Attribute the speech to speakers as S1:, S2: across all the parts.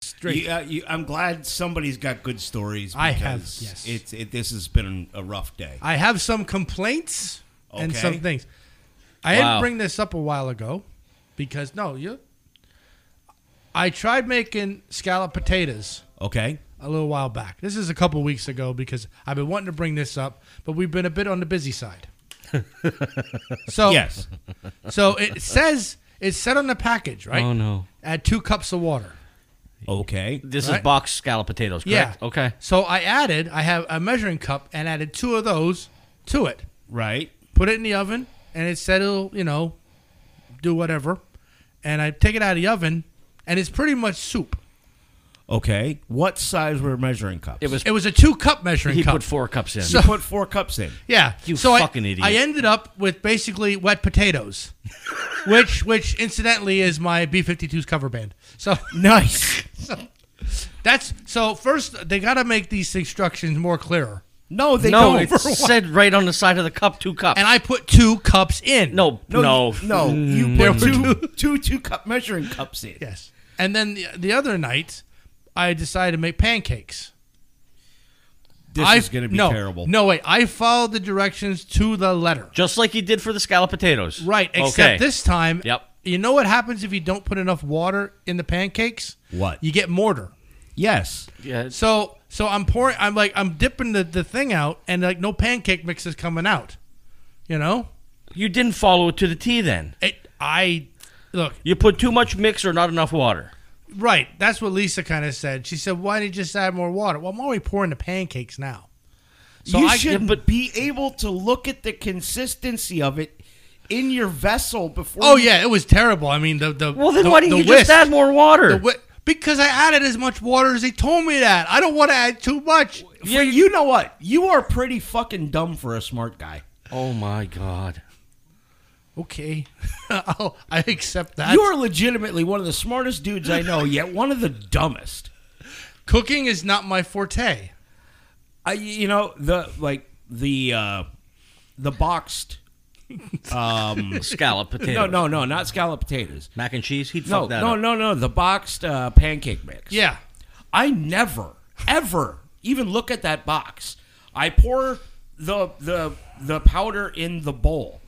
S1: straight.
S2: You, uh, you, I'm glad somebody's got good stories.
S1: I have,
S2: because
S1: yes.
S2: It's it. This has been a rough day.
S1: I have some complaints and
S2: Okay.
S1: some things. I
S3: Wow.
S1: didn't bring this up a while ago because no, you. I tried making scallop potatoes
S2: Okay.
S1: a little while back. This is a couple weeks ago because I've been wanting to bring this up, but we've been a bit on the busy side. so
S2: Yes.
S1: so it says it said on the package right.
S3: Oh, no.
S1: Add two cups of water.
S2: Okay.
S3: This is
S1: Right.
S3: box scallop potatoes, correct?
S1: Yeah.
S3: Okay.
S1: So I added, I have a measuring cup and added two of those to it.
S2: Right.
S1: Put it in the oven and it said it'll, you know, do whatever. And I take it out of the oven and it's pretty much soup.
S2: Okay. What size were measuring cups?
S3: It was.
S1: It was a two cup measuring
S3: He
S1: cup.
S3: put four cups in.
S2: You
S1: So-
S2: put four cups in.
S1: yeah.
S3: You
S1: so
S3: fucking
S1: I,
S3: idiot.
S1: I ended up with basically wet potatoes. which which incidentally is my B 52's cover band. So
S2: Nice.
S1: that's so first they gotta make these instructions more clearer.
S2: No, they
S3: no,
S2: don't.
S3: it said right on the side of the cup, two cups.
S1: And I put two cups in.
S3: no, Mm. no,
S2: no, no. You put
S1: There
S2: two,
S1: were
S2: two, two cup measuring cups in.
S1: Yes. And then the, the other night, I decided to make pancakes.
S2: This
S1: I,
S2: is going to be
S1: no,
S2: terrible.
S1: No, wait. I followed the directions to the letter.
S3: Just like you did for the scallop potatoes.
S1: Right. Except
S3: okay.
S1: this time,
S3: Yep.
S1: you know what happens if you don't put enough water in the pancakes?
S2: What?
S1: You get mortar.
S2: Yes.
S3: Yeah.
S1: So so I'm pouring, I'm like, I'm dipping the, the thing out, and like no pancake mix is coming out. You know?
S3: You didn't follow it to the T then.
S1: It, I, look,
S3: You put too much mix or not enough water.
S1: right. That's what Lisa kind of said. She said, why did you just add more water? Well, I'm already pouring the pancakes now. So
S2: you
S1: I-
S2: should
S3: yeah, but-
S2: be able to look at the consistency of it in your vessel before.
S1: Oh
S2: you-
S1: yeah, it was terrible. I mean, the the
S3: Well, then
S1: the-
S3: why didn't
S1: the
S3: you
S1: whisk-
S3: just add more water?
S1: the whi- because I added as much water as they told me that. I don't want to add too much.
S2: For you know what? You are pretty fucking dumb for a smart guy.
S3: oh my God.
S1: Okay, I'll, Oh, I accept that.
S2: you are legitimately one of the smartest dudes I know, yet one of the dumbest.
S1: Cooking is not my forte.
S2: I, you know, the like the uh the boxed. Um,
S3: Scallop potatoes.
S2: no, no, no, not scallop potatoes.
S3: Mac and cheese. He'd
S2: No,
S3: fuck that
S2: no,
S3: up.
S2: no, no. The boxed uh, pancake mix.
S1: Yeah,
S2: I never, ever even look at that box. I pour the the the powder in the bowl.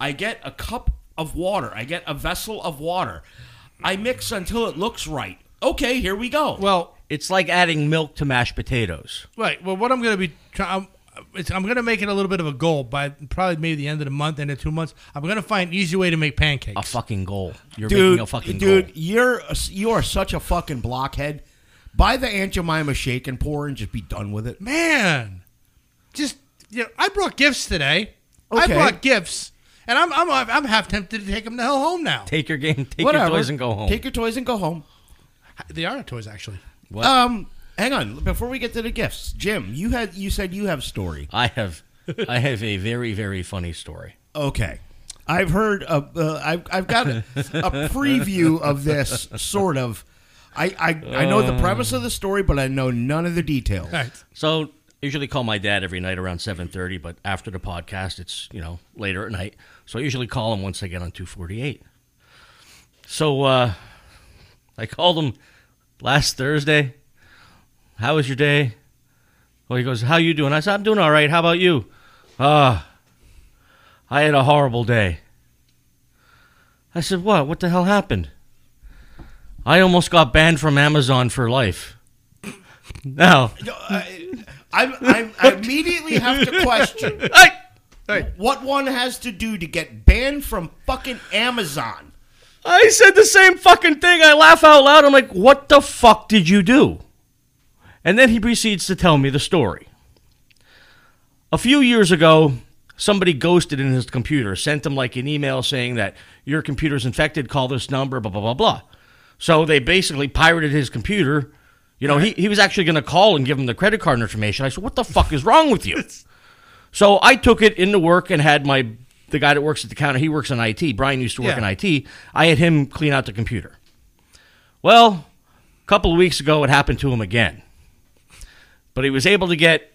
S2: I get a cup of water. I get a vessel of water. I mix until it looks right. Okay, here we go.
S1: well,
S3: It's like adding milk to mashed potatoes.
S1: right. Well, what I'm going to be trying. It's, I'm going to make it a little bit of a goal by probably maybe the end of the month, end of two months. I'm going to find an easy way to make pancakes.
S3: A fucking goal. You're making a fucking
S2: dude,
S3: goal.
S2: you're a, you are such a fucking blockhead. Buy the Aunt Jemima shake and pour and just be done with it.
S1: Man, just you know, I brought gifts today. I
S2: Okay.
S1: brought gifts, and I'm I'm I'm half tempted to take them the hell home now.
S3: Take your game. Take
S2: Whatever.
S3: your toys and go home.
S2: Take your toys and go home.
S1: They are toys, actually.
S3: What?
S2: Um, hang on. Before we get to the gifts, Jim, you had you said you have story.
S3: I have, I have a very very funny story.
S2: Okay. I've heard a, uh, I've, I've got a, a preview of this sort of. I, I, I know the premise of the story, but I know none of the details.
S1: All right.
S3: So I usually call my dad every night around seven thirty, but after the podcast, it's you know later at night. So I usually call him once I get on two forty eight. So uh, I called him last Thursday. How was your day? Well, he goes, "How you doing?" I said, "I'm doing all right. How about you?" Ah, I had a horrible day. I said, "What? What the hell happened?" I almost got banned from Amazon for life. Now,
S2: No, I, I, I, I immediately have to question
S3: I,
S2: what one has to do to get banned from fucking Amazon.
S3: I said the same fucking thing. I laugh out loud. I'm like, what the fuck did you do? And then he proceeds to tell me the story. A few years ago, somebody ghosted in his computer, sent him like an email saying that your computer's infected, call this number, blah, blah, blah, blah. So they basically pirated his computer. You know, he, he was actually going to call and give him the credit card information. I said, what the fuck is wrong with you? So I took it into work and had my the guy that works at the counter. He works in IT. Brian used to work
S1: Yeah.
S3: in IT. I had him clean out the computer. Well, a couple of weeks ago, it happened to him again, but he was able to get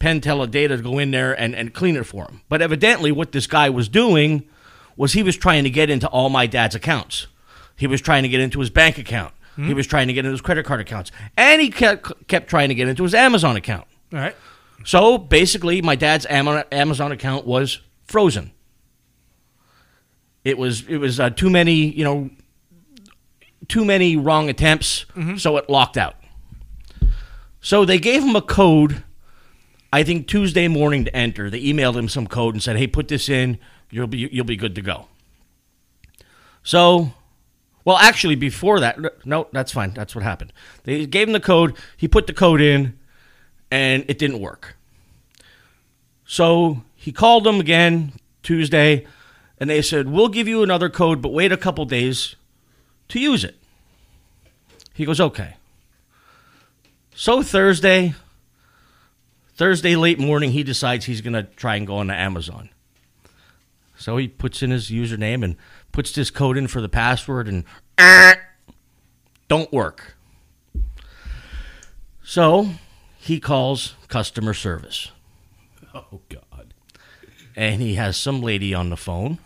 S3: Pentella data to go in there and, and clean it for him. But evidently, what this guy was doing was he was trying to get into all my dad's accounts. He was trying to get into his bank account. He was trying to get into his credit card accounts, and he kept, kept trying to get into his Amazon account.
S1: All right.
S3: So basically, my dad's Ama- Amazon account was frozen. It was it was uh, too many you know too many wrong attempts, so it locked out. So they gave him a code. I think Tuesday morning to enter. They emailed him some code and said, "Hey, put this in. You'll be you'll be good to go." So, well, actually, before that, no, that's fine. That's what happened. They gave him the code. He put the code in, and it didn't work. So he called them again Tuesday, and they said, We'll give you another code, but wait a couple days to use it. He goes, Okay. So Thursday, Thursday late morning, he decides he's going to try and go on to Amazon. So he puts in his username and puts this code in for the password and "Ah, don't work. So he calls customer service
S4: Oh God.
S3: and he has some lady on the phone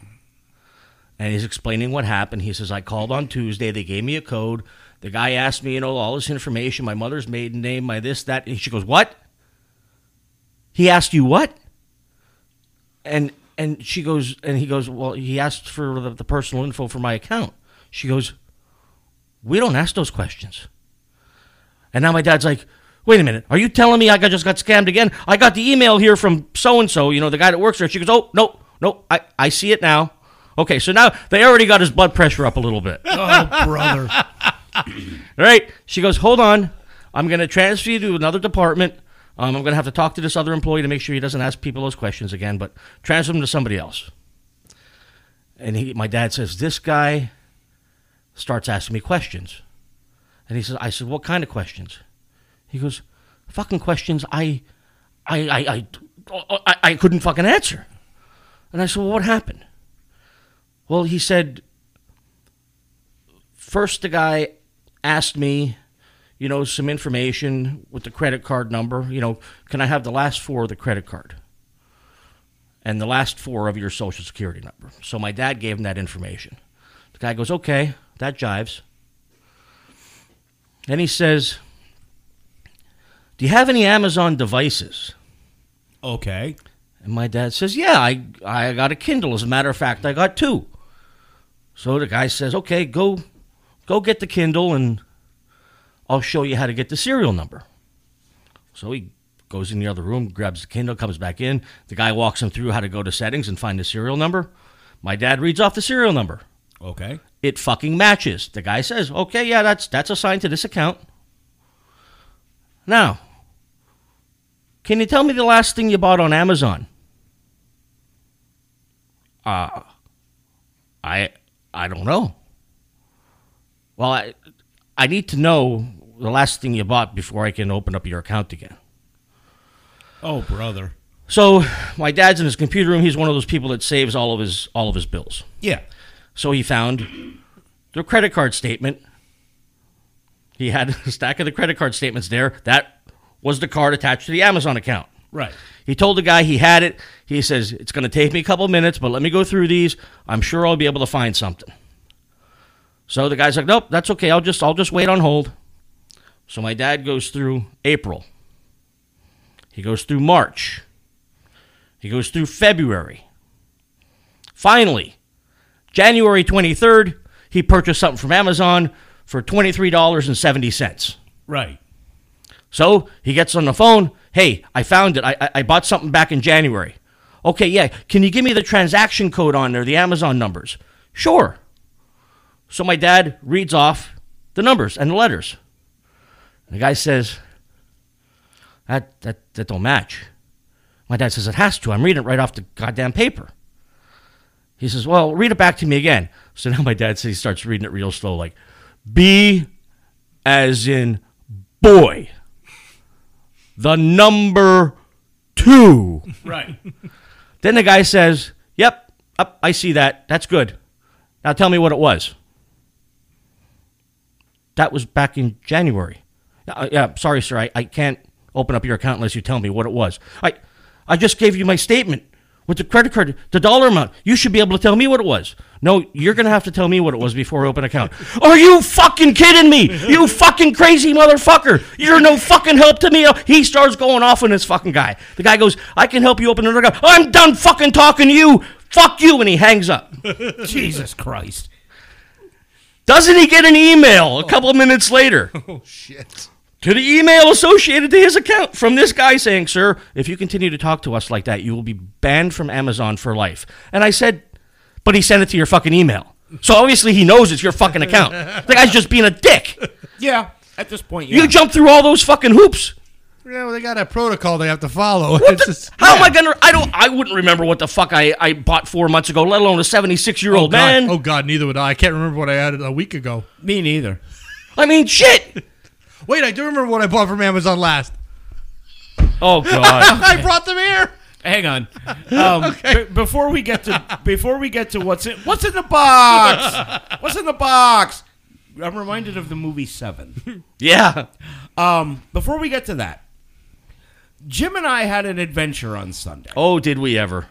S3: and he's explaining what happened. He says, I called on Tuesday. They gave me a code. The guy asked me, you know, all this information, my mother's maiden name, my this, that. And she goes, What? He asked you what? And and she goes, and he goes, Well, he asked for the, the personal info for my account. She goes, We don't ask those questions. And now my dad's like, Wait a minute, are you telling me I got, just got scammed again? I got the email here from so and so, you know, the guy that works there. She goes, Oh, no, no, I, I see it now. Okay, so now they already got his blood pressure up a little bit.
S4: Oh brother.
S3: All right. She goes, hold on. I'm going to transfer you to another department. Um, I'm going to have to talk to this other employee to make sure he doesn't ask people those questions again, but transfer him to somebody else. And he, my dad says, this guy starts asking me questions. And he says, I said, what kind of questions? He goes, fucking questions I, I, I, I, I, I couldn't fucking answer. And I said, well, what happened? Well, he said, first the guy asked me, you know, some information with the credit card number. You know, can I have the last four of the credit card? And the last four of your social security number. So my dad gave him that information. The guy goes, okay, that jives. Then he says, Do you have any Amazon devices?
S4: Okay.
S3: And my dad says, Yeah, I, I got a Kindle. As a matter of fact, I got two. So the guy says, Okay, go go get the Kindle and I'll show you how to get the serial number. So he goes in the other room, grabs the Kindle, comes back in. The guy walks him through how to go to settings and find the serial number. My dad reads off the serial number.
S4: Okay.
S3: It fucking matches. The guy says, Okay, yeah, that's that's assigned to this account. Now, can you tell me the last thing you bought on Amazon? Uh, I I don't know. Well, I I need to know the last thing you bought before I can open up your account again.
S4: Oh brother.
S3: So, my dad's in his computer room. He's one of those people that saves all of his all of his bills.
S4: Yeah.
S3: So he found their credit card statement. He had a stack of the credit card statements there. That was the card attached to the Amazon account.
S4: Right.
S3: He told the guy he had it. He says, It's going to take me a couple minutes, but let me go through these. I'm sure I'll be able to find something. So the guy's like, Nope, that's okay. I'll just, I'll just wait on hold. So my dad goes through April. He goes through March. He goes through February. Finally, January 23rd, he purchased something from Amazon for $23.70.
S4: Right.
S3: So he gets on the phone. Hey, I found it. I, I, I bought something back in January. Okay, yeah. Can you give me the transaction code on there, the Amazon numbers? Sure. So my dad reads off the numbers and the letters. And the guy says, that, that, that don't match. My dad says, It has to. I'm reading it right off the goddamn paper. He says, Well, read it back to me again. So now my dad says he starts reading it real slow, like B as in boy the number two.
S4: Right.
S3: Then the guy says, Yep, up, I see that. That's good. Now tell me what it was. That was back in January. Uh, yeah, sorry, sir. I, I can't open up your account unless you tell me what it was. I, I just gave you my statement. with the credit card, the dollar amount. You should be able to tell me what it was. No, you're going to have to tell me what it was before I open an account. Are you fucking kidding me? You fucking crazy motherfucker. You're no fucking help to me. He starts going off on this fucking guy. The guy goes, I can help you open another account. I'm done fucking talking to you. Fuck you. And he hangs up.
S2: Jesus Christ.
S3: Doesn't he get an email a couple of minutes later?
S1: Oh shit.
S3: to the email associated to his account from this guy saying, Sir, if you continue to talk to us like that, you will be banned from Amazon for life. And I said, But he sent it to your fucking email. So obviously he knows it's your fucking account. the guy's just being a dick.
S2: Yeah. At this point, yeah.
S3: You jump through all those fucking hoops.
S1: Yeah, well, they got a protocol they have to follow.
S3: What
S1: It's
S3: the-
S1: just-
S3: how am I gonna? I don't. I wouldn't remember what the fuck I, I bought four months ago, let alone a seventy-six year
S1: Oh
S3: old
S1: god.
S3: man.
S1: oh god, neither would I. I can't remember what I added a week ago.
S2: Me neither.
S3: I mean, shit.
S1: Wait, I do remember what I bought from Amazon last.
S3: Oh god.
S1: I brought them here.
S2: Hang on. Um, b- before we get to before we get to what's in what's in the box, what's in the box. I'm reminded of the movie Seven.
S3: yeah.
S2: Um, before we get to that, Jim and I had an adventure on Sunday.
S3: Oh, did we ever?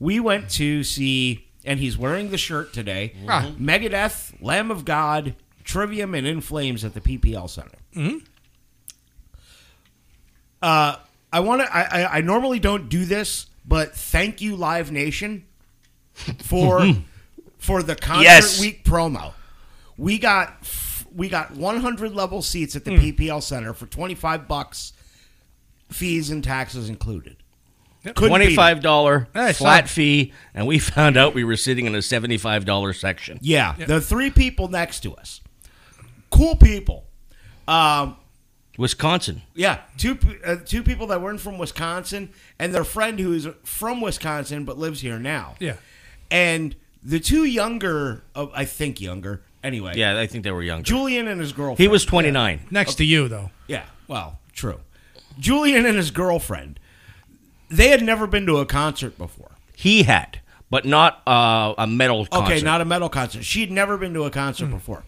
S2: We went to see, and he's wearing the shirt today.
S1: Ah.
S2: Megadeth, Lamb of God, Trivium, and In Flames at the PPL Center.
S3: Mm-hmm.
S2: Uh, I want to. I, I I normally don't do this, but thank you, Live Nation, for for the concert
S3: Mm-hmm. Yes.
S2: week promo. We got f- we got 100 level seats at the
S3: Mm.
S2: PPL Center for 25 bucks, fees and taxes included. Couldn't beat it.
S3: Twenty-five dollar
S1: Hey,
S3: flat
S1: son.
S3: fee, and we found out we were sitting in a seventy-five dollar section.
S2: Yeah, the three people next to us, cool people. Um,
S3: Wisconsin.
S2: yeah, two p- uh, two people that weren't from Wisconsin, and their friend who is from Wisconsin but lives here now.
S1: Yeah.
S2: and the two younger, uh, I think younger. Anyway,
S3: Yeah, I think they were younger.
S2: Julian and his girlfriend.
S3: He was twenty-nine.
S1: Next to you though.
S2: Yeah, well, true. Julian and his girlfriend, they had never been to a concert before.
S3: He had, but not uh, a metal concert.
S2: Okay, not a metal concert. She'd never been to a concert before.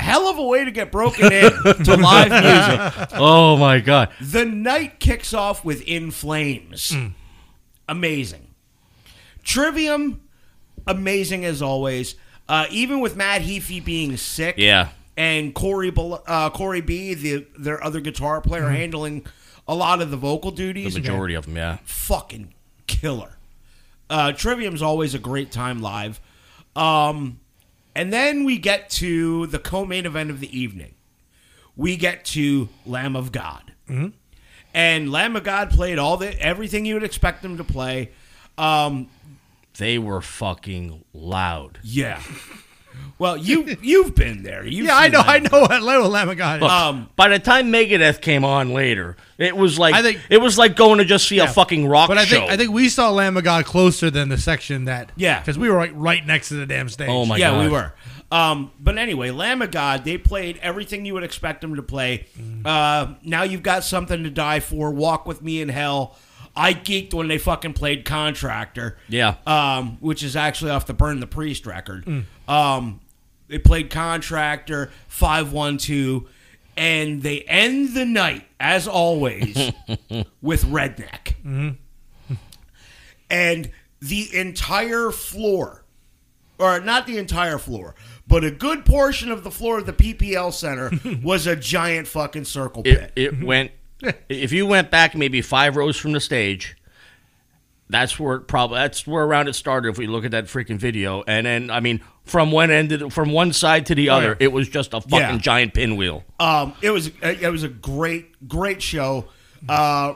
S2: Hell of a way to get broken in to live music.
S3: oh my god.
S2: The night kicks off with In Flames.
S3: Mm.
S2: Amazing. Trivium, amazing as always. Uh, even with Matt Heafy being sick,
S3: Yeah.
S2: and Corey Bel- uh, Corey B, the their other guitar player, handling a lot of the vocal duties.
S3: Mm-hmm. The majority of them, yeah.
S2: fucking killer. Uh, Trivium's always a great time live. Um, and then we get to the co main event of the evening. We get to Lamb of God.
S1: Mm-hmm.
S2: And Lamb of God played all the everything you would expect them to play. Um,
S3: They were fucking loud.
S2: yeah. Well, you you've been there. You've
S1: Yeah, I
S2: seen
S1: know,
S2: Lamb
S1: I
S2: of
S1: know what Lego Lamb God is. Oh,
S2: Um,
S3: By the time Megadeth came on later, it was like
S1: I think-
S3: it was like going to just see a fucking rock
S1: but I
S3: show.
S1: think I think we saw Lamb of God closer than the section that
S2: Yeah.
S1: because we were like right next to the damn stage.
S3: Oh my
S2: yeah,
S3: God.
S2: we were. Um, but anyway, Lamb of God, they played everything you would expect them to play.
S3: Mm.
S2: Uh, now you've got something to die for. Walk with me in hell. I geeked when they fucking played Contractor.
S3: Yeah. Mm.
S2: Um, which is actually off the Burn the Priest record. Um, they played Contractor, 512, and they end the night, as always, with Redneck. and the entire floor or not the entire floor, but a good portion of the floor of the PPL Center was a giant fucking circle
S3: it,
S2: pit.
S3: it went if you went back maybe five rows from the stage that's where it probably that's where around it started if we look at that freaking video and then i mean from one end to the- from one side to the other it was just a fucking
S2: Yeah.
S3: giant pinwheel
S2: Um, it was it was a great great show. Uh,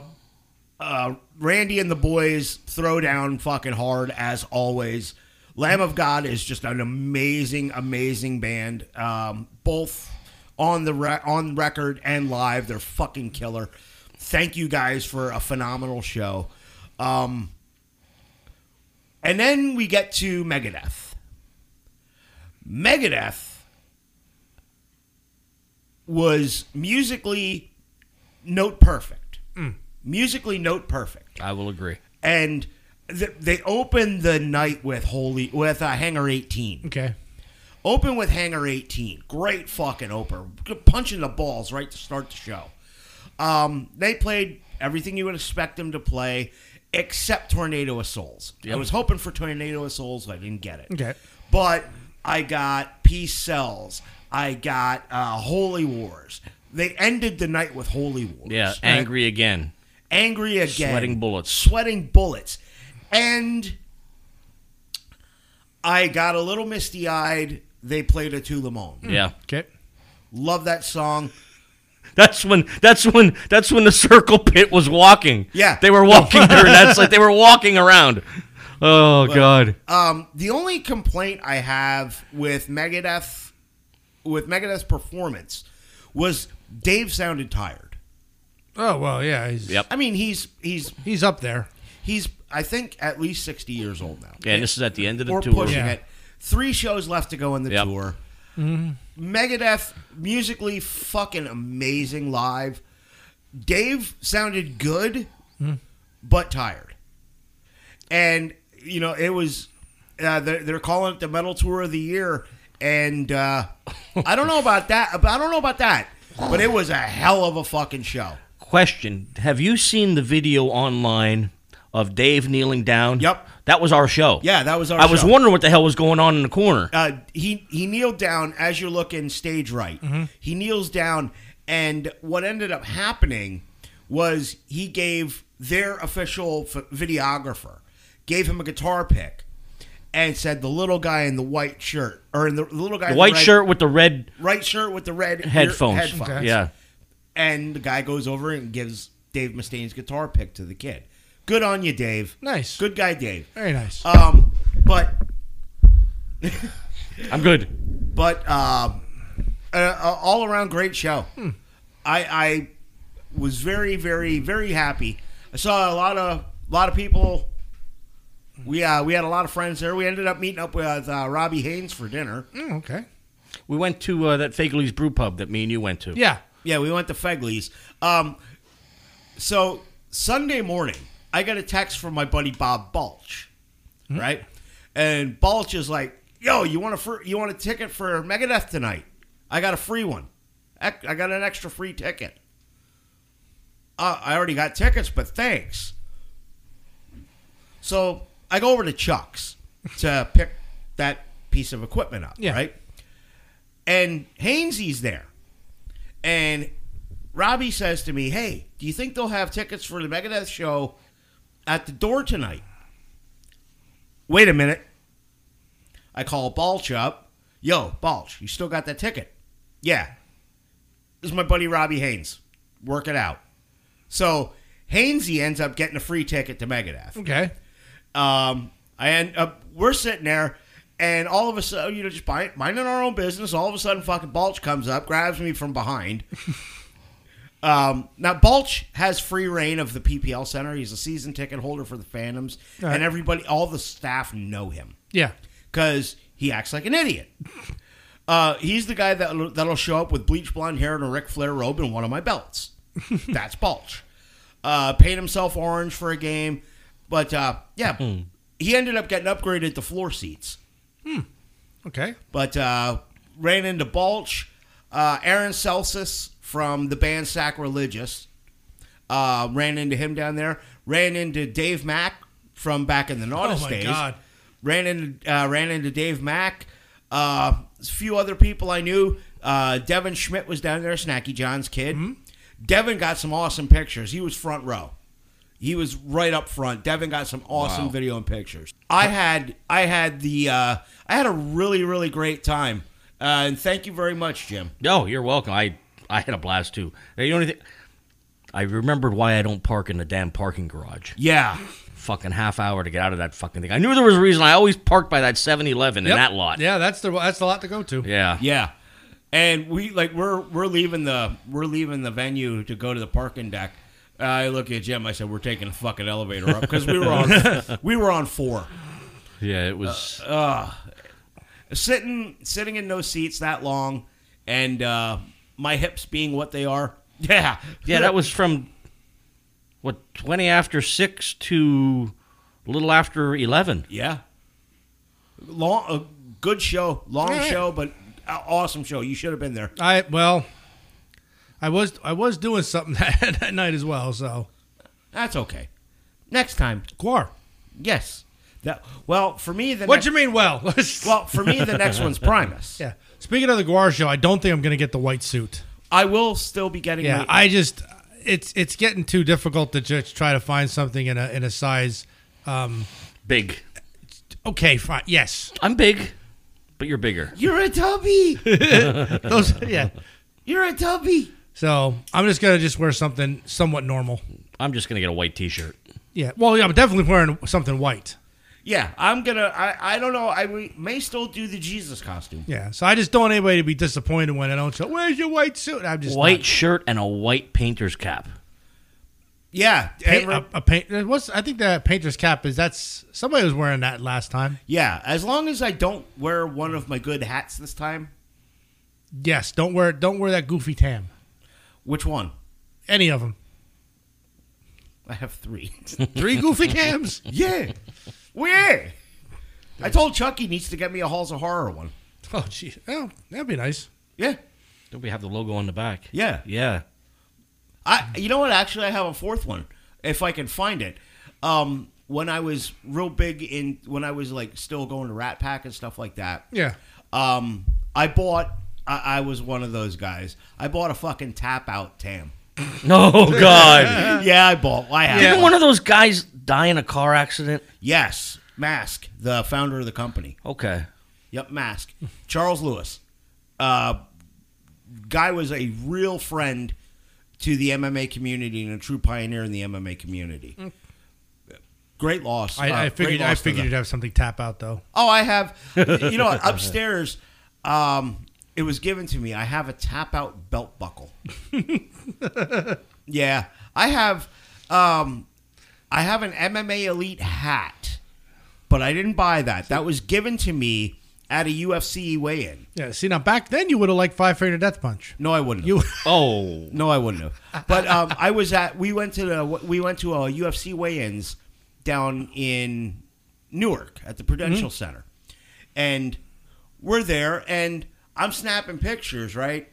S2: uh, Randy and the boys throw down fucking hard as always. Lamb of God is just an amazing amazing band. Um, both on the re- on record and live, they're fucking killer. Thank you guys for a phenomenal show. Um, and then we get to Megadeth. Megadeth was musically note perfect. Musically note perfect.
S3: i will agree
S2: And th- they opened the night with Holy with uh, Hanger 18.
S1: Okay.
S2: Open with Hanger 18. Great fucking opener. Punching the balls right to start the show. Um, they played everything you would expect them to play. except Tornado of Souls. I was hoping for Tornado of Souls, but I didn't get it.
S1: Okay.
S2: But I got Peace Cells. I got uh, Holy Wars. They ended the night with Holy Wars.
S3: Yeah, angry again.
S2: Angry again.
S3: Sweating bullets.
S2: Sweating bullets. And I got a little misty eyed. They played a Tulamon.
S3: Yeah.
S1: Okay.
S2: Love that song.
S3: That's when that's when that's when the circle pit was walking.
S2: Yeah.
S3: They were walking there. That's like they were walking around. Oh god.
S2: Um, the only complaint I have with Megadeth, with Megadeth's performance, was Dave sounded tired.
S1: Oh well, yeah. He's,
S3: Yep.
S2: I mean, he's he's
S1: He's up there.
S2: he's I think at least sixty years old now.
S3: Yeah, and this is at the end of the
S2: We're
S3: tour.
S2: pushing
S1: Yeah.
S2: it. Three shows left to go in the
S3: Yep.
S2: tour. Megadeth musically fucking amazing live. Dave sounded good, but tired. And you know it was uh, they're, they're calling it the metal tour of the year, and uh, I don't know about that. I don't know about that, but it was a hell of a fucking show.
S3: Question: Have you seen the video online of Dave kneeling down?
S2: Yep.
S3: That was our show.
S2: Yeah, that was our
S3: I was
S2: show.
S3: wondering what the hell was going on in the corner.
S2: uh, he he kneeled down as you're looking stage right. He kneels down, and what ended up happening was he gave their official f- videographer gave him a guitar pick and said the little guy in the white shirt or in the, the little guy
S3: the
S2: in
S3: white
S2: red-
S3: shirt with the red
S2: right shirt with the red ear-
S3: headphones.
S2: headphones.
S1: Okay.
S3: Yeah.
S2: and the guy goes over and gives Dave Mustaine's guitar pick to the kid. Good on you, Dave.
S1: Nice.
S2: Good guy, Dave.
S1: Very nice.
S3: Uh,
S2: Um, but
S3: I'm good.
S2: but um, uh, uh, all around great show. I, I was very, very, very happy. I saw a lot of lot of people. We uh, we had a lot of friends there. We ended up meeting up with uh, Robbie Haynes for dinner.
S1: Mm, okay.
S3: We went to uh, that Fagley's Brew Pub that me and you went to.
S1: Yeah.
S2: Yeah, we went to Fegley's. Um, so Sunday morning, I got a text from my buddy Bob Balch, right? And Balch is like, "Yo, you want a fr- you want a ticket for Megadeth tonight? I got a free one. Ec- I got an extra free ticket. Uh, I already got tickets, but thanks." So I go over to Chuck's to pick that piece of equipment up,
S1: Yeah.
S2: right? And Hainesy's there. And Robbie says to me, Hey, do you think they'll have tickets for the Megadeth show at the door tonight? Wait a minute. I call Balch up. Yo, Balch, you still got that ticket? Yeah. This is my buddy Robbie Haynes. Work it out. So Hainesy ends up getting a free ticket to Megadeth
S1: Okay.
S2: um, I end up we're sitting there, and all of a sudden, you know, just mind- minding our own business. All of a sudden, fucking Balch comes up, grabs me from behind. um, now Balch has free reign of the PPL Center. He's a season ticket holder for the Phantoms,
S1: All right.
S2: and everybody, all the staff know him
S1: Yeah.
S2: because he acts like an idiot. Uh, he's the guy that that'll show up with bleach blonde hair and a Ric Flair robe and one of my belts. That's Balch. Uh, paint himself orange for a game, but uh, yeah,
S1: Hmm.
S2: he ended up getting upgraded to floor seats.
S1: Okay.
S2: But uh, ran into Balch, uh, Aaron Celsus from the band Sacrilegious. Uh, ran into him down there. Ran into Dave Mack from back in the Nautis
S1: Oh my
S2: days.
S1: God.
S2: Ran into uh, ran into Dave Mack. Uh, a few other people I knew. Uh, Devin Schmidt was down there, Snacky John's kid. Devin got some awesome pictures. He was front row. He was right up front. Devin got some awesome video and pictures. I had I had the uh, I had a really really great time. Uh, and thank you very much, Jim.
S3: No, Oh, you're welcome. I I had a blast too. You know anything? I remembered why I don't park in the damn parking garage.
S2: Yeah.
S3: Fucking half hour to get out of that fucking thing. I knew there was a reason. I always parked by that 7-Eleven in
S1: Yep.
S3: that lot.
S1: Yeah, that's the that's the lot to go to.
S3: Yeah.
S2: Yeah. And we like we're we're leaving the we're leaving the venue to go to the parking deck. I look at Jim. I said, "We're taking a fucking elevator up because we were on we were on four,
S3: Yeah, It
S2: Uh,
S3: was.
S2: sitting sitting in no seats that long, and uh, my hips being what they are. Yeah,
S3: yeah, that was from what twenty after six to a little after eleven.
S2: yeah. Long, a good show, long
S1: Yeah.
S2: show, but a- awesome show. You should have been there.
S1: I well, I was I was doing something that, that night as well. So
S2: That's okay. Next time,
S1: Guar.
S2: yes. That well for me the
S1: What
S2: next,
S1: you mean? Well,
S2: well for me the next one's Primus.
S1: yeah. Speaking of the Guar show, I don't think I'm going to get the white suit.
S2: I will still be getting.
S1: Yeah,
S2: the-
S1: I just it's it's getting too difficult to just try to find something in a in a size. Um,
S3: Big.
S1: okay, fine. Yes,
S3: I'm big, but you're bigger.
S2: You're a tubby.
S1: those. Yeah.
S2: You're a tubby.
S1: So I'm just gonna just wear something somewhat normal.
S3: I'm just gonna get a white T-shirt.
S1: Yeah. Well, yeah, I'm definitely wearing something white.
S2: Yeah, I'm gonna. I, I don't know. I we may still do the Jesus costume.
S1: Yeah. So I just don't want anybody to be disappointed when I don't show. Where's your white suit? I'm just
S3: white shirt and a white painter's cap.
S2: Yeah,
S1: not-
S2: and re-
S1: paint, a, a paint. uh, What's I think that painter's cap is that's somebody was wearing that last time.
S2: yeah. As long as I don't wear one of my good hats this time,
S1: Yes. Don't wear don't wear that goofy tam.
S2: which one?
S1: Any of them.
S2: I have three.
S1: Three goofy cams.
S2: yeah, where? I told Chuck he needs to get me a Halls of Horror one.
S1: Oh, gee. Oh, that'd be nice.
S2: Yeah,
S3: Don't we have the logo on the back?
S2: yeah.
S3: Yeah.
S2: I you know what? Actually, I have a fourth one if I can find it. Um, when I was real big in when I was like still going to Rat Pack and stuff like that.
S1: Yeah.
S2: Um, I bought. I, I was one of those guys. I bought a fucking tap out tam.
S3: Oh God.
S2: yeah, I bought. I have.
S3: Didn't
S2: one.
S3: one of those guys die in a car accident?
S2: Yes, Mask, the founder of the company.
S3: Okay.
S2: Yep, Mask. Charles Lewis. Uh, guy was a real friend to the MMA community and a true pioneer in the MMA community. Great loss.
S1: Mm. I,
S2: Uh,
S1: I
S2: great
S1: figured I
S2: loss to
S1: figured
S2: them.
S1: you'd have something tap out though.
S2: Oh, I have. You know, what? upstairs, um, it was given to me. I have a tap out belt buckle. yeah, I have. Um, I have an MMA elite hat, but I didn't buy that. That was given to me at a UFC weigh-in.
S1: Yeah. See now back then you would have liked five finger death punch.
S2: No, I wouldn't. Have.
S1: You
S3: Oh.
S2: No, I wouldn't have. But um, I was at. We went to the. We went to a UFC weigh-ins down in Newark at the Prudential Center, and we're there, and I'm snapping pictures, right?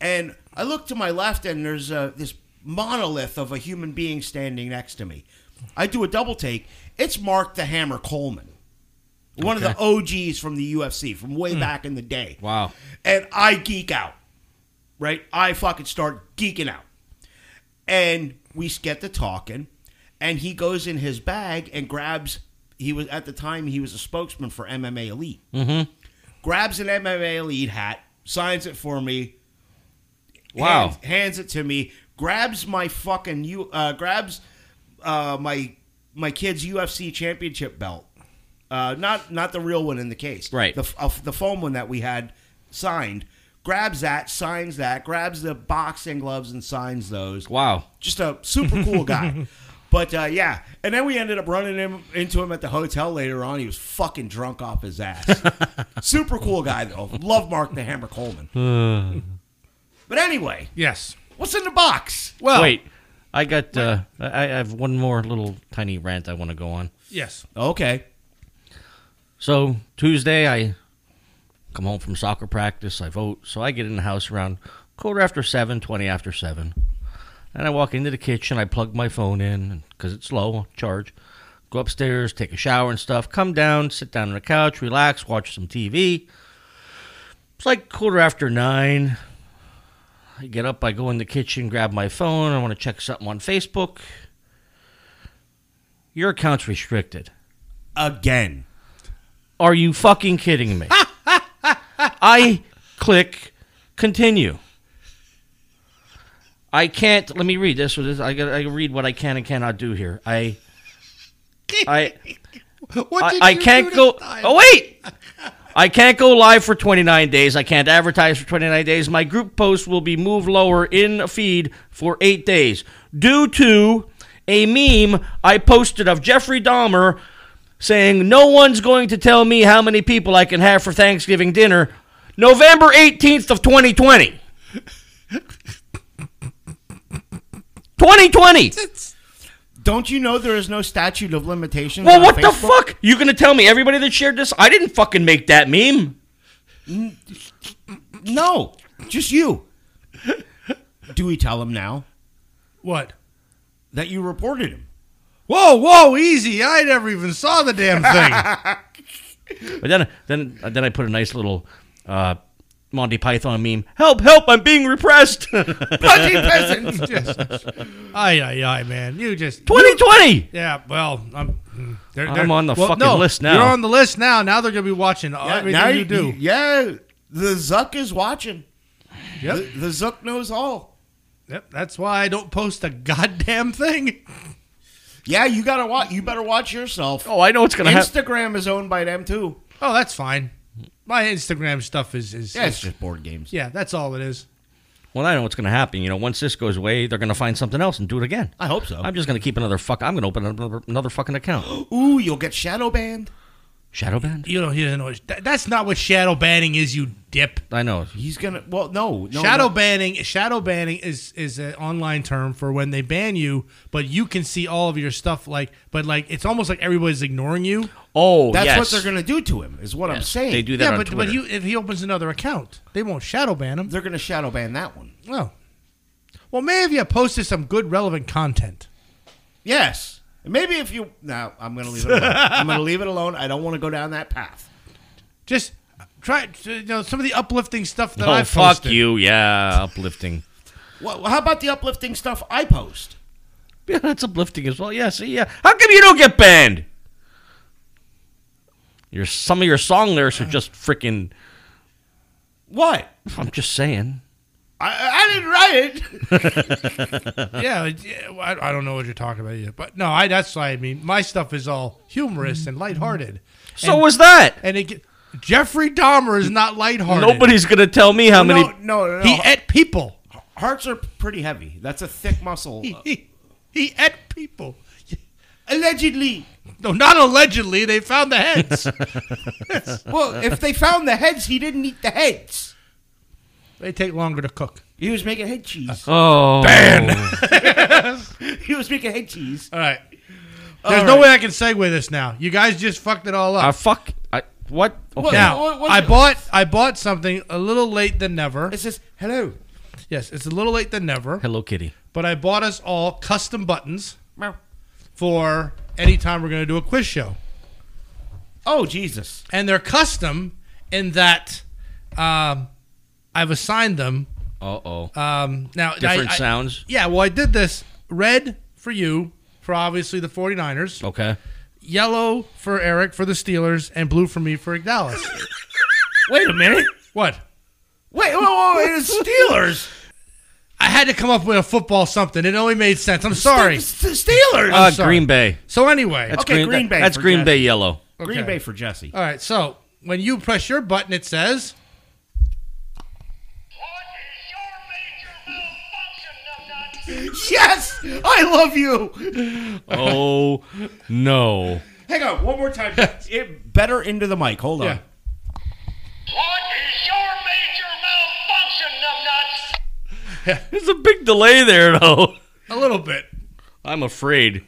S2: And I look to my left, and there's a, this monolith of a human being standing next to me. I do a double take. It's Mark the Hammer Coleman, one of the OGs from the UFC from way back in the day.
S3: Hmm. Wow.
S2: And I geek out right? I fucking start geeking out. And we get to talking, and he goes in his bag and grabs. He was at the time he was a spokesman for MMA Elite. Mm-hmm. Grabs an MMA Elite hat, signs it for me.
S3: Wow.
S2: hands, hands it to me. Grabs my fucking you. Uh, grabs uh, my my kid's UFC championship belt. Uh, not not the real one in the case.
S3: Right.
S2: The f- of the foam one that we had signed. Grabs that, signs that, grabs the boxing gloves and signs those.
S3: Wow.
S2: Just a super cool guy. But uh, yeah, and then we ended up running him into him at the hotel later on. He was fucking drunk off his ass. super cool guy though. Love Mark the Hammer Coleman. but anyway,
S1: yes.
S2: what's in the box?
S1: Well.
S3: Wait. I got. Uh, I I have one more little tiny rant I want to go on.
S1: Yes.
S2: Okay.
S3: So Tuesday, I come home from soccer practice. I vote, so I get in the house around quarter after seven, twenty after seven, and I walk into the kitchen. I plug my phone in because it's low charge. Go upstairs, take a shower and stuff. Come down, sit down on the couch, relax, watch some TV. It's like quarter after nine. I get up, I go in the kitchen, grab my phone. I want to check something on Facebook. Your account's restricted.
S2: Again.
S3: Are you fucking kidding me? I click continue. I can't. Let me read this. this I got. I gotta read what I can and cannot do here. I. I.
S1: What
S3: I, I can't go. Oh wait. I can't go live for 29 days. I can't advertise for 29 days. My group post will be moved lower in a feed for eight days due to a meme I posted of Jeffrey Dahmer saying, "No one's going to tell me how many people I can have for Thanksgiving dinner." November 18th of 2020. 2020.
S2: Don't you know there is no statute of limitations?
S3: Well,
S2: on
S3: what the
S2: Facebook?
S3: fuck? You gonna tell me everybody that shared this? I didn't fucking make that meme.
S2: No, just you. Do we tell him now
S1: What?
S2: that you reported him?
S1: Whoa, whoa, easy. I never even saw the damn thing.
S3: But then, then, then I put a nice little uh, Monty Python meme. Help! Help! I'm being repressed.
S1: Pudgy peasants. Just, aye, aye, aye, man. You just.
S3: 2020.
S1: Yeah, well, I'm. They're,
S3: I'm
S1: they're,
S3: on the
S1: well,
S3: fucking
S1: no,
S3: list now.
S1: You're on the list now. Now they're going to be watching
S2: Yeah,
S1: everything
S2: now
S1: you do.
S2: Yeah, the Zuck is watching.
S1: Yep.
S2: The, the Zuck knows all.
S1: Yep, that's why I don't post a goddamn thing.
S2: Yeah, you gotta watch. You better watch yourself.
S3: Oh, I know it's gonna happen.
S2: Instagram is owned by them too.
S1: Oh, that's fine. My Instagram stuff is is
S2: Yeah, it's
S1: is-
S2: just board games.
S1: yeah, that's all it is.
S3: Well, I know what's gonna happen. You know, once this goes away, they're gonna find something else and do it again.
S2: I hope so.
S3: I'm just gonna keep another fuck. I'm gonna open another, another fucking account.
S2: Ooh, you'll get shadow banned.
S3: Shadow banned.
S1: You don't hear the noise. That, that's not what shadow banning is, you dip.
S3: I know.
S2: He's gonna. Well, no, no
S1: shadow
S2: no.
S1: banning shadow banning is is an online term for when they ban you, but you can see all of your stuff like but like it's almost like everybody's ignoring you.
S3: Oh,
S2: That's
S3: yes.
S2: what they're gonna do to him. Is what I'm saying.
S3: They do that
S1: yeah,
S3: on
S1: but
S3: Twitter.
S1: but he, if he opens another account, they won't shadow ban him.
S2: They're gonna shadow ban that one.
S1: No. Well, maybe if you posted some good relevant content.
S2: Yes. Maybe if you. No, I'm gonna leave it. alone. I'm gonna leave it alone. I don't want to go down that path.
S1: Just try you know some of the uplifting stuff that
S3: oh,
S1: I've
S3: fuck
S1: posted.
S3: you. Yeah, uplifting.
S2: Well, how about the uplifting stuff I post?
S3: Yeah, that's uplifting as well. Yeah, see, yeah. How come you don't get banned? Your some of your song lyrics are just freaking.
S2: What?
S3: I'm just saying.
S2: I, I didn't write it.
S1: yeah, it- yeah, well, I, I don't know what you're talking about yet, but no, I that's why I mean my stuff is all humorous and lighthearted.
S3: So
S1: and,
S3: was that?
S1: and it get- Jeffrey Dahmer is not lighthearted.
S3: Nobody's gonna tell me how many.
S2: No, no, no. no.
S1: he ate people.
S2: Hearts are pretty heavy. That's a thick muscle.
S1: He, he, he ate people.
S2: Allegedly.
S1: No, not allegedly. They found the heads.
S2: Well, if they found the heads, he didn't eat the heads.
S1: they take longer to cook.
S2: He was making head cheese.
S3: Oh,
S2: He was making head cheese.
S1: All right. There's no way I can segue this now. You guys just fucked it all up.
S3: I fuck. I what? Okay.
S1: now
S2: what- what-
S1: I bought I bought something a little late than never.
S2: It says, hello.
S1: yes, it's a little late than never.
S3: Hello Kitty.
S1: But I bought us all custom buttons.
S2: Meow.
S1: for anytime we're going to do a quiz show.
S2: Oh, Jesus.
S1: And they're custom in that um, I've assigned them.
S3: Uh oh.
S1: Um, now I-
S3: Different
S1: I-
S3: sounds.
S1: Yeah, well, I did this red for you for obviously the 49ers,
S3: Okay.
S1: yellow for Eric for the Steelers, and blue for me for Dallas.
S2: Wait a minute.
S1: what?
S2: Wait, whoa, whoa, it's Steelers.
S1: I had to come up with a football something. It only made sense. I'm sorry.
S2: It's the Steelers.
S3: Uh,
S1: sorry.
S3: Green Bay.
S1: So anyway,
S3: That's
S2: Okay, Green
S3: that-
S2: Bay
S3: That's
S2: for
S3: Green
S2: Jets.
S3: Bay yellow.
S2: Green
S1: okay.
S2: Bay for Jesse.
S1: all right. So when you press your button, it says
S5: What is your major malfunction, numbnuts?
S2: Yes! I love you.
S3: Oh no.
S2: Hang on, one more time. It, better into the mic. Hold on.
S1: Yeah.
S5: What is your major malfunction, numbnuts?
S3: There's a big delay there though.
S1: a little bit.
S3: I'm afraid.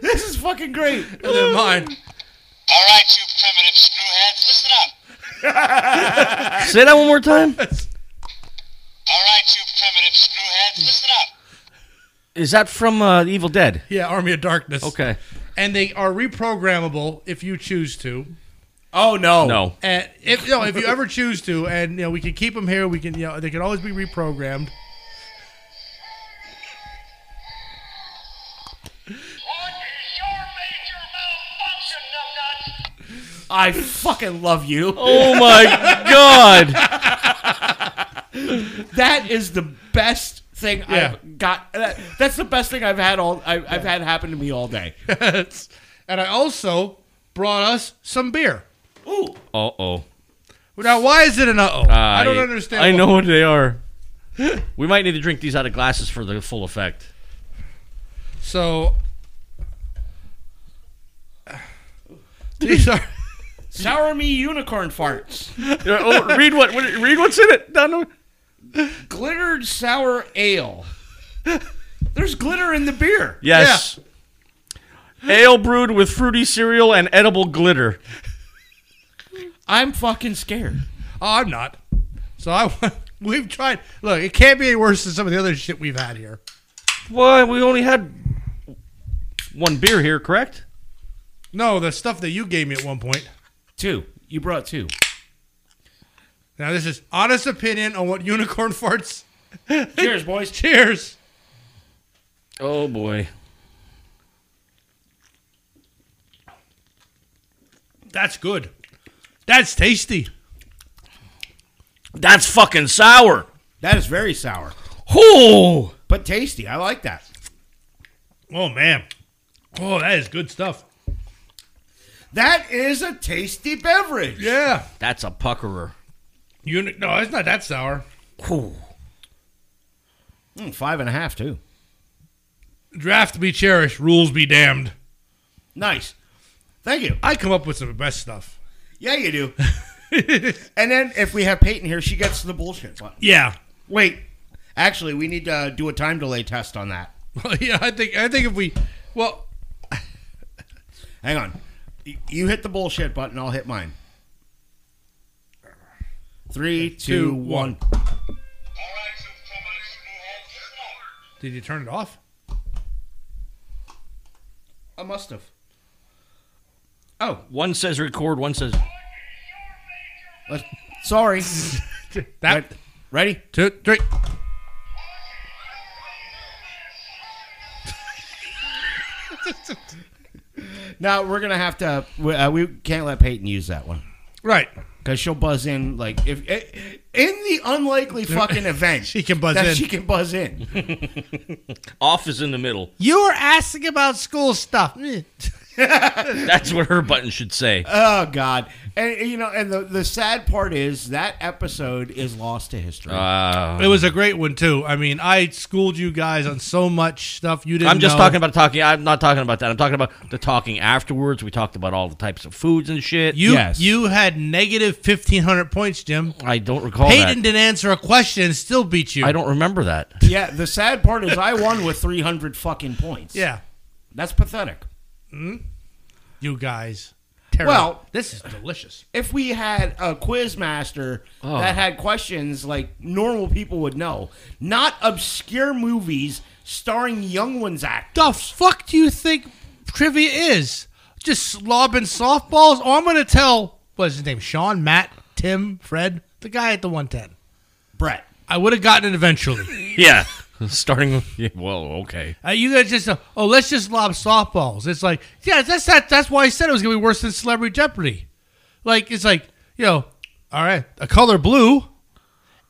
S2: this is fucking great.
S1: And then mine.
S5: All right, you primitive screwheads, listen up.
S3: Say that one more time.
S5: All right, you primitive screwheads, listen up.
S3: Is that from uh, Evil Dead?
S1: Yeah, Army of Darkness.
S3: Okay.
S1: and they are reprogrammable if you choose to.
S2: Oh, no.
S3: No.
S1: And if no, if you ever choose to, and you know, we can keep them here. We can, you know, they can always be reprogrammed.
S5: What is your major malfunction, numbnuts?
S2: I fucking love you.
S3: Oh my god.
S2: That is the best thing
S1: Yeah.
S2: I've got. That, that's the best thing I've had all. I, I've had happen to me all day.
S1: and I also brought us some beer.
S2: Ooh,
S3: Uh oh.
S1: Now, why is it an uh-oh? Uh, I don't understand.
S3: I
S1: why.
S3: know what they are. we might need to drink these out of glasses for the full effect.
S1: So these are.
S2: sour me unicorn farts,
S3: oh, read what, what- Read what's in it. No, no.
S2: glittered sour ale. There's glitter in the beer.
S3: Yes. Ale brewed with fruity cereal and edible glitter.
S4: I'm fucking scared.
S1: Oh, I'm not. So I we've tried. Look, it can't be any worse than some of the other shit we've had here.
S3: Well, we only had one beer here, correct?
S1: No, the stuff that you gave me at one point.
S4: Two. You brought two.
S1: Now this is honest opinion on what unicorn farts.
S4: Cheers, boys.
S1: Cheers.
S3: Oh boy.
S1: That's good. That's tasty.
S3: That's fucking sour.
S2: That is very sour,
S3: Oh,
S2: but tasty. I like that.
S1: Oh man. Oh, that is good stuff.
S2: That is a tasty beverage.
S1: Yeah.
S3: that's a puckerer.
S1: Uni- no, it's not that sour.
S3: Whew.
S2: Mm, five and a half too.
S1: Draft be cherished, rules be damned.
S2: Nice. Thank you.
S1: I come up with some of the best stuff.
S2: Yeah, you do. and then if we have Peyton here, she gets the bullshit button.
S1: Yeah.
S2: Wait, actually, we need to do a time delay test on that.
S1: Well, yeah, I think I think if we well
S2: Hang on. Y- You hit the bullshit button. I'll hit mine. Three, two, one.
S5: Alright, you fummers, move on forward.
S1: did you turn it off?
S2: I must have. Oh,
S3: One says record, one says
S2: Let's- Sorry.
S1: That
S2: Ready?
S1: two three.
S2: Now we're gonna have to. We, uh, we can't let Peyton use that one
S1: Right.
S2: because she'll buzz in. Like if eh, in the unlikely fucking event
S1: She can buzz
S2: that
S1: in.
S2: she can buzz in.
S3: off is in the middle.
S1: You were asking about school stuff.
S3: That's what her button should say.
S2: Oh God! And you know, and the the sad part is that episode is lost to history.
S3: Uh,
S1: It was a great one too. I mean, I schooled you guys on so much stuff you didn't.
S3: I'm just
S1: know.
S3: talking about talking. I'm not talking about that. I'm talking about the talking afterwards. We talked about all the types of foods and shit.
S1: you.
S2: Yes.
S1: You had negative fifteen hundred points, Jim.
S3: I don't recall
S1: Peyton
S3: that.
S1: didn't answer a question and still beat you.
S3: I don't remember that.
S2: yeah, the sad part is I won with three hundred fucking points.
S1: Yeah,
S2: that's pathetic.
S1: you guys. Terrible.
S2: Well-
S1: this is delicious.
S2: If we had a quiz master
S3: Oh.
S2: that had questions like normal people would know, not obscure movies starring young ones act.
S1: The fuck do you think trivia is? Just slobbing softballs? Oh, I'm gonna tell. What's his name? Sean, Matt, Tim, Fred, the guy at the 110.
S2: Brett.
S1: I would have gotten it eventually.
S3: Yeah, starting. Yeah, well, okay.
S1: Uh, you guys just uh, oh, let's just lob softballs. It's like yeah, that's that. That's why I said it was gonna be worse than Celebrity Jeopardy. Like it's like you know, all right, a color blue,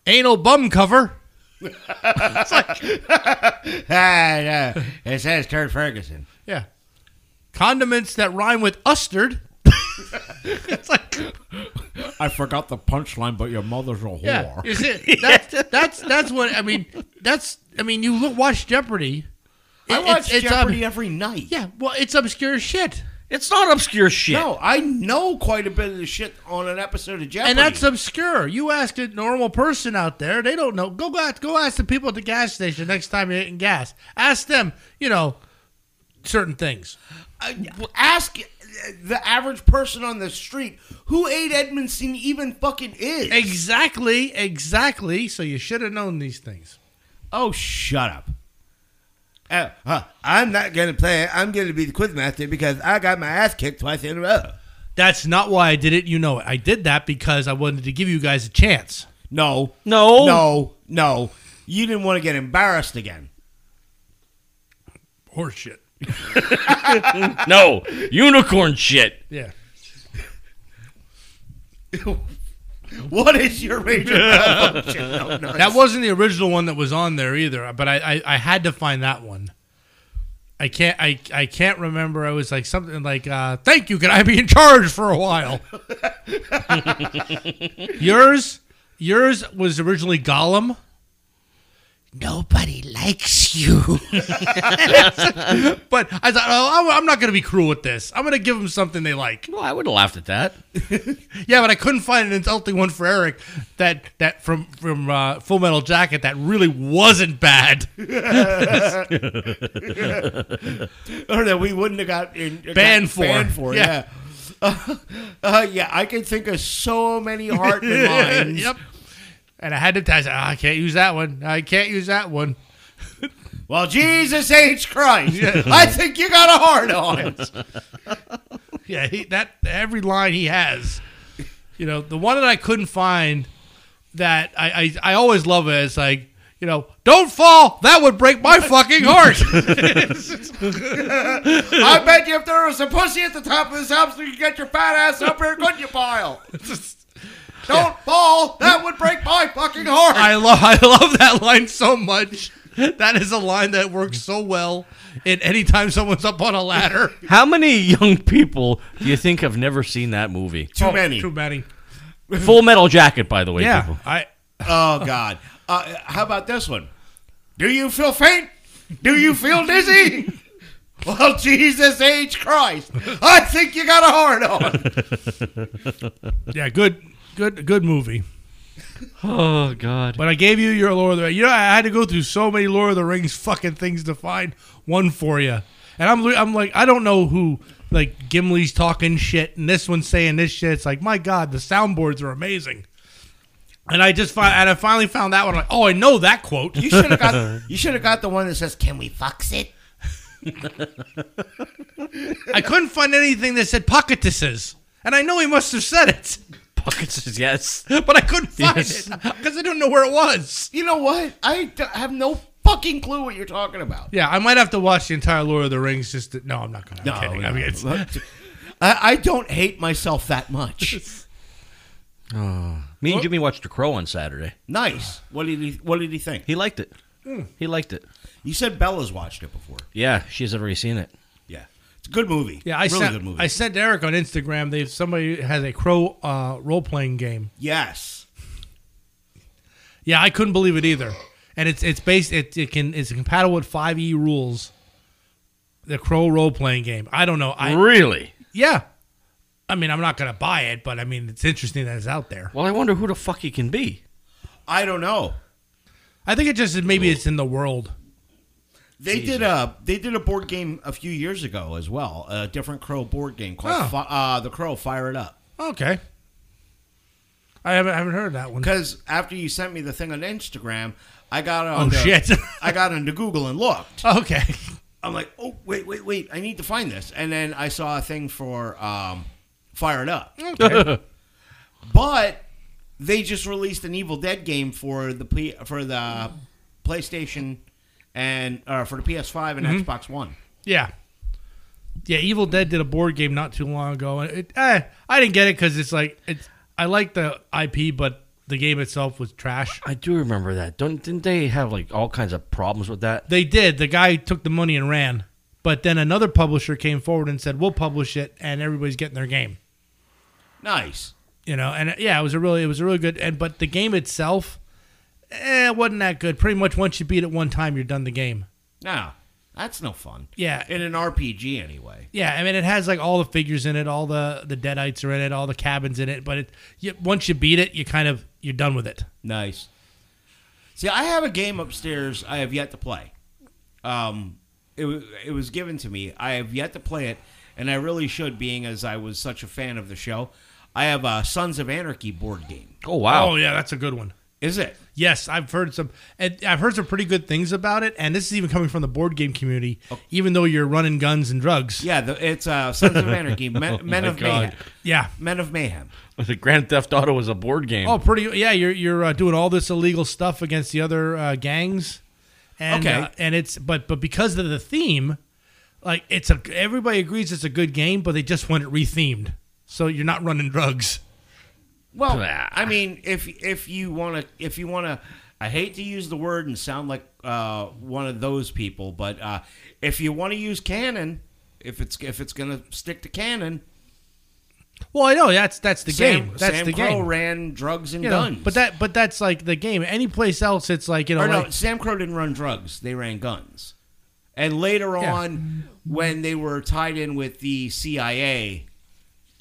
S1: anal bum cover.
S2: Ah, yeah. It says Kurt Ferguson.
S1: Yeah, condiments that rhyme with ustard. it's like
S2: I forgot the punchline, but your mother's a whore.
S1: yeah, is it? That's, that's that's what I mean. That's I mean, you look watch Jeopardy.
S2: I
S1: It-
S2: watch
S1: it's- it's, um,
S2: Jeopardy every night.
S1: Yeah, well, it's obscure shit.
S3: It's not obscure shit.
S2: No, I know quite a bit of the shit on an episode of Jeopardy.
S1: And that's obscure. You ask a normal person out there, they don't know. Go ask, go ask the people at the gas station next time you're hitting gas. Ask them, you know, certain things.
S2: Uh, ask uh, the average person on the street who Aid Edmondson even fucking is.
S1: Exactly, exactly. So you should have known these things.
S2: oh, shut up. Uh, huh, I'm not going to play. I'm going to be the quizmaster because I got my ass kicked twice in a row.
S1: That's not why I did it. You know it. I did that because I wanted to give you guys a chance.
S2: No.
S3: No.
S2: No. No. You didn't want to get embarrassed again.
S1: Horseshit.
S3: no unicorn shit.
S1: Yeah.
S2: What is your major malfunction? No, no,
S1: That wasn't the original one that was on there either, but I, I, I had to find that one. I can't I, I can't remember. I was like something like, uh, "Thank you, can I be in charge for a while?" yours yours was originally Gollum. Nobody likes you. but I thought, oh, I'm- I'm not going to be cruel with this. I'm going to give them something they like.
S3: Well, I would have laughed at that.
S1: Yeah, but I couldn't find an insulting one for Eric that that from from uh, Full Metal Jacket that really wasn't bad.
S2: or that we wouldn't have got in,
S1: Banned for.
S2: banned for.
S1: Yeah.
S2: Yeah. Uh, yeah, I can think of so many Hartman lines.
S1: yep. And I had to tell you, I can't use that one. I can't use that one.
S2: Well, Jesus H. Christ, I think you got a hard on.
S1: Yeah, he, that every line he has. You know, the one that I couldn't find that I I, I always love it is like, you know, don't fall. That would break my fucking heart.
S2: I bet you if there was a pussy at the top of this house, you could get your fat ass up here, couldn't you, pile? Don't fall. That would break my fucking heart.
S1: I love I love that line so much. That is a line that works so well in any time someone's up on a ladder.
S3: How many young people do you think have never seen that movie?
S1: Oh.
S2: Too many.
S1: Too many.
S3: Full Metal Jacket, by the way,
S1: Yeah.
S3: people.
S1: I
S2: Oh God. Uh, how about this one? Do you feel faint? Do you feel dizzy? Well, Jesus H. Christ, I think you got a hard on.
S1: yeah, good good good movie.
S3: Oh God.
S1: But I gave you your Lord of the Rings. You know, I had to go through so many Lord of the Rings fucking things to find one for you. And I'm, I'm like, I don't know who, like, Gimli's talking shit and this one's saying this shit. It's like, my God, the soundboards are amazing. And I just find, and I finally found that one. I'm like, oh, I know that quote.
S2: You should have got. You should have got the one that says, "Can we fox it?"
S1: I couldn't find anything that said pocketises. And I know he must have said it,
S3: Buckets is yes.
S1: but I couldn't find
S3: Yes.
S1: it because I don't know where it was.
S2: You know what? I d- have no fucking clue what you're talking about.
S1: Yeah, I might have to watch the entire Lord of the Rings just to, no, I'm not going to. No, kidding. I mean, it's,
S2: I, I don't hate myself that much.
S3: Me and Jimmy watched The Crow on Saturday.
S2: nice. What did he? What did he think?
S3: He liked it. He liked it.
S2: You said Bella's watched it before.
S3: Yeah, she's already seen it.
S2: Yeah, it's a good movie.
S1: Yeah, I
S2: really
S1: sent
S2: good movie.
S1: I sent Eric on Instagram. They somebody has a crow uh, role playing game.
S2: yes.
S1: Yeah, I couldn't believe it either. And it's it's based it, it can it's compatible with five E rules. The crow role playing game. I don't know. I
S3: really?
S1: yeah. I mean, I'm not gonna buy it, but I mean, it's interesting that it's out there.
S3: Well, I wonder who the fuck he can be.
S2: I don't know.
S1: I think it just is maybe it's in the world.
S2: They did a they did a board game a few years ago as well, a different Crow board game called
S1: Oh.
S2: Fi uh, the Crow Fire It Up.
S1: Okay. I haven't I haven't heard of that one.
S2: Because after you sent me the thing on Instagram, I got
S1: Oh
S2: on
S1: shit.
S2: I got into Google and looked.
S1: okay.
S2: I'm like, oh wait, wait, wait, I need to find this. And then I saw a thing for um, Fire It Up,
S1: Okay.
S2: but they just released an Evil Dead game for the P- for the PlayStation and uh, for the PS5 and
S1: Mm-hmm.
S2: Xbox One.
S1: Yeah. Yeah, Evil Dead did a board game not too long ago, and it, eh, I didn't get it because it's like it's. I like the IP, but the game itself was trash.
S3: I do remember that. Don't didn't they have like all kinds of problems with that?
S1: They did. The guy took the money and ran, but then another publisher came forward and said, "We'll publish it," and everybody's getting their game.
S2: Nice.
S1: You know, and uh, yeah, it was a really, it was a really good. And but the game itself, eh, wasn't that good. Pretty much once you beat it one time, you're done the game.
S2: No, that's no fun.
S1: Yeah,
S2: In an RPG, anyway.
S1: Yeah, I mean it has like all the figures in it, all the the deadites are in it, all the cabins in it. But it you, once you beat it, you kind of you're done with it.
S2: Nice. See, I have a game upstairs I have yet to play. Um, it, wa- it was given to me. I have yet to play it, and I really should, being as I was such a fan of the show. I have a Sons of Anarchy board game.
S3: Oh wow.
S1: Oh yeah, that's a good one.
S2: Is it?
S1: Yes, I've heard some. and I've heard some pretty good things about it, and this is even coming from the board game community. Even though you're running guns and drugs.
S2: Yeah, the, it's uh, Sons of Anarchy, Men, Men
S3: my
S2: of
S3: God.
S2: Mayhem.
S1: Yeah.
S2: Men of Mayhem.
S3: The Grand Theft Auto was a board game.
S1: Oh, pretty. Yeah, you're you're uh, doing all this illegal stuff against the other uh, gangs, and
S2: Okay.
S1: uh, and it's but but because of the theme, like it's a everybody agrees it's a good game, but they just want it rethemed, so you're not running drugs.
S2: Well,
S3: Blah.
S2: I mean, if if you want to, if you want to, I hate to use the word and sound like uh, one of those people, but uh, if you want to use canon, if it's if it's gonna stick to canon,
S1: Well, I know that's that's the
S2: Sam,
S1: game. That's
S2: Sam
S1: the
S2: Crow
S1: game.
S2: ran drugs and
S1: You know,
S2: guns,
S1: but that but that's like the game. Any place else, it's like you know,
S2: or no,
S1: like-
S2: Sam Crow didn't run drugs; they ran guns. And later
S1: Yeah.
S2: on, when they were tied in with the CIA,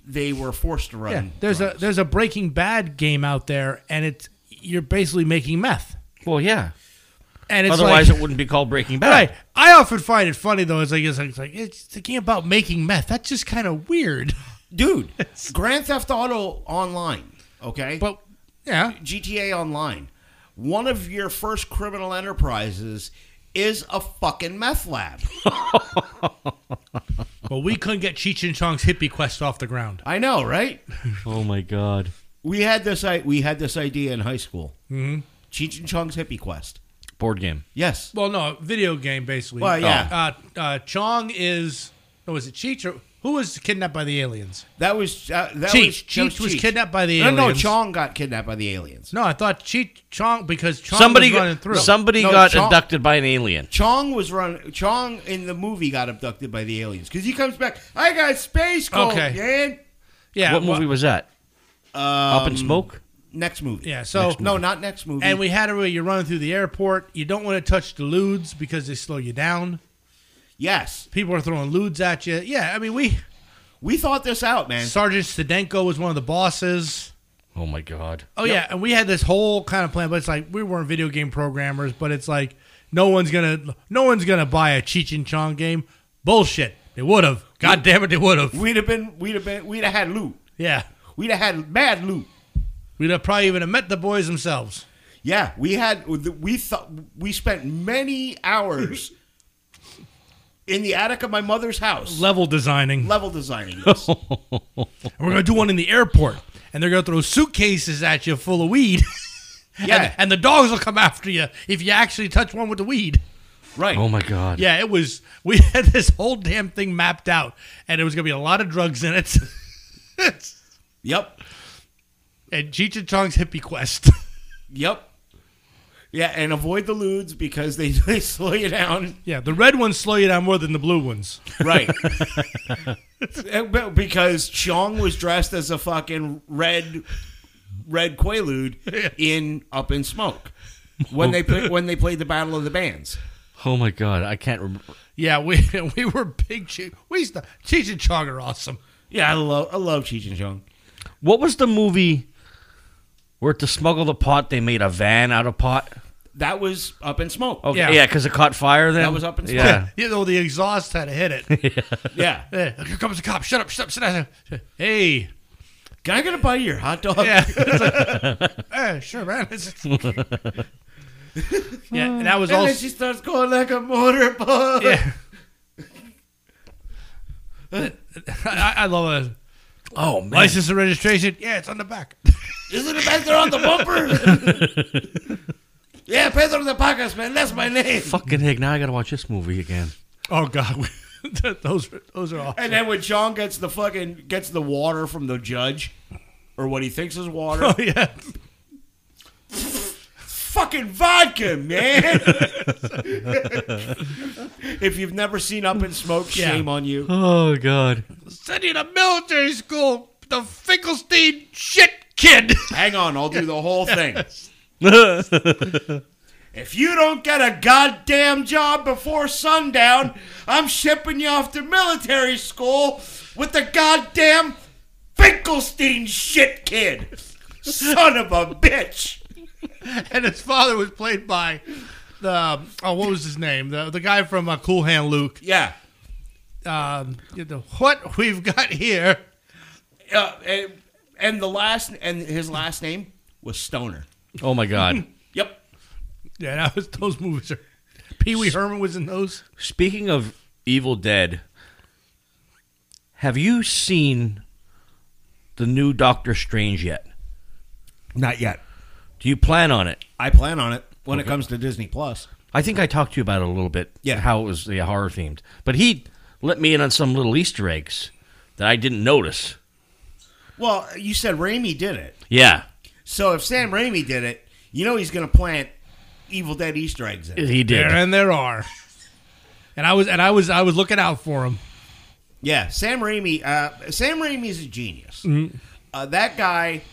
S2: they were forced to run.
S1: yeah. There's a there's a Breaking Bad game out there, and it's you're basically making meth,
S3: Well, yeah.
S1: and it's
S3: Otherwise,
S1: like,
S3: it wouldn't be called Breaking Bad.
S1: Right. I often find it funny though. It's like it's like it's, like, it's the game about making meth. That's just kind of weird.
S2: dude. Grand Theft Auto Online, okay,
S1: But yeah,
S2: GTA Online. One of your first criminal enterprises is a fucking meth lab.
S1: but we couldn't get Cheech and Chong's hippie quest off the ground.
S2: I know, right?
S3: Oh my god.
S2: We had this. I we had this idea in high school. Mm-hmm. Cheech and Chong's Hippie Quest.
S3: Board game.
S2: Yes.
S1: Well, no, video game basically.
S2: Well, yeah.
S1: Uh, uh, Chong is. Oh, is it Cheech or who was kidnapped by the aliens?
S2: That was uh, that was
S1: Cheech.
S2: that
S1: Cheech was kidnapped by the
S2: no,
S1: aliens.
S2: No, Chong got kidnapped by the aliens.
S1: No, I thought Cheech Chong because Chong
S3: somebody
S1: was running through.
S3: got, somebody
S2: No,
S3: got
S2: Chong-
S3: abducted by an alien.
S2: Chong was run. Chong in the movie got abducted by the aliens because he comes back. I got space cold,
S1: Okay.
S2: man.
S1: yeah.
S3: what
S1: well- um,
S3: movie was that? Up in Smoke?
S2: Next movie.
S1: Yeah, so- Next
S2: no, not next movie.
S1: And we had it where you're running through the airport. You don't want to touch the ludes because they slow you down.
S2: yes,
S1: People are throwing ludes at you. Yeah, I mean, we
S2: we thought this out, man.
S1: Sergeant Stadenko was one of the bosses.
S3: Oh my god.
S1: Oh yeah, and we had this whole kind of plan, but it's like we weren't video game programmers, but it's like no one's gonna no one's gonna buy a Cheech and Chong game. Bullshit. They would have. God damn it, they would have.
S2: We'd have been. We'd have been. We'd have had loot.
S1: Yeah,
S2: We'd have had mad loot.
S1: we'd have probably even have met the boys themselves.
S2: Yeah, we had we thought we spent many hours in the attic of my mother's house
S1: Level designing.
S2: level designing this.
S1: Oh, And we're gonna do one in the airport, and they're gonna throw suitcases at you full of weed.
S2: Yeah,
S1: and the dogs will come after you if you actually touch one with the weed.
S2: right.
S3: Oh my god.
S1: Yeah, it was. We had this whole damn thing mapped out, and it was gonna be a lot of drugs in it.
S2: Yep.
S1: and Cheech and Chong's hippie quest.
S2: Yep. Yeah, and avoid the ludes because they, they slow you down.
S1: Yeah, the red ones slow you down more than the blue ones.
S2: Right. because Chong was dressed as a fucking red red quaalude in Up in Smoke when they pla- when they played the Battle of the Bands.
S3: Oh my god. I can't remember.
S1: Yeah, we we were big. Che- we used to Cheech and Chong are awesome.
S2: Yeah, I love I love Cheech and Chong.
S3: What was the movie where to smuggle the pot they made a van out of pot?
S2: That was Up in Smoke.
S3: Okay.
S1: Yeah.
S3: Yeah, because it caught fire then.
S2: That was up in smoke.
S3: Yeah.
S1: You know the exhaust had to hit it.
S2: Yeah.
S1: Yeah, Here comes the cop. Shut up! Shut up! Sit down. Hey.
S2: Can I get a bite of your hot dog?
S1: Yeah. It's like, eh, sure, man. It's- yeah, and that was
S2: And
S1: all.
S2: then she starts going like a motorboat.
S1: Yeah. I, I love it.
S3: Oh man.
S1: License and registration. Yeah, it's on the back.
S2: Isn't it back there on the bumper? yeah, Pedro de Pacas, man. That's my name.
S3: Fucking heck! Now I gotta watch this movie again.
S1: Oh God, those are- those are awesome.
S2: And then when Sean gets the fucking gets the water from the judge, or what he thinks is water,
S1: Oh yeah.
S2: fucking vodka, man. if you've never seen Up in Smoke,
S1: Yeah.
S2: shame on you.
S3: Oh god.
S1: send you to military school, the Finkelstein shit kid.
S2: Hang on, I'll do the whole thing. if you don't get a goddamn job before sundown, I'm shipping you off to military school with the goddamn Finkelstein shit kid. Son of a bitch.
S1: and his father was played by the oh, what was his name? The the guy from uh, Cool Hand Luke.
S2: Yeah.
S1: Um, you know, what we've got here.
S2: Uh, and, and the last and his last name was Stoner.
S3: Oh my god.
S2: Yep.
S1: Yeah, that was those movies are. Pee Wee Herman was in those.
S3: Speaking of Evil Dead, have you seen the new Doctor Strange yet?
S2: Not yet.
S3: Do you plan on it?
S2: I plan on it when it comes to Disney Plus.
S3: I think I talked to you about it a little bit.
S2: Yeah.
S3: How it was yeah, horror themed. But he let me in on some little Easter eggs that I didn't notice.
S2: Well, you said Raimi did it.
S3: Yeah.
S2: So if Sam Raimi did it, you know he's going to plant Evil Dead Easter eggs in it.
S3: He did.
S1: There and there are. And I was and I was I was looking out for him.
S2: Yeah, Sam Raimi. Uh, Sam Raimi's a genius. Uh, that guy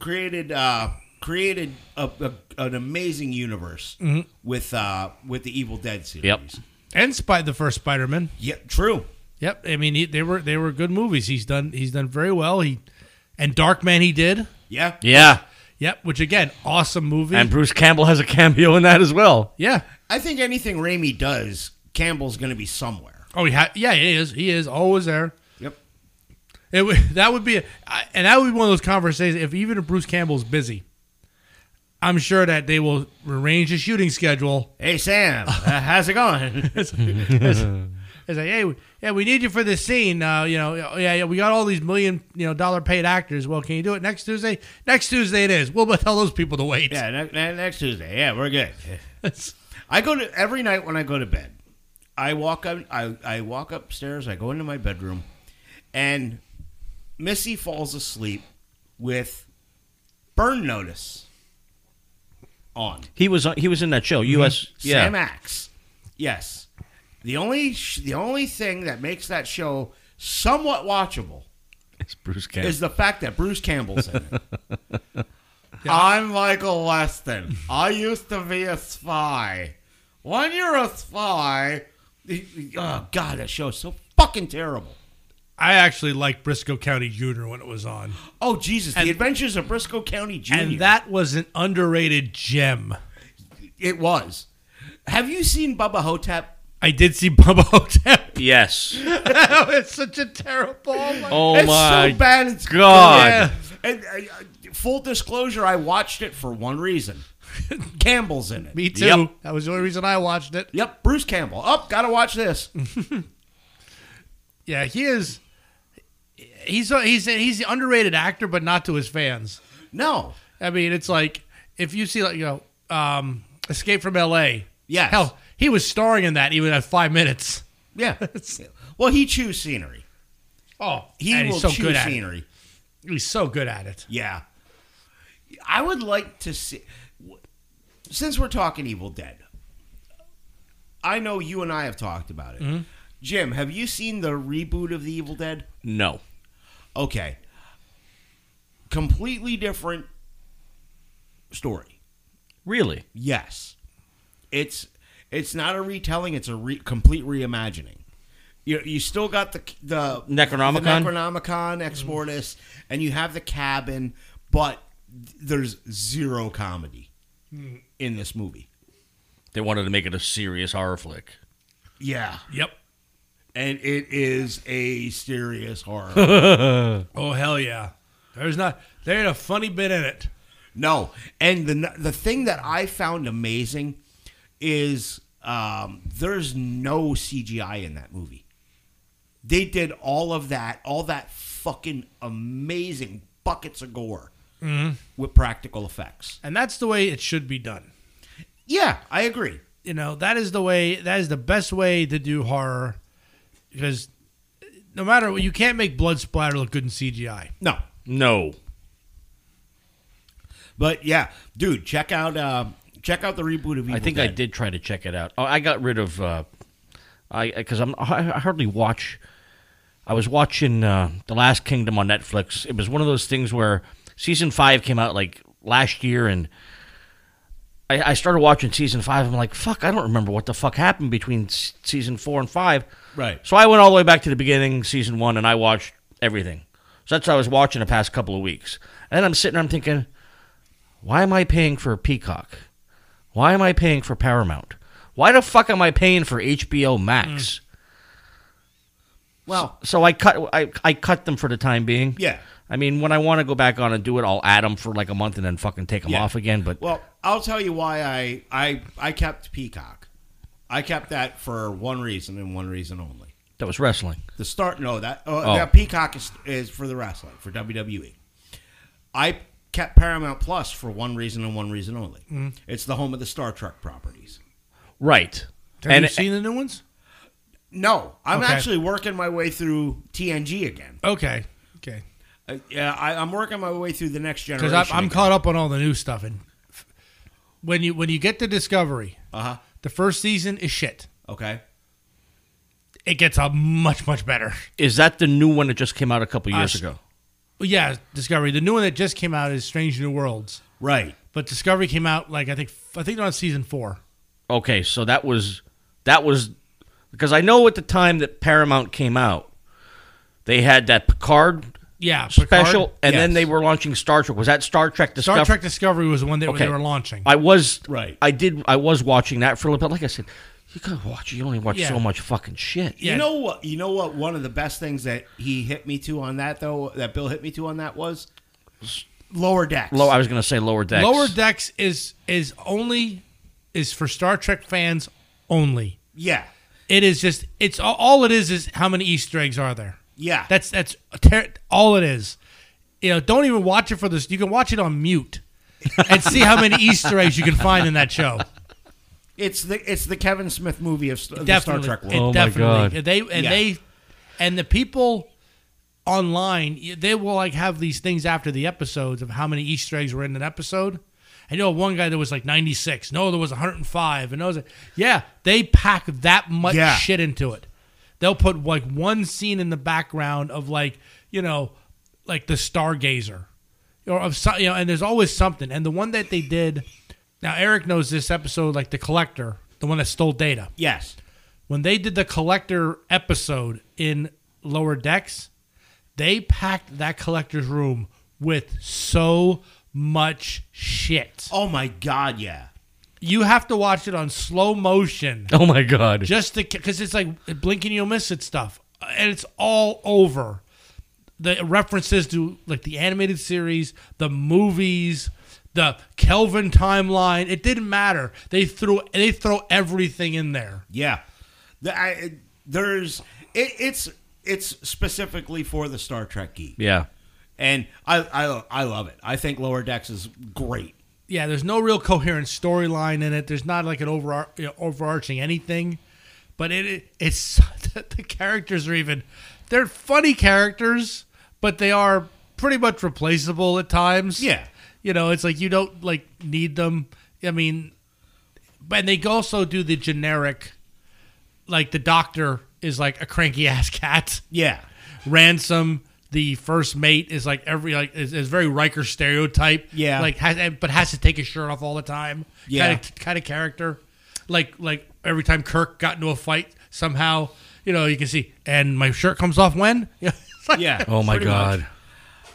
S2: created uh, created a, a, an amazing universe with uh, with the Evil Dead series.
S3: Yep.
S1: And Spy the first Spider Man.
S2: Yeah, true.
S1: Yep. I mean, he, they were they were good movies. He's done he's done very well. He and Dark Man he did.
S2: Yeah.
S3: Yeah.
S1: Yep. Which again, awesome movie.
S3: And Bruce Campbell has a cameo in that as well.
S1: yeah.
S2: I think anything Raimi does, Campbell's going to be somewhere.
S1: Oh, he ha- yeah, he is. He is always there.
S2: Yep.
S1: It would, that would be, a, I- and that would be one of those conversations. If even if Bruce Campbell's busy, I'm sure that they will arrange a shooting schedule.
S2: Hey Sam, uh, how's it going?
S1: It's, it's, it's like, hey, we- yeah, we need you for this scene. Uh, you know, yeah, yeah, we got all these million, you know, dollar paid actors. Well, can you do it next Tuesday? Next Tuesday it is. We'll tell those people to wait.
S2: yeah, ne- ne- next Tuesday. Yeah, we're good.
S1: It's-
S2: I go to every night when I go to bed. I walk up. I, I walk upstairs. I go into my bedroom, and Missy falls asleep with burn notice on.
S3: He was he was in that show. U.S. Yeah.
S2: Sam Axe. Yes. The only sh- the only thing that makes that show somewhat watchable
S3: It's Bruce Campbell.
S2: is the fact that Bruce Campbell's in it. I'm Michael Weston. I used to be a spy. When you're a spy, oh god, that show's so fucking terrible.
S1: I actually liked Briscoe County Jr. when it was on,
S2: Oh Jesus, The Adventures of Briscoe County Jr.
S1: and that was an underrated gem.
S2: it was. Have you seen Bubba Hotep?
S1: I did see Bubba Hotel.
S3: yes.
S1: that was such a terrible.
S3: Oh
S2: it's
S3: my
S2: so bad. It's
S3: God.
S2: Yeah. And, uh, uh, full disclosure, I watched it for one reason. Campbell's in it.
S1: Me too.
S3: Yep.
S1: That was the only reason I watched it.
S2: Yep, Bruce Campbell. Oh, gotta watch this.
S1: Yeah, he is. He's he's he's an underrated actor, but not to his fans.
S2: No,
S1: I mean, it's like if you see like you know, um, Escape from L.A.
S2: Yes.
S1: hell, he was starring in that even at five minutes.
S2: yeah. well, he chews scenery.
S1: Oh,
S2: He
S1: and
S2: will
S1: he's so
S2: chew
S1: good at it.
S2: scenery.
S1: He's so good at it.
S2: Yeah, I would like to see. Since we're talking Evil Dead, I know you and I have talked about it.
S1: Mm-hmm.
S2: Jim, have you seen the reboot of the Evil Dead?
S3: no.
S2: okay completely different story
S3: Really?
S2: yes it's it's not a retelling it's a re- complete reimagining you, you still got the the
S3: Necronomicon?
S2: the necronomicon ex mortis and you have the cabin but th- there's zero comedy in this movie
S3: They wanted to make it a serious horror flick.
S2: yeah
S1: Yep.
S2: and it is a serious horror
S1: Oh hell yeah. There's not there ain't a funny bit in it.
S2: No, and the the thing that I found amazing is um, there's no CGI in that movie. They did all of that, all that fucking amazing buckets of gore
S3: Mm-hmm.
S2: with practical effects.
S1: And that's the way it should be done.
S2: Yeah, I agree.
S1: you know that is the way that is the best way to do horror because no matter what you can't make blood splatter look good in cgi
S2: No,
S3: No.
S2: but yeah, dude, check out uh, check out the reboot of Evil
S3: I think I
S2: Dead.
S3: did try to check it out. Oh, I got rid of uh, I because I'm I I hardly watch. I was watching uh, The Last Kingdom on Netflix. It was one of those things where season five came out like last year, and I, I started watching season five. I'm like, fuck, I don't remember what the fuck happened between s- season four and five.
S2: Right.
S3: So I went all the way back to the beginning, season one, and I watched everything. So that's what I was watching the past couple of weeks. And I'm sitting there, I'm thinking, why am I paying for Peacock? Why am I paying for Paramount? Why the fuck am I paying for HBO Max?
S2: Well,
S3: So I cut I, I cut them for the time being.
S2: Yeah.
S3: I mean, when I want to go back on and do it, I'll add them for like a month and then fucking take them
S2: Yeah.
S3: off again. But
S2: well, I'll tell you why I I I kept Peacock. I kept that for one reason and one reason only.
S3: that was wrestling.
S2: The start, no, that uh,
S3: Oh.
S2: that Peacock is, is for the wrestling for WWE. I kept Paramount Plus for one reason and one reason only.
S1: Mm-hmm.
S2: It's the home of the Star Trek properties.
S3: Right.
S1: have
S3: and
S1: you seen the new ones
S2: No, I'm
S1: Okay.
S2: actually working my way through TNG again.
S1: okay okay
S2: Uh, yeah, I, I'm working my way through the next generation.
S1: because I'm, I'm
S2: again.
S1: caught up on all the new stuff and f- when you when you get to discovery
S2: Uh-huh.
S1: the first season is shit
S2: okay.
S1: it gets a much much better
S3: is that the new one that just came out a couple years
S1: Us.
S3: ago?
S1: But yeah discovery the new one that just came out is strange new worlds
S2: Right.
S1: but discovery came out like i think i think they're on season four
S3: Okay, so that was that was because I know at the time that Paramount came out, they had that Picard
S1: yeah
S3: special,
S1: Picard.
S3: and then
S2: Yes.
S3: they were launching Star Trek. Was that Star Trek Discovery?
S1: Star Trek Discovery was the one that
S3: Okay.
S1: they were launching.
S3: I was
S2: Right.
S3: I did. I was watching that for a little bit. Like I said, You gotta watch. You only watch
S1: Yeah.
S3: so much fucking shit.
S1: Yeah.
S2: You know what? You know what? One of the best things that he hit me to on that though, that Bill hit me to on that was lower decks.
S3: Low. I was gonna say lower decks.
S1: Lower Decks is is only is for Star Trek fans only.
S2: Yeah,
S1: It is just it's all, all it is is how many Easter eggs are there.
S2: yeah.
S1: That's that's a ter- all it is. You know, don't even watch it for this. You can watch it on mute and see how many Easter eggs you can find in that show.
S2: it's the it's the Kevin Smith movie of st- the Star
S1: definitely,
S2: Trek
S1: it
S2: world.
S3: Oh my
S1: definitely.
S3: God.
S1: They and
S2: Yeah.
S1: they and the people online y- they will like have these things after the episodes of how many Easter eggs were in an episode. I know one guy that was like 96. No, there was 105. And those, yeah, they pack that much
S2: Yeah.
S1: shit into it. They'll put like one scene in the background of like you know, like the stargazer, or of some, you know, and there's always something. And the one that they did, now Eric knows this episode, like the collector, the one that stole data
S2: Yes.
S1: when they did the collector episode in lower decks they packed that collector's room with so much shit
S2: Oh my God! Yeah.
S1: you have to watch it on slow motion
S3: Oh my god.
S1: just to because it's like blinking you'll miss it stuff and it's all over the references to like the animated series the movies the kelvin timeline it didn't matter they threw they throw everything in there
S2: Yeah, the, I, there's it, it's it's specifically for the Star Trek geek,
S3: yeah.
S2: and I, I I love it. I think Lower Decks is great.
S1: yeah, there's no real coherent storyline in it. There's not like an overar- you know, overarching anything, but it, it it's the characters are even they're funny characters, but they are pretty much replaceable at times.
S2: Yeah.
S1: you know, it's like you don't like need them. I mean, but and they also do the generic, like the doctor is like a cranky ass cat.
S2: Yeah,
S1: Ransom, the first mate, is like every like is, is very Riker stereotype.
S2: Yeah.
S1: like has, and- but has to take his shirt off all the time.
S2: Yeah.
S1: kind of, kind of character. Like like every time Kirk got into a fight, somehow you know you can see, and my shirt comes off when. Yeah, It's like-
S2: yeah.
S3: Oh my
S2: pretty much.
S3: god.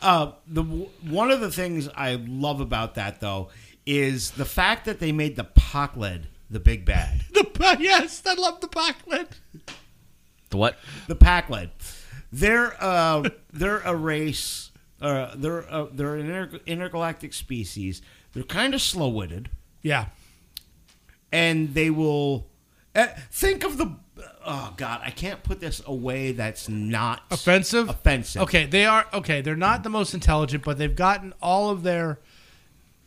S2: Uh, the one of the things I love about that though is the fact that they made the Pockled the big bad.
S1: the, yes, I love the backlit.
S3: The what?
S2: the Packled. They're uh, they're a race. Uh, they're uh, they're an inter- intergalactic species. They're kind of slow witted,
S1: Yeah,
S2: and they will uh, think of the. Oh God, I can't put this away. That's not
S1: offensive.
S2: Offensive.
S1: Okay, they are okay. They're not the most intelligent, but they've gotten all of their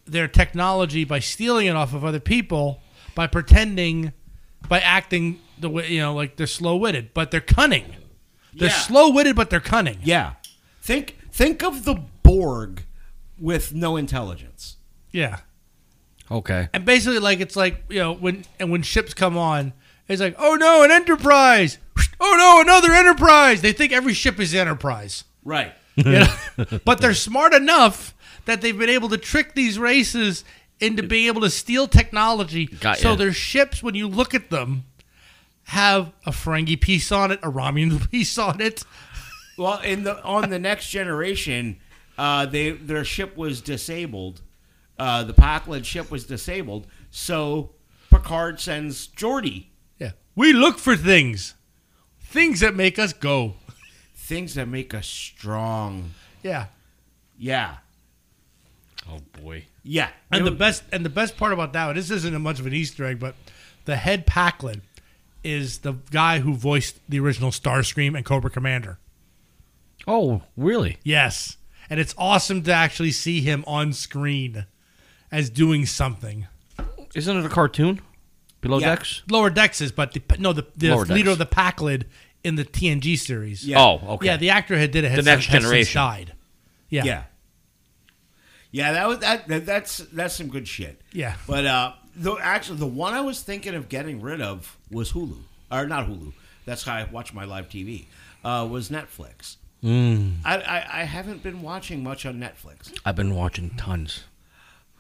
S1: their technology by stealing it off of other people by pretending, by acting the way you know, like they're slow witted, but they're cunning. They're
S2: Yeah.
S1: slow witted, but they're cunning.
S2: Yeah. Think think of the Borg with no intelligence.
S1: Yeah.
S3: Okay.
S1: And basically, like it's like you know when and when ships come on, it's like oh no, an Enterprise. Oh no, another Enterprise. They think every ship is the Enterprise.
S2: Right.
S1: You know? but they're smart enough that they've been able to trick these races into being able to steal technology.
S3: Got
S1: so
S3: ya.
S1: their ships, when you look at them, have a Ferengi piece on it, a Romulan piece on it.
S2: Well, in the on the next generation, uh, they their ship was disabled. Uh, the Packled ship was disabled, so Picard sends Geordi
S1: Yeah, we look for things, things that make us go.
S2: things that make us strong.
S1: Yeah,
S2: Yeah,
S3: Oh boy.
S2: yeah.
S1: and the best and the best part about that this isn't much of an Easter egg, but the head Packlin is the guy who voiced the original Starscream and Cobra Commander.
S3: Oh really?
S1: Yes. And it's awesome to actually see him on screen as doing something.
S3: Isn't it a cartoon? Below
S2: Yeah.
S3: decks.
S1: Lower Decks is, but the, no, the, the
S3: Lower Decks.
S1: leader of the Packlid in the TNG series.
S2: Yeah.
S3: Oh okay.
S1: Yeah, the actor had did it. Had
S3: Next
S1: since- had since
S3: Generation.
S1: died. Yeah.
S2: yeah, yeah. That was that, that. That's that's some good shit.
S1: Yeah.
S2: But uh, the actually the one I was thinking of getting rid of was Hulu or not Hulu. That's how I watch my live TV. Uh, was Netflix.
S1: Mm.
S2: I, I I haven't been watching much on Netflix.
S3: I've been watching tons.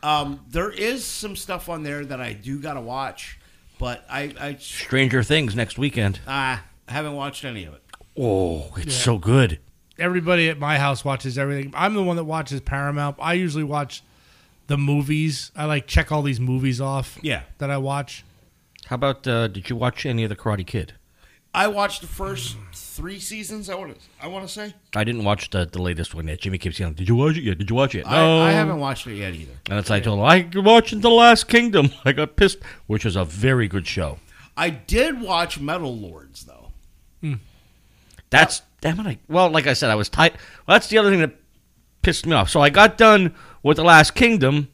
S2: Um, there is some stuff on there that I do gotta watch, but I I
S3: Stranger Things next weekend.
S2: uh, haven't watched any of it.
S3: Oh, it's so good.
S1: Everybody at my house watches everything. I'm the one that watches Paramount. I usually watch the movies. I like check all these movies off
S2: Yeah.
S1: that I watch.
S3: How about uh, did you watch any of the Karate Kid?
S4: I watched the first three seasons. I want to. I want to say
S3: I didn't watch the, the latest one yet. Jimmy keeps yelling, "Did you watch it yet? Did you watch it?"
S1: Oh.
S3: No,
S2: I, I haven't watched it yet either.
S3: And it's like I told him, "I'm watching The Last Kingdom." I got pissed, which is a very good show.
S2: I did watch Metal Lords though.
S3: That's damn it. I, well, like I said, I was tight. Well, that's the other thing that pissed me off. So I got done with The Last Kingdom,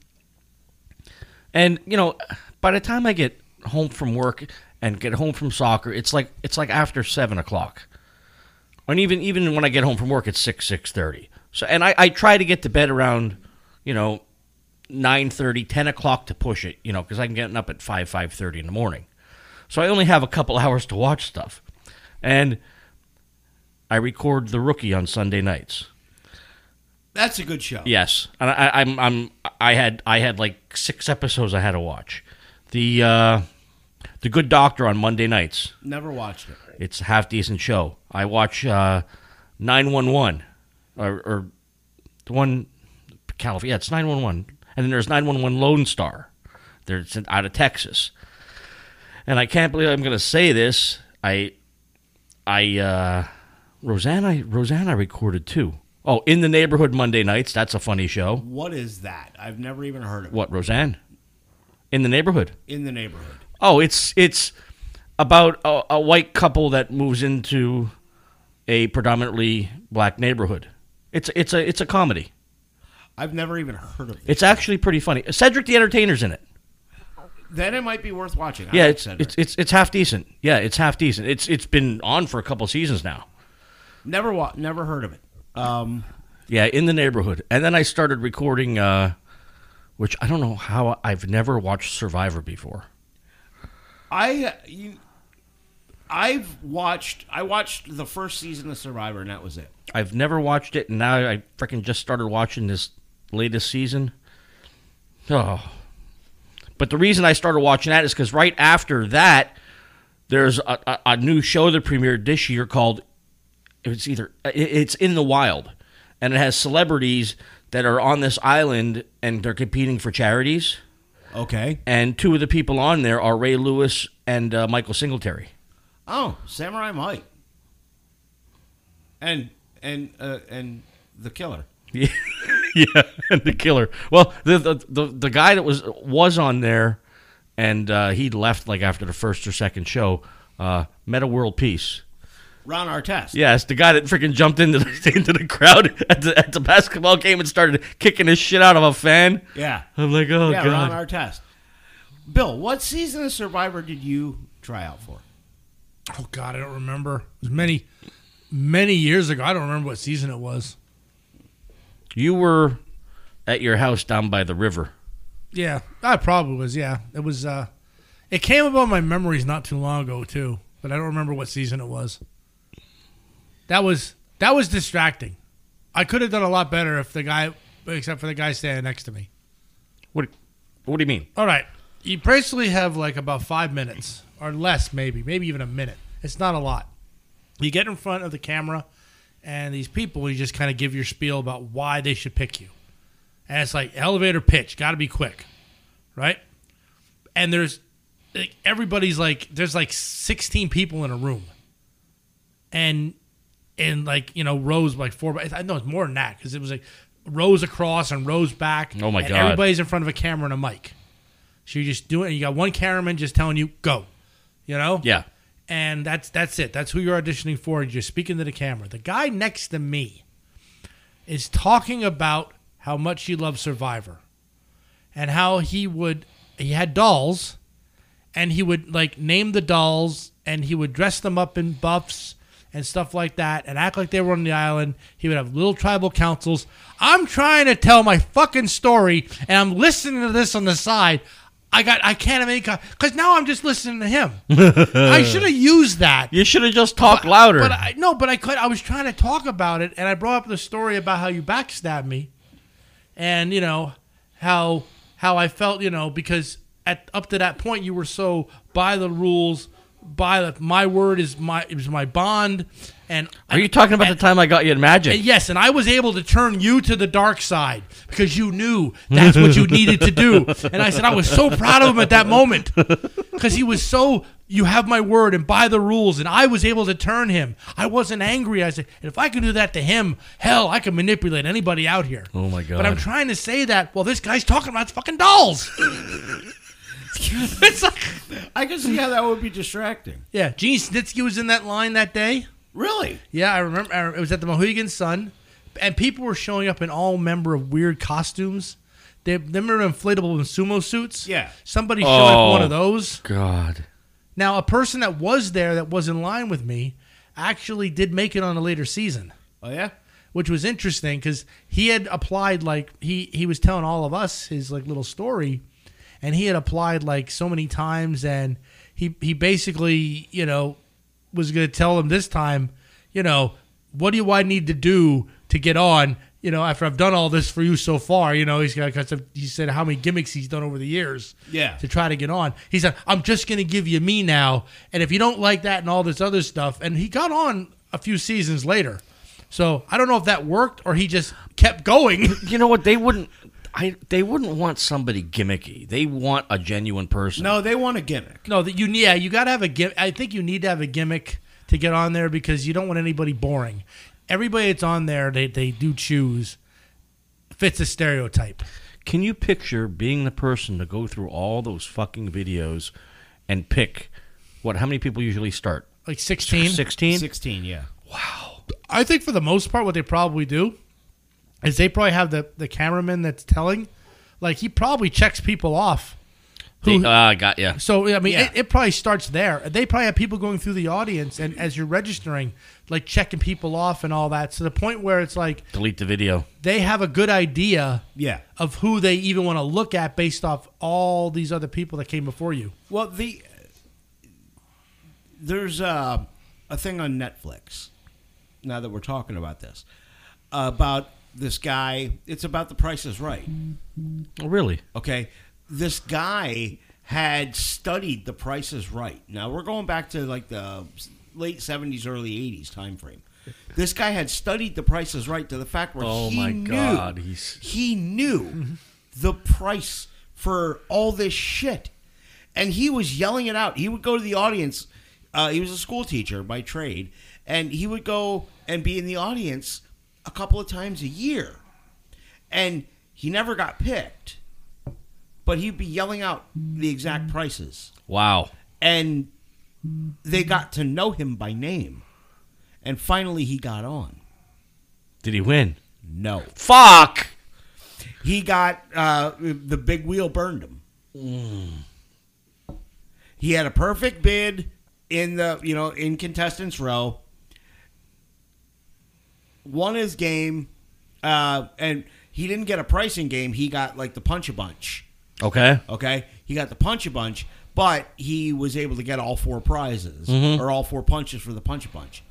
S3: and you know, by the time I get home from work and get home from soccer, it's like it's like after seven o'clock, and even even when I get home from work, it's six six thirty. So and I, I try to get to bed around, you know, 9.30 10 o'clock to push it you know because i'm getting up at 5 5.30 in the morning so i only have a couple hours to watch stuff and i record the rookie on sunday nights
S2: That's a good show.
S3: yes and I, I, i'm i'm i had i had like six episodes i had to watch the uh the good doctor on monday nights
S2: Never watched it.
S3: it's a half decent show i watch uh 911 or, or the one California. Yeah, it's 911. And then there's 911 Lone Star. There's out of Texas. And I can't believe I'm going to say this. I, I, uh, Rosanna, Rosanna recorded too. Oh, In the Neighborhood Monday Nights. That's a funny show.
S2: What is that? I've never even heard of it.
S3: What, Roseanne? In the Neighborhood.
S2: In the neighborhood.
S3: Oh, it's it's about a, a white couple that moves into a predominantly black neighborhood. It's it's a it's a comedy.
S2: I've never even heard of it.
S3: It's actually pretty funny. Cedric the Entertainer's in it.
S2: Then it might be worth watching. I
S3: Yeah,
S2: like
S3: it's
S2: Cedric.
S3: it's, it's it's half decent. Yeah, it's half decent. It's it's been on for a couple seasons now.
S2: never wa- never heard of it. Um,
S3: Yeah, in the neighborhood. And then I started recording uh which I don't know how I've never watched Survivor before.
S2: I you, I've watched I watched the first season of Survivor and that was it.
S3: I've never watched it and now I freaking just started watching this latest season. Oh. But the reason I started watching that is cuz right after that there's a, a, a new show that premiered this year called it's either it- it's in the wild and it has celebrities that are on this island and they're competing for charities
S2: Okay.
S3: and two of the people on there are Ray Lewis and uh, Michael Singletary.
S2: Oh, Samurai Mike. And and uh, and the killer.
S3: yeah, and the killer. Well, the the, the the guy that was was on there, and uh, he left like after the first or second show. Uh, Meta World Peace.
S2: Ron Artest.
S3: Yes, the guy that freaking jumped into the, into the crowd at the, at the basketball game and started kicking his shit out of a fan.
S2: Yeah.
S3: I'm like, oh
S2: yeah,
S3: god.
S2: Ron Artest. Bill, what season of Survivor did you try out for?
S1: Oh God, I don't remember. It was many, many years ago. I don't remember what season it was.
S3: you were at your house down by the river.
S1: Yeah, I probably was. Yeah, it was. uh It came up on my memories not too long ago too, but I don't remember what season it was. That was that was distracting. I could have done a lot better if the guy, except for the guy standing next to me.
S3: What What do you mean?
S1: All right, you basically have like about five minutes or less, maybe, maybe even a minute. It's not a lot. You get in front of the camera and these people, you just kind of give your spiel about why they should pick you. And it's like elevator pitch, got to be quick, right? And there's like, everybody's like, there's like 16 people in a room. And in like, you know, rows like four, by- I know it's more than that because it was like rows across and rows back.
S3: Oh, my
S1: and
S3: God.
S1: Everybody's in front of a camera and a mic. So you just do it and you got one cameraman just telling you, go, you know?
S3: Yeah.
S1: and that's that's it. That's who you're auditioning for. And you're speaking to the camera. The guy next to me is talking about how much he loves Survivor and how he would he had dolls and he would like name the dolls and he would dress them up in buffs and stuff like that and act like they were on the island. He would have little tribal councils. I'm trying to tell my fucking story and I'm listening to this on the side. I got I can't have any because now I'm just listening to him. I should have used that.
S3: You should have just talked louder.
S1: But I, no, but I could. I was trying to talk about it, and I brought up the story about how you backstabbed me, and you know how how I felt, you know, because at up to that point you were so by the rules, by like, my word is my is my bond, and
S3: Are you talking about the time I got you in
S1: and
S3: magic?
S1: yes, and I was able to turn you to the dark side because you knew that's what you needed to do. And I said I was so proud of him at that moment because he was so you have my word and by the rules, and I was able to turn him. I wasn't angry. I said, and if I can do that to him, hell, I can manipulate anybody out here.
S3: Oh, my God.
S1: But I'm trying to say that. Well, this guy's talking about fucking dolls. it's like,
S2: I can see how that would be distracting.
S1: yeah, Gene Snitsky was in that line that day.
S2: Really?
S1: Yeah, I remember. I, it was at the Mohegan Sun, and people were showing up in all member of weird costumes. They remember inflatable and sumo suits.
S2: Yeah.
S1: somebody showed up in one
S3: Oh.
S1: of those.
S3: God.
S1: Now, a person that was there that was in line with me actually did make it on a later season
S2: Oh yeah.
S1: which was interesting because he had applied like he he was telling all of us his like little story, and he had applied like so many times, and he he basically you know was going to tell them this time, you know, what do I need to do to get on? You know, after I've done all this for you so far, you know, he's got because he said how many gimmicks he's done over the years
S2: Yeah.
S1: to try to get on. He said, I'm just going to give you me now. And if you don't like that and all this other stuff, and he got on a few seasons later. So I don't know if that worked or he just kept going.
S3: You know what? They wouldn't. I. They wouldn't want somebody gimmicky. They want a genuine person.
S2: No, they want a gimmick.
S1: no, that you yeah, you got to have a gimmick. I think you need to have a gimmick to get on there because you don't want anybody boring. Everybody that's on there, they, they do choose fits a stereotype.
S3: Can you picture being the person to go through all those fucking videos and pick what? How many people usually start?
S1: Like 16.
S3: Sixteen.
S2: Sixteen. Yeah.
S1: I think for the most part, what they probably do is they probably have the, the cameraman that's telling. Like he probably checks people off. Who,
S3: Ah, got yeah.
S1: so I mean,
S2: Yeah.
S1: it, it probably starts there. They probably have people going through the audience, and as you're registering, like checking people off and all that, to the point where it's like
S3: Delete the video.
S1: they have a good idea
S2: Yeah.
S1: of who they even want to look at based off all these other people that came before you.
S2: Well, the there's uh, a thing on Netflix. Now that we're talking about this, about this guy, it's about The Price is Right.
S3: Oh, really?
S2: Okay, this guy had studied The Price is Right. Now we're going back to like the late '70s, early '80s time frame. This guy had studied The Price is Right to the fact where
S3: Oh
S2: he
S3: my
S2: knew
S3: God, he's-
S2: he knew the price for all this shit. And he was yelling it out. He would go to the audience. Uh, he was a school teacher by trade. And he would go and be in the audience a couple of times a year. And he never got picked. But he'd be yelling out the exact prices.
S3: Wow.
S2: And they got to know him by name. And finally he got on.
S3: Did he win?
S2: No.
S3: Fuck.
S2: he got uh, the big wheel burned him. He had a perfect bid in the you know in contestants row. Won his game, uh, and he didn't get a pricing game. He got like the punch a bunch.
S3: Okay.
S2: Okay, he got the punch a bunch, but he was able to get all four prizes
S1: Mm-hmm.
S2: or all four punches for the punch a bunch.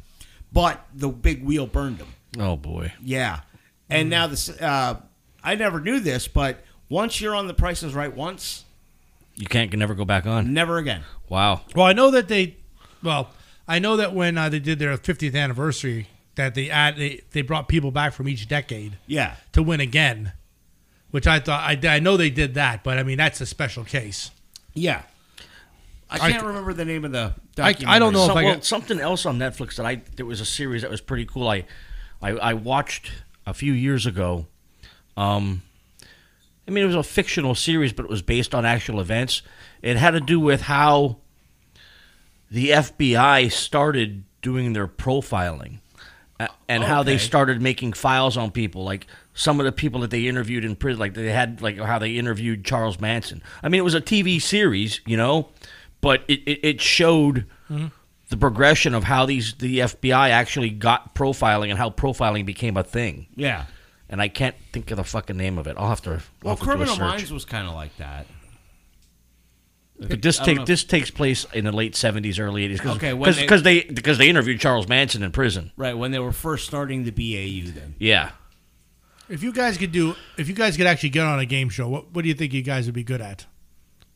S2: But the big wheel burned him.
S3: Oh boy.
S2: Yeah, and
S1: Mm.
S2: now this uh, I never knew this, but once you're on The Price is Right once,
S3: You can't never go back on.
S2: never again.
S3: Wow.
S1: Well, I know that they, well, I know that when uh, they did their 50th anniversary, that they, add, they they brought people back from each decade.
S2: Yeah,
S1: to win again, which I thought I, I know they did that, but I mean that's a special case.
S2: yeah. I
S1: I-
S2: can't remember the name of the.
S1: I-
S2: Documentary.
S1: I don't know if
S3: Some-
S1: I
S3: well,
S1: got-
S3: something else on Netflix that I there was a series that was pretty cool. I I, I watched a few years ago. Um, I mean, it was a fictional series, but it was based on actual events. It had to do with how the FBI started doing their profiling uh, and how they
S2: Okay.
S3: started making files on people. Like some of the people that they interviewed in prison, like they had, like how they interviewed Charles Manson. I mean, it was a TV series, you know, but it, it, it showed the progression of how these the FBI actually got profiling and how profiling became a thing.
S2: Yeah,
S3: And I can't think of the fucking name of it. I'll have to. I'll
S2: well,
S3: have to do a
S2: Criminal
S3: search.
S2: Minds was kind of like that.
S3: But this
S2: I don't know
S3: take
S2: if-
S3: this takes place in the late seventies, early eighties.
S2: Okay, when they-
S3: because they because they interviewed Charles Manson in prison.
S2: Right when they were first starting the BAU, then
S3: Yeah,
S1: If you guys could do, if you guys could actually get on a game show, what, what do you think you guys would be good at,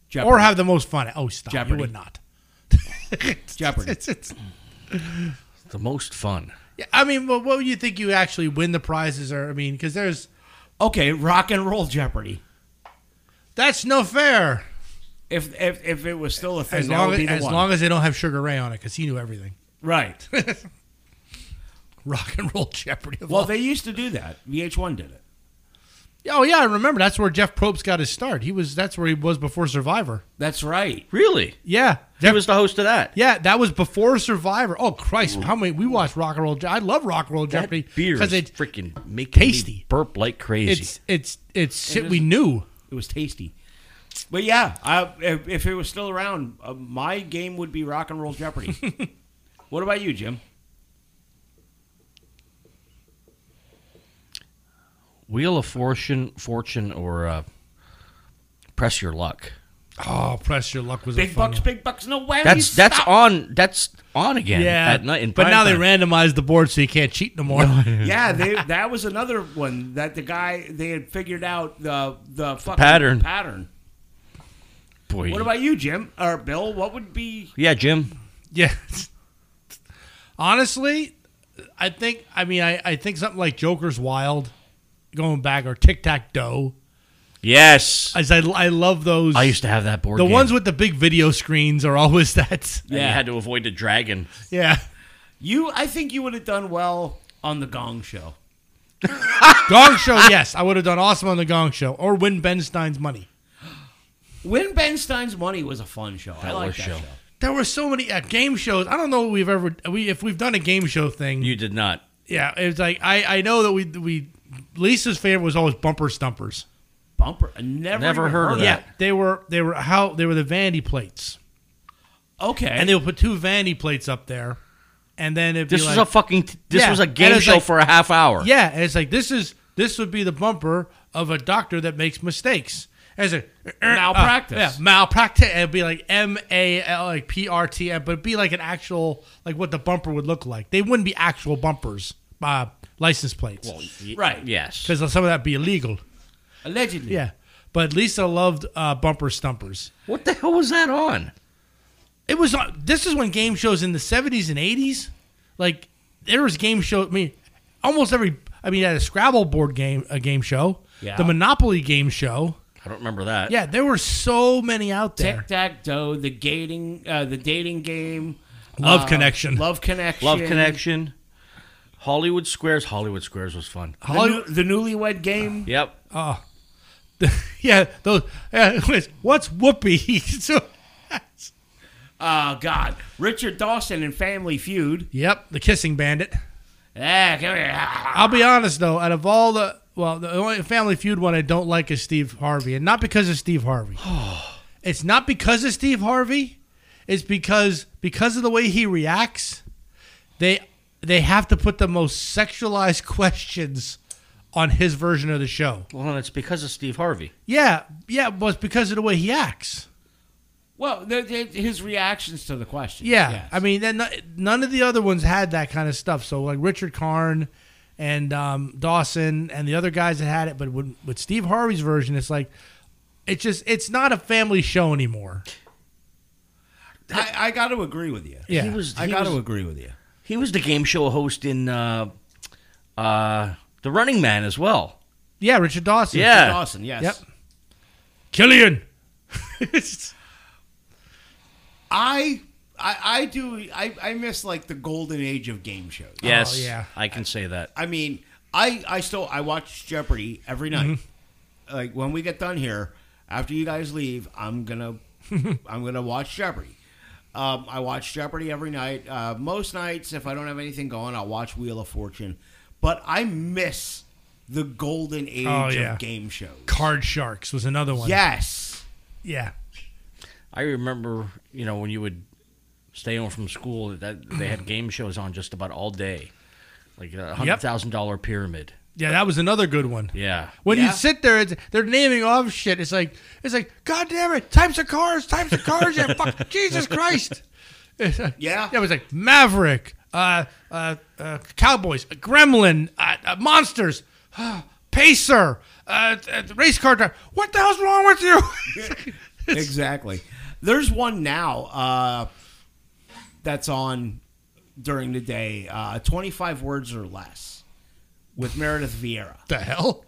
S2: Jeopardy.
S1: or have the most fun at? Oh, stop! You
S2: Jeopardy.
S1: would not.
S2: Jeopardy.
S1: It's, it's,
S3: The most fun.
S1: yeah, I mean, well, what would you think you actually win the prizes? Or I mean, because there's
S2: Okay, rock and roll Jeopardy.
S1: that's no fair.
S2: If if, if it was still a thing,
S1: As
S2: that
S1: long
S2: would
S1: as,
S2: be the
S1: as
S2: one.
S1: long as they don't have Sugar Ray on it, because he knew everything.
S2: right.
S1: Rock and roll Jeopardy. of
S2: Well,
S1: all-
S2: they used to do that. VH1 did it.
S1: oh yeah, I remember. That's where Jeff Probst got his start. He was that's where he was before Survivor.
S2: That's right.
S3: Really?
S1: Yeah,
S3: He
S1: Jeff-
S3: was the host of that.
S1: Yeah, that was before Survivor. Oh Christ, how many we watched Rock and Roll? Je- I love Rock and Roll
S3: That
S1: Jeopardy
S3: beer is
S1: it's
S3: freaking making
S1: tasty.
S3: me burp like crazy.
S1: it's it's it's shit we knew.
S2: It was tasty. But yeah, I, if, if it was still around, uh, my game would be rock and roll Jeopardy. what about you, Jim?
S3: Wheel of Fortune, Fortune, or uh, Press Your Luck.
S1: Oh, press your luck was a
S2: Big
S1: fun
S2: bucks,
S1: one.
S2: big bucks. No way.
S3: That's that's on that's on again
S1: Yeah,
S3: at night. In
S1: but
S3: prime
S1: now
S3: time.
S1: they randomized the board, so you can't cheat no more.
S2: yeah. They, that was another one that the guy they had figured out the the fucking
S3: pattern.
S2: pattern.
S3: Boy.
S2: What about you, Jim or Bill? What would be?
S3: yeah, Jim?
S1: yeah. Honestly, I think I mean I, I think something like Joker's Wild, going back or Tic Tac Doe.
S3: Yes,
S1: As I I love those.
S3: I used to have that board.
S1: the
S3: game.
S1: ones with the big video screens are always that.
S3: And you had to avoid the dragon.
S1: Yeah.
S2: You, I think you would have done well on the Gong Show.
S1: Gong Show, yes. I would have done awesome on the Gong Show or win Ben Stein's money.
S2: When Ben Stein's Money was a fun show. I
S3: That
S2: like
S3: was
S2: that show.
S3: show.
S1: There were so many uh, game shows. I don't know if we've ever we if we've done a game show thing.
S3: You did not.
S1: yeah, it's like I I know that we we Lisa's favorite was always Bumper Stumpers.
S2: Bumper. I never,
S3: Never
S2: even
S3: heard of
S2: it.
S1: Yeah,
S3: that.
S1: they were they were how they were the Vandy plates,
S2: Okay.
S1: and they would put two Vandy plates up there, and then it'd
S3: This
S1: be
S3: was
S1: like,
S3: a fucking. This
S1: Yeah,
S3: was a
S1: and
S3: game
S1: it's
S3: show
S1: like-
S3: for a half hour.
S1: Yeah, and it's like this is this would be the bumper of a doctor that makes mistakes. As a
S2: Malpractice.
S1: uh, yeah, malpractice. It'd be like M A L like P R T M, but it'd be like an actual like what the bumper would look like. They wouldn't be actual bumpers, uh, license plates,
S2: right.
S3: Yes.
S1: because some of that would be illegal.
S2: Allegedly.
S1: Yeah, but Lisa loved uh, bumper stumpers.
S3: What the hell was that on?
S1: It was on. This is when game shows in the seventies and eighties, like there was game show. I mean, almost every. I mean, at a Scrabble board game, a game show,
S2: Yeah.
S1: the Monopoly game show.
S3: I don't remember that.
S1: Yeah, there were so many out there.
S2: Tic Tac Toe, the gating, uh, the dating game,
S1: Love
S2: uh,
S1: Connection.
S2: Love Connection,
S3: Love Connection, Hollywood Squares. Hollywood Squares was fun.
S2: the,
S1: Hollywood-
S2: new- the Newlywed Game.
S3: Yep.
S1: yeah, those. Yeah, it's, what's Whoopi? so,
S2: Oh God, Richard Dawson and Family Feud.
S1: yep, the Kissing Bandit.
S2: Ah, come here.
S1: I'll be honest though, out of all the well, the only Family Feud one I don't like is Steve Harvey, and not because of Steve Harvey. it's not because of Steve Harvey. It's because because of the way he reacts. They they have to put the most sexualized questions on his version of the show.
S3: Well, it's because of Steve Harvey.
S1: Yeah, yeah, but it's because of the way he acts.
S2: Well, the, the, his reactions to the question.
S1: Yeah, I mean, then no- none of the other ones had that kind of stuff. So like Richard Karn and um, Dawson and the other guys that had it, but with, with Steve Harvey's version, it's like it's just it's not a family show anymore.
S2: I, I got to agree with you.
S1: Yeah,
S3: He was.
S2: I
S3: he
S2: got to
S3: was-
S2: agree with you.
S3: He was the game show host in uh, uh, The Running Man as well.
S2: Oh,
S1: yeah, Richard Dawson.
S3: Yeah.
S2: Dawson, yes.
S1: Yep. Killian.
S2: I, I, I do. I, I miss like the golden age of game shows.
S3: Yes.
S1: yeah.
S3: I can say that.
S2: I mean, I I still I watch Jeopardy every night.
S1: Mm-hmm.
S2: Like when we get done here, after you guys leave, I'm gonna I'm gonna watch Jeopardy. Um, I watch Jeopardy every night. Uh, most nights, if I don't have anything going, I'll watch Wheel of Fortune. But I miss the golden age
S1: Oh, yeah.
S2: of game shows.
S1: Card Sharks was another one.
S2: Yes,
S1: yeah.
S3: I remember, you know, when you would stay home from school, that they had game shows on just about all day, like a hundred thousand dollar pyramid.
S1: Yeah, that was another good one.
S3: Yeah.
S1: When
S2: Yeah.
S1: you sit there, it's, they're naming off shit. It's like it's like God damn it, types of cars, types of cars. Yeah, fuck, Jesus Christ. It's like-
S2: Yeah.
S1: it was like Maverick, uh, uh, uh, Cowboys, Gremlin, uh, uh, Monsters, Pacer, uh, uh, race car driver. What the hell's wrong with you?
S2: exactly. There's one now. Uh, that's on during the day, uh, 25 words or less, with Meredith Vieira.
S1: the hell?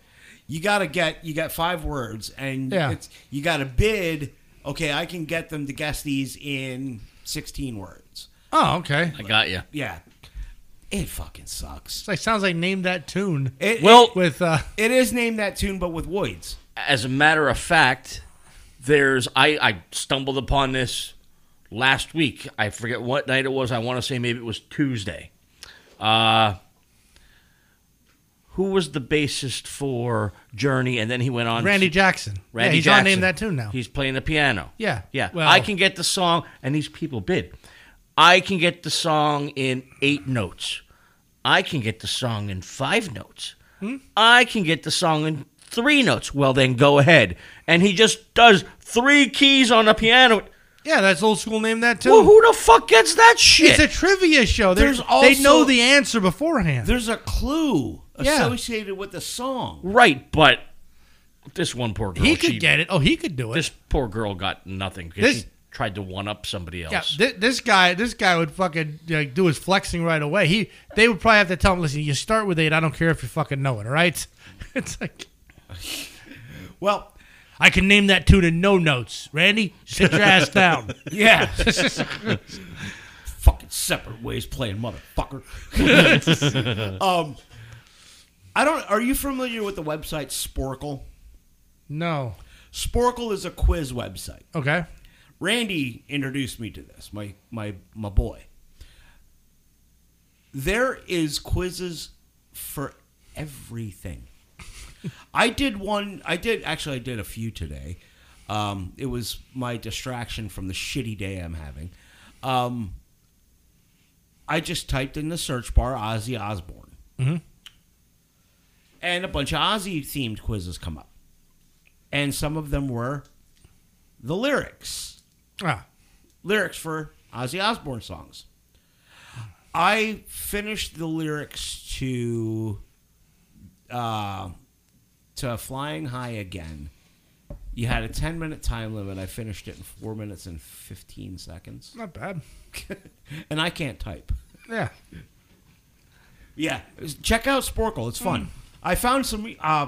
S2: You gotta get you got five words, and
S1: Yeah.
S2: it's, you gotta bid. Okay, I can get them to guess these in 16 words.
S1: Oh, okay.
S6: I got you.
S2: Yeah, it fucking sucks.
S1: It's like sounds like name that tune
S2: It,
S3: Well,
S1: with uh
S2: it is named that tune, but with Woids.
S3: as a matter of fact, there's I, I stumbled upon this last week. I forget what night it was. I want to say maybe it was Tuesday. Uh who was the bassist for Journey? And then he went on
S1: Randy
S3: to-
S1: Jackson.
S3: Randy
S1: yeah, he's
S3: Jackson.
S1: on name that tune now.
S3: He's playing the piano.
S1: Yeah,
S3: Yeah.
S1: well-
S3: I can get the song, and these people bid. I can get the song in eight notes. I can get the song in five notes.
S1: Hmm?
S3: I can get the song in three notes. Well, then go ahead. And he just does three keys on the piano.
S1: yeah, that's old school name that tune.
S3: Well, who the fuck gets that shit?
S1: It's a trivia show. There's
S2: There's
S1: they know
S2: also-
S1: the answer beforehand.
S2: There's a clue
S1: Yeah.
S2: associated with the song.
S3: right, but this one poor girl.
S1: He could
S3: she-
S1: get it. Oh, he could do it.
S3: This poor girl got nothing because
S1: This-
S3: she tried to one up somebody else.
S1: yeah, thi- this guy, this guy would fucking like, do his flexing right away. He, they would probably have to tell him, listen, you start with eight. I don't care if you fucking know it. All right, it's like
S2: Well,
S1: I can name that tune in no notes. Randy, sit your ass down.
S2: yeah. Fucking separate ways playing motherfucker. um I don't are you familiar with the website Sporkle?
S1: No,
S2: Sporkle is a quiz website.
S1: okay,
S2: Randy introduced me to this, my my my boy. There is quizzes for everything. I did one. I did actually. I did a few today. Um, it was my distraction from the shitty day I'm having. Um, I just typed in the search bar Ozzy Osbourne, and a bunch of Ozzy themed quizzes come up, and some of them were the lyrics
S1: ah,
S2: lyrics for Ozzy Osbourne songs. I finished the lyrics to uh, to Flying High Again. You had a 10 minute time limit. I finished it in 4 minutes and 15 seconds.
S1: not bad.
S2: and I can't type.
S1: Yeah,
S2: Yeah, check out Sporkle. It's fun. I found some. Uh,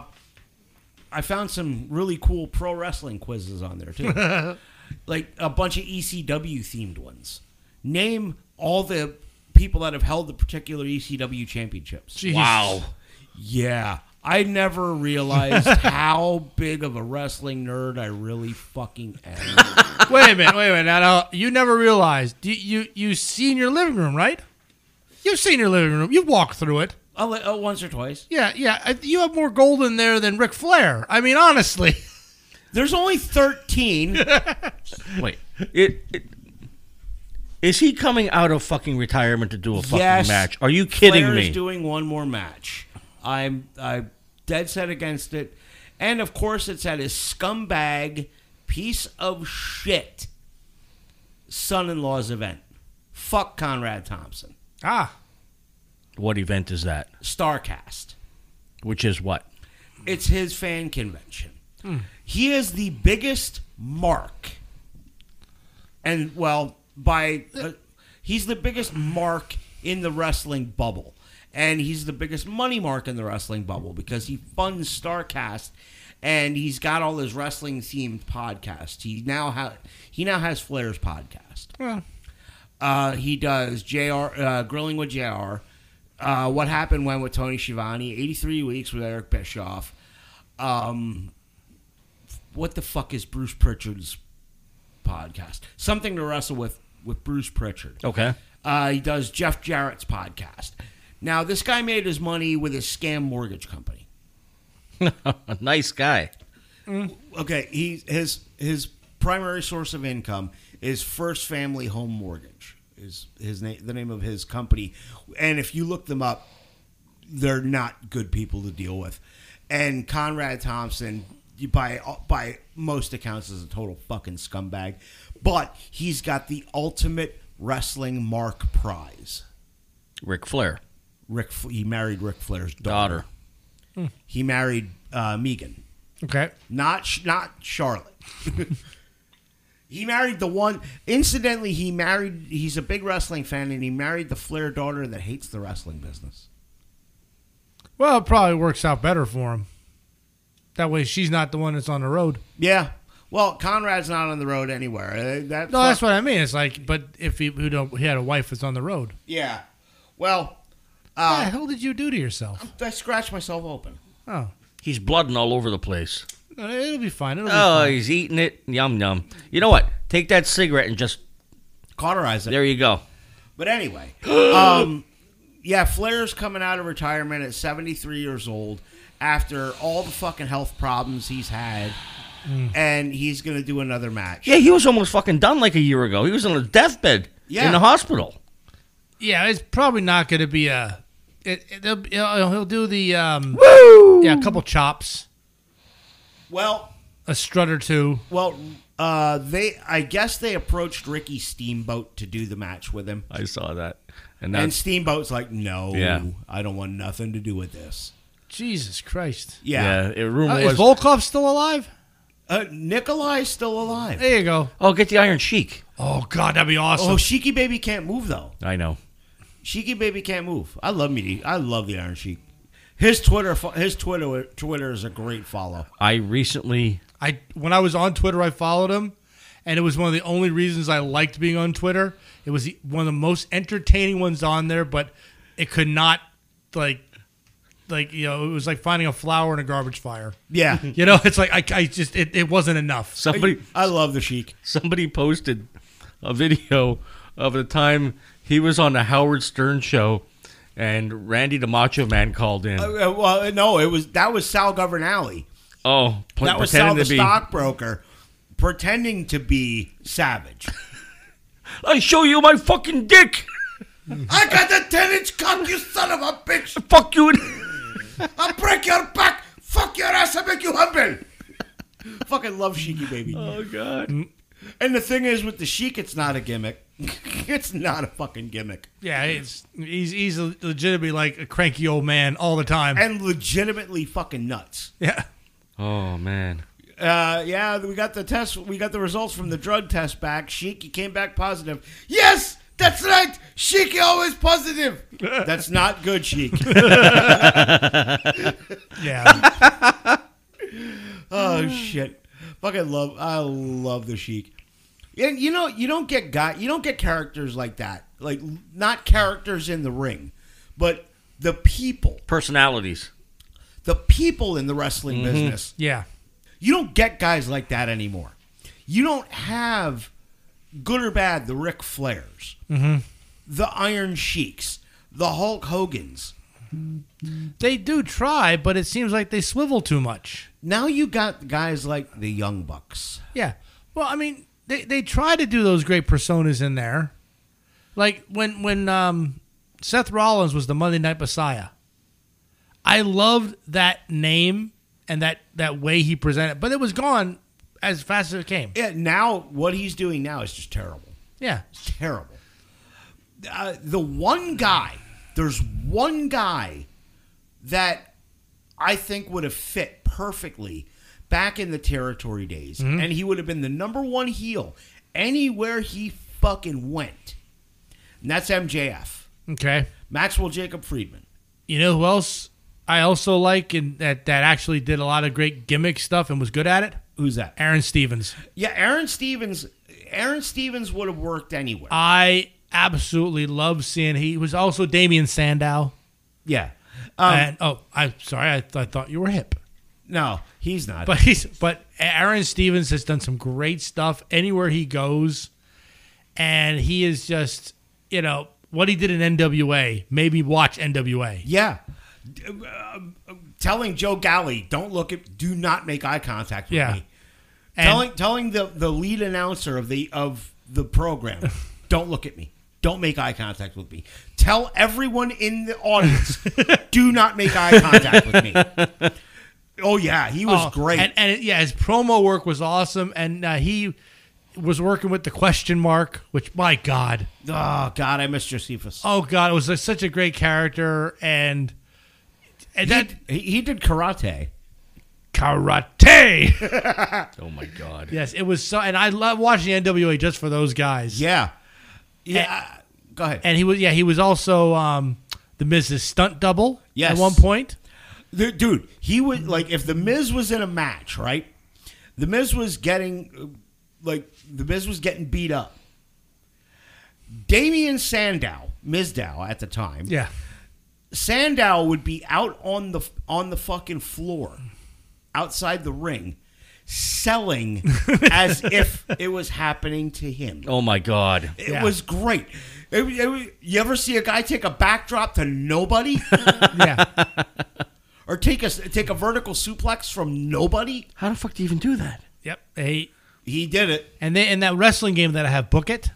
S2: I found some really cool pro wrestling quizzes on there too, like a bunch of ECW themed ones. Name all the people that have held the particular ECW championships.
S1: Jeez.
S3: wow.
S2: Yeah, I never realized how big of a wrestling nerd I really fucking am.
S1: wait a minute, wait a minute. Now, now, you never realized you you you seen your living room, right? You've seen your living room. You've walked through it.
S2: I'll let- oh, once or twice.
S1: Yeah, yeah. I- You have more gold in there than Ric Flair. I mean, honestly.
S2: There's only thirteen.
S3: Wait, it, it is he coming out of fucking retirement to do a fucking
S2: Yes.
S3: match? Are you kidding
S2: Flair
S3: me?
S2: is doing one more match. I'm I'm dead set against it, and of course it's at his scumbag piece of shit son-in-law's event. Fuck Conrad Thompson.
S1: Ah,
S3: what event is that?
S2: Starcast.
S3: Which is what?
S2: It's his fan convention. He is the biggest mark, and well, by uh, he's the biggest mark in the wrestling bubble, and he's the biggest money mark in the wrestling bubble because he funds Starcast, and he's got all his wrestling themed podcasts. He now ha- he now has Flair's podcast. Uh, he does JR uh, grilling with JR. Uh, what happened when with Tony Schiavone? 83 weeks with Eric Bischoff. Um, what the fuck is Bruce Pritchard's podcast? Something to wrestle with with Bruce Pritchard.
S3: Okay.
S2: Uh, he does Jeff Jarrett's podcast. Now this guy made his money with his scam mortgage company.
S3: A nice guy.
S2: okay he his his primary source of income is first family home mortgage is his name the name of his company and if you look them up they're not good people to deal with and conrad thompson you- by by most accounts is a total fucking scumbag but he's got the ultimate wrestling mark prize
S3: Ric Flair,
S2: Rick he married Ric Flair's daughter,
S3: daughter.
S2: he married uh, Megan
S1: okay.
S2: not Sh- not Charlotte. He married the one. Incidentally, he married. He's a big wrestling fan, and he married the Flair daughter that hates the wrestling business.
S1: Well, it probably works out better for him. That way, she's not the one that's on the road.
S2: Yeah. Well, Conrad's not on the road anywhere. Uh, That
S1: No, that's what I mean. It's like, but if he, who don't, he had a wife that's on the road,
S2: Yeah. Well,
S1: what the hell did you do to yourself?
S2: I scratched myself open.
S1: Oh,
S3: He's blooding all over the place.
S1: No, it'll be fine. It'll be
S3: Oh,
S1: fine.
S3: he's eating it. Yum yum. You know what? Take that cigarette and just
S2: Cauterize it.
S3: there you go.
S2: But anyway, um, yeah, Flair's coming out of retirement at 73 years old after all the fucking health problems he's had,
S1: Mm.
S2: and he's gonna do another match.
S3: Yeah, he was almost fucking done like a year ago. He was on his deathbed
S2: Yeah.
S3: in the hospital.
S1: Yeah, it's probably not going to be a. It, it, will he'll, he'll do the um, yeah, a couple chops,
S2: Well,
S1: a strut or two.
S2: well, uh, they I guess they approached Ricky Steamboat to do the match with him,
S3: I saw that. And
S2: and
S3: that's
S2: Steamboat's like, "No,
S3: Yeah.
S2: I don't want nothing to do with this."
S1: Jesus Christ!
S2: Yeah,
S3: yeah, it rumor
S1: Uh,
S3: was
S1: is Volkov still alive?
S2: Uh, Nikolai's still alive.
S1: There you go.
S3: Oh, get the Iron Sheik.
S1: Oh God, that'd be
S2: Oh,
S1: awesome.
S2: Shiki Baby can't move though.
S3: I know.
S2: Shiki Baby can't move. I love me. I love the Iron Sheik. His Twitter, fo- his Twitter, Twitter is a great follow.
S3: I recently
S1: I when I was on Twitter, I followed him, and it was one of the only reasons I liked being on Twitter. It was the, one of the most entertaining ones on there, but it could not like like you know it was like finding a flower in a garbage fire.
S2: Yeah,
S1: You know, it's like I, I just it, it wasn't enough.
S3: somebody
S2: I love the Sheik.
S3: somebody posted a video of the time he was on the Howard Stern show and Randy the Macho Man called in.
S2: Uh, well, no, it was that was Sal Governale.
S3: oh, pl-
S2: That was Sal
S3: pretending
S2: the
S3: to be
S2: stockbroker, pretending to be Savage.
S3: I show you my fucking dick.
S2: I got the ten inch cock, you son of a bitch!
S3: Fuck you.
S2: I'll break your back, fuck your ass, and make you humble. Fucking love Shiki Baby.
S3: oh god.
S2: And the thing is, with the Sheik, it's not a gimmick. it's not a fucking gimmick.
S1: Yeah, it's he's he's legitimately like a cranky old man all the time.
S2: and legitimately fucking nuts.
S1: yeah.
S3: Oh man.
S2: Uh, yeah, we got the test. We got the results from the drug test back. Sheiky came back positive. Yes, that's right. Sheiky always positive. that's not good, Sheik.
S1: Yeah.
S2: oh shit, fucking love. I love the Sheik. And you know, you don't get guy. You don't get characters like that. Like not characters in the ring, but the people.
S3: Personalities.
S2: The people in the wrestling business.
S1: yeah.
S2: You don't get guys like that anymore. You don't have good or bad the Ric Flairs, the Iron Sheiks, the Hulk Hogans.
S1: They do try, but it seems like they swivel too much.
S2: Now you got guys like the Young Bucks.
S1: Yeah. Well, I mean, they, they try to do those great personas in there. Like when when um, Seth Rollins was the Monday Night Messiah. I loved that name and that, that way he presented, but it was gone as fast as it came.
S2: Yeah, now what he's doing now is just terrible.
S1: Yeah.
S2: Terrible. Uh, the one guy, there's one guy that I think would have fit perfectly back in the territory days, and he would have been the number one heel anywhere he fucking went. And that's MJF,
S1: Okay.
S2: Maxwell Jacob Friedman.
S1: You know who else I also like and that, that actually did a lot of great gimmick stuff and was good at it?
S2: Who's that?
S1: Aaron Stevens.
S2: Yeah, Aaron Stevens. Aaron Stevens would have worked
S1: Uh,
S2: anywhere.
S1: I absolutely love seeing he was also Damian Sandow.
S2: yeah. Um,
S1: and oh, I'm sorry, I, th- I thought you were hip.
S2: no, he's not.
S1: But he's but Aaron Stevens has done some great stuff anywhere he goes, and he is just you know what he did in NWA. Maybe watch NWA.
S2: Yeah. D- uh, telling Joe Galley, don't look at, do not make eye contact with
S1: Yeah.
S2: me.
S1: And-
S2: telling telling the, the lead announcer of the of the program, don't look at me. Don't make eye contact with me. Tell everyone in the audience, do not make eye contact with me. Oh yeah, he was
S1: Oh,
S2: great.
S1: and, and yeah, his promo work was awesome, and uh, he was working with the question mark, which my God,
S2: oh God, I miss Josephus.
S1: oh God, it was like, such a great character, and and that
S2: he, he did karate.
S1: karate.
S3: Oh my god.
S1: yes, it was so, and I love watching the NWA just for those guys.
S2: Yeah. Yeah. go ahead.
S1: and he was yeah he was also um, the Miz's stunt double
S2: Yes.
S1: at one point.
S2: The- dude, he would like if the Miz was in a match, right? The Miz was getting uh, like the Miz was getting beat up. Damian Sandow, Mizdow at the time,
S1: Yeah,
S2: Sandow would be out on the on the fucking floor, outside the ring, selling as if it was happening to him.
S3: Oh my god.
S2: It
S1: Yeah.
S2: was great. It- it- you ever see a guy take a backdrop to nobody?
S1: yeah.
S2: or take a take a vertical suplex from nobody.
S3: How the fuck do you even do that?
S1: yep. Hey,
S2: He did it.
S1: and then in that wrestling game that I have, Book It,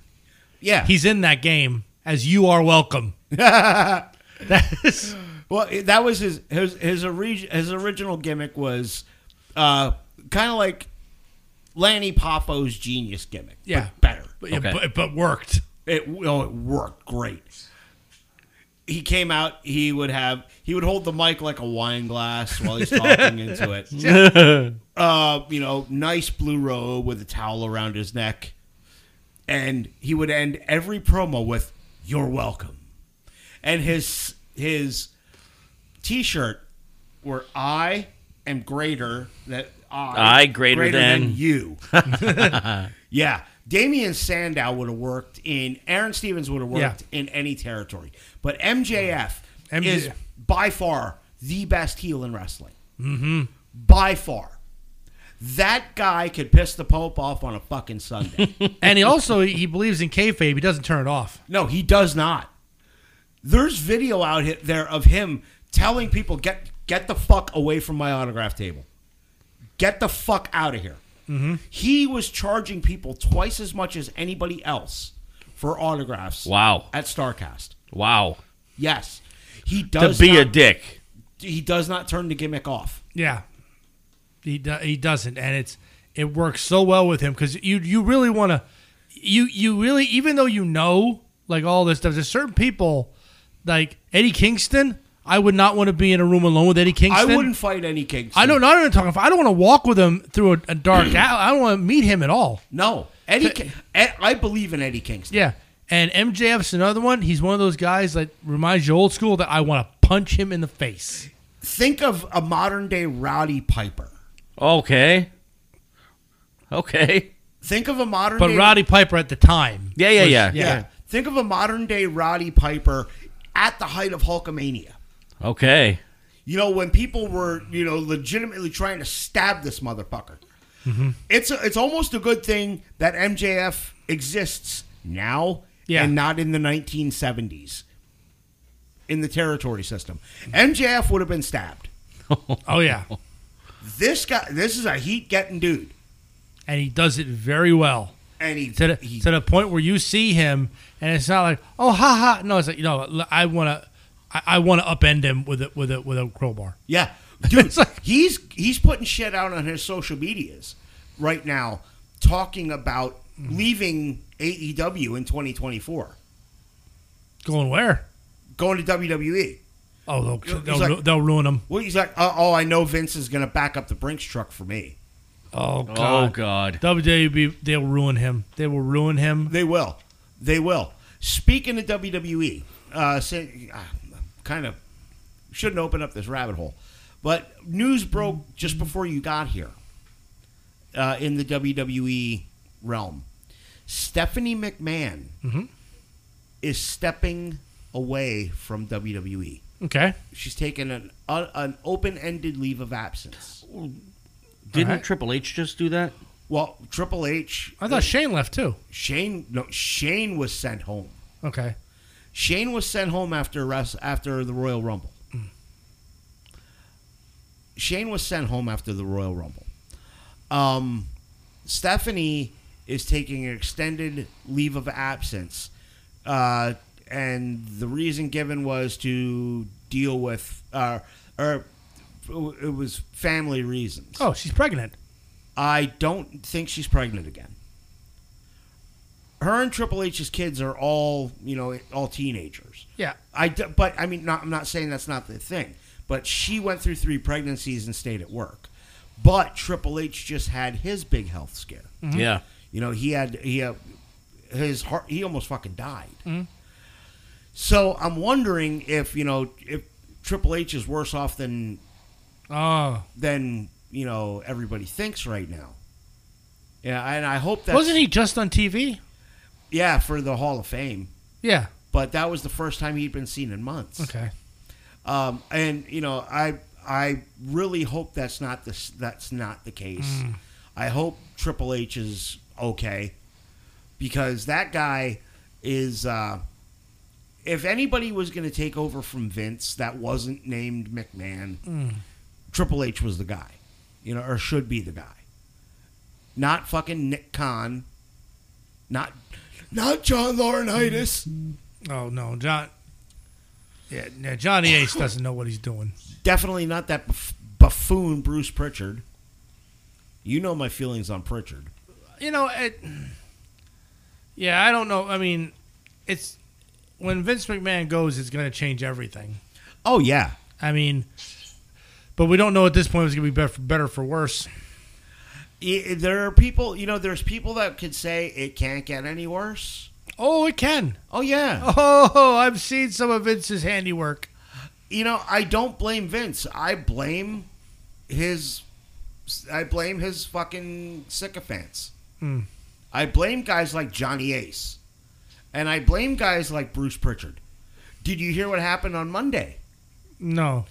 S2: Yeah.
S1: he's in that game as you are welcome. that is,
S2: well, it- that was his his his, ori- his original gimmick was uh, kind of like Lanny Poffo,'s genius gimmick. but
S1: Yeah.
S2: better.
S1: but, yeah,
S3: Okay.
S1: but, but worked.
S2: It oh, it worked great. He came out. He would have. He would hold the mic like a wine glass while he's talking into it. Uh, you know, nice blue robe with a towel around his neck, and he would end every promo with "You're welcome," and his his T-shirt where I am greater that I
S3: I greater than-
S2: you. Yeah. Damian Sandow would have worked in Aaron Stevens would have worked in any territory. But MJF
S1: MJ
S2: is by far the best heel in wrestling. Mm-hmm. By far. That guy could piss the Pope off on a fucking Sunday.
S1: And he also he believes in kayfabe. He doesn't turn it off.
S2: no, he does not. There's video out hit there of him telling people get get the fuck away from my autograph table. Get the fuck out of here.
S3: Mm-hmm.
S2: He was charging people twice as much as anybody else for autographs.
S3: Wow.
S2: at Starcast.
S3: Wow.
S2: Yes, he
S3: To
S2: does
S3: be a
S2: not,
S3: dick.
S2: He does not turn the gimmick off.
S1: Yeah, he do, he doesn't, and it's it works so well with him because you you really want to you you really even though you know like all this stuff, there's certain people like Eddie Kingston. I would not want to be in a room alone with Eddie
S2: I
S1: Kingston.
S2: wouldn't fight any Kingston.
S1: I don't. Not even talking. I don't want to walk with him through a, a dark. alley. I don't want to meet him at all.
S2: No, Eddie. Ki- Ed, I believe in Eddie Kingston.
S1: Yeah. And MJF's another one. He's one of those guys that reminds you old school that I want to punch him in the face.
S2: Think of a modern day Rowdy Piper.
S3: Okay. Okay.
S2: Think of a modern.
S1: But
S2: day,
S1: Roddy Piper at the time.
S3: Yeah, yeah, yeah.
S2: Yeah. Think of a modern day Rowdy Piper at the height of Hulkamania.
S3: Okay.
S2: You know when people were you know legitimately trying to stab this motherfucker. It's a, it's almost a good thing that MJF exists now
S1: Yeah.
S2: and not in the 1970s in the territory system. MJF would have been stabbed.
S1: Oh yeah.
S2: This guy, this is a heat getting dude,
S1: And he does it very well.
S2: and he,
S1: To the,
S2: he
S1: to the point where you see him, and it's not like oh ha ha. No, it's like you know l- I want to. I, I want to upend him with a with a with a crowbar.
S2: yeah, dude,
S1: It's like-
S2: he's he's putting shit out on his social medias right now, talking about
S1: Mm.
S2: leaving AEW in 2024,
S1: Going where?
S2: going to WWE.
S1: Oh,
S2: He's
S1: they'll they'll,
S2: like-
S1: ru- they'll ruin him.
S2: Well, he's like, oh, oh, I know Vince is going to back up the Brinks truck for me.
S1: Oh god.
S3: Oh god.
S1: WWE, E, they'll ruin him. They will ruin him.
S2: They will. They will. Speaking of WWE, uh, say, uh, kind of shouldn't open up this rabbit hole, but news broke just before you got here uh, in the WWE realm. Stephanie McMahon
S1: Mm-hmm.
S2: is stepping away from WWE.
S1: Okay.
S2: She's taken an, uh, an open ended leave of absence.
S3: Didn't
S1: Alright.
S3: Triple H just do that?
S2: Well, Triple H uh,
S1: I thought Shane left too.
S2: Shane no Shane was sent home.
S1: Okay.
S2: Shane was sent home after rest, after the Royal Rumble. Shane was sent home after the Royal Rumble. Um, Stephanie is taking an extended leave of absence, uh, and the reason given was to deal with, uh, or it was family reasons.
S1: Oh, she's pregnant.
S2: I don't think she's pregnant again. Her and Triple H's kids are all, you know, all teenagers.
S1: Yeah.
S2: I, d- but I mean, not, I'm not saying that's not the thing. But she went through three pregnancies and stayed at work. But Triple H just had his big health scare.
S3: Yeah.
S2: You know, he had he had, his heart. He almost fucking died.
S1: Mm-hmm.
S2: So I'm wondering if you know if Triple H is worse off than
S1: Oh,
S2: than you know everybody thinks right now. Yeah, and I hope that
S1: wasn't he just on TV?
S2: Yeah, for the Hall of Fame,
S1: Yeah.
S2: but that was the first time he'd been seen in months.
S1: Okay.
S2: Um, and you know, I I really hope that's not this. That's not the case. I hope Triple H is okay because that guy is. Uh, if anybody was going to take over from Vince that wasn't named McMahon, Triple H was the guy, you know, or should be the guy. Not fucking Nick Khan, not not John Laurinaitis.
S1: Oh no, John. Yeah, no, Johnny Ace doesn't know what he's doing.
S2: definitely not that buff- buffoon Bruce Pritchard. You know my feelings on Pritchard.
S1: You know, it, yeah, I don't know. I mean, it's when Vince McMahon goes, it's going to change everything.
S2: Oh yeah,
S1: I mean, but we don't know at this point if it's going to be better for, better for worse.
S2: I- I- there are people. You know, there's people that could say it can't get any worse.
S1: Oh, it can.
S2: Oh yeah.
S1: Oh, I've seen some of Vince's handiwork.
S2: You know, I don't blame Vince. I blame his. I blame his fucking sycophants.
S1: Hmm.
S2: I blame guys like Johnny Ace, and I blame guys like Bruce Pritchard. Did you hear what happened on Monday?
S1: No,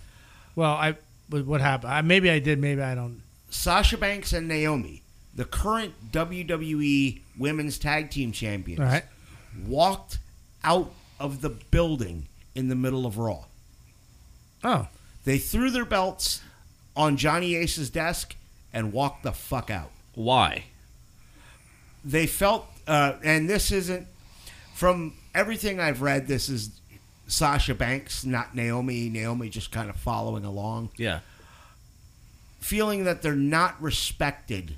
S1: well, I what what happened? I, maybe I did. Maybe I don't.
S2: Sasha Banks and Naomi, the current WWE Women's Tag Team Champions,
S1: All right.
S2: walked out of the building in the middle of Raw.
S1: Oh,
S2: They threw their belts on Johnny Ace's desk and walked the fuck out.
S3: Why?
S2: They felt, uh, and this isn't from everything I've read. This is Sasha Banks, not Naomi. Naomi just kind of following along.
S3: Yeah.
S2: feeling that they're not respected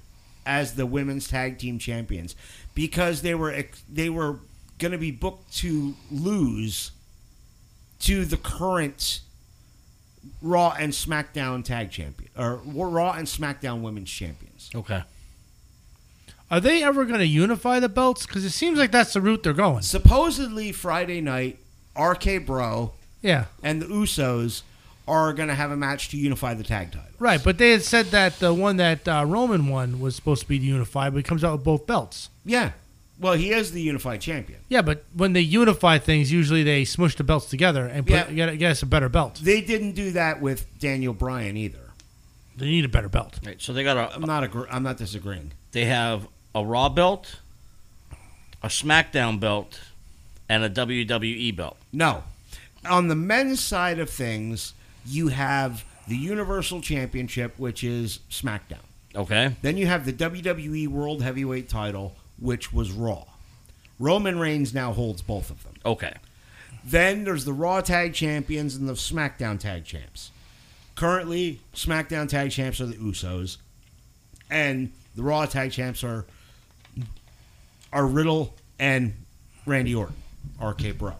S2: as the women's tag team champions because they were ex- they were going to be booked to lose to the current Raw and SmackDown tag champion or Raw and SmackDown women's champions.
S3: Okay.
S1: are they ever going to unify the belts? Because it seems like that's the route they're going.
S2: Supposedly Friday night, RK Bro
S1: Yeah.
S2: and the Usos are going to have a match to unify the tag title.
S1: Right, but they had said that the one that uh, Roman won was supposed to be unified, but he comes out with both belts.
S2: Yeah. Well, he is the unified champion.
S1: Yeah, but when they unify things, usually they smush the belts together and put,
S2: Yeah.
S1: get, get us a better belt.
S2: They didn't do that with Daniel Bryan either.
S1: They need a better belt.
S3: Right. So they got a
S2: I'm not agree- I'm not disagreeing.
S3: they have a Raw belt, a SmackDown belt, and a WWE belt.
S2: No, on the men's side of things, you have the Universal Championship, which is SmackDown.
S3: Okay.
S2: Then you have the WWE World Heavyweight Title, which was Raw. Roman Reigns now holds both of them.
S3: Okay.
S2: Then there's the Raw Tag Champions and the SmackDown Tag Champs. Currently, SmackDown Tag Champs are the Usos, and the Raw Tag Champs are are Riddle and Randy Orton, RK Bro.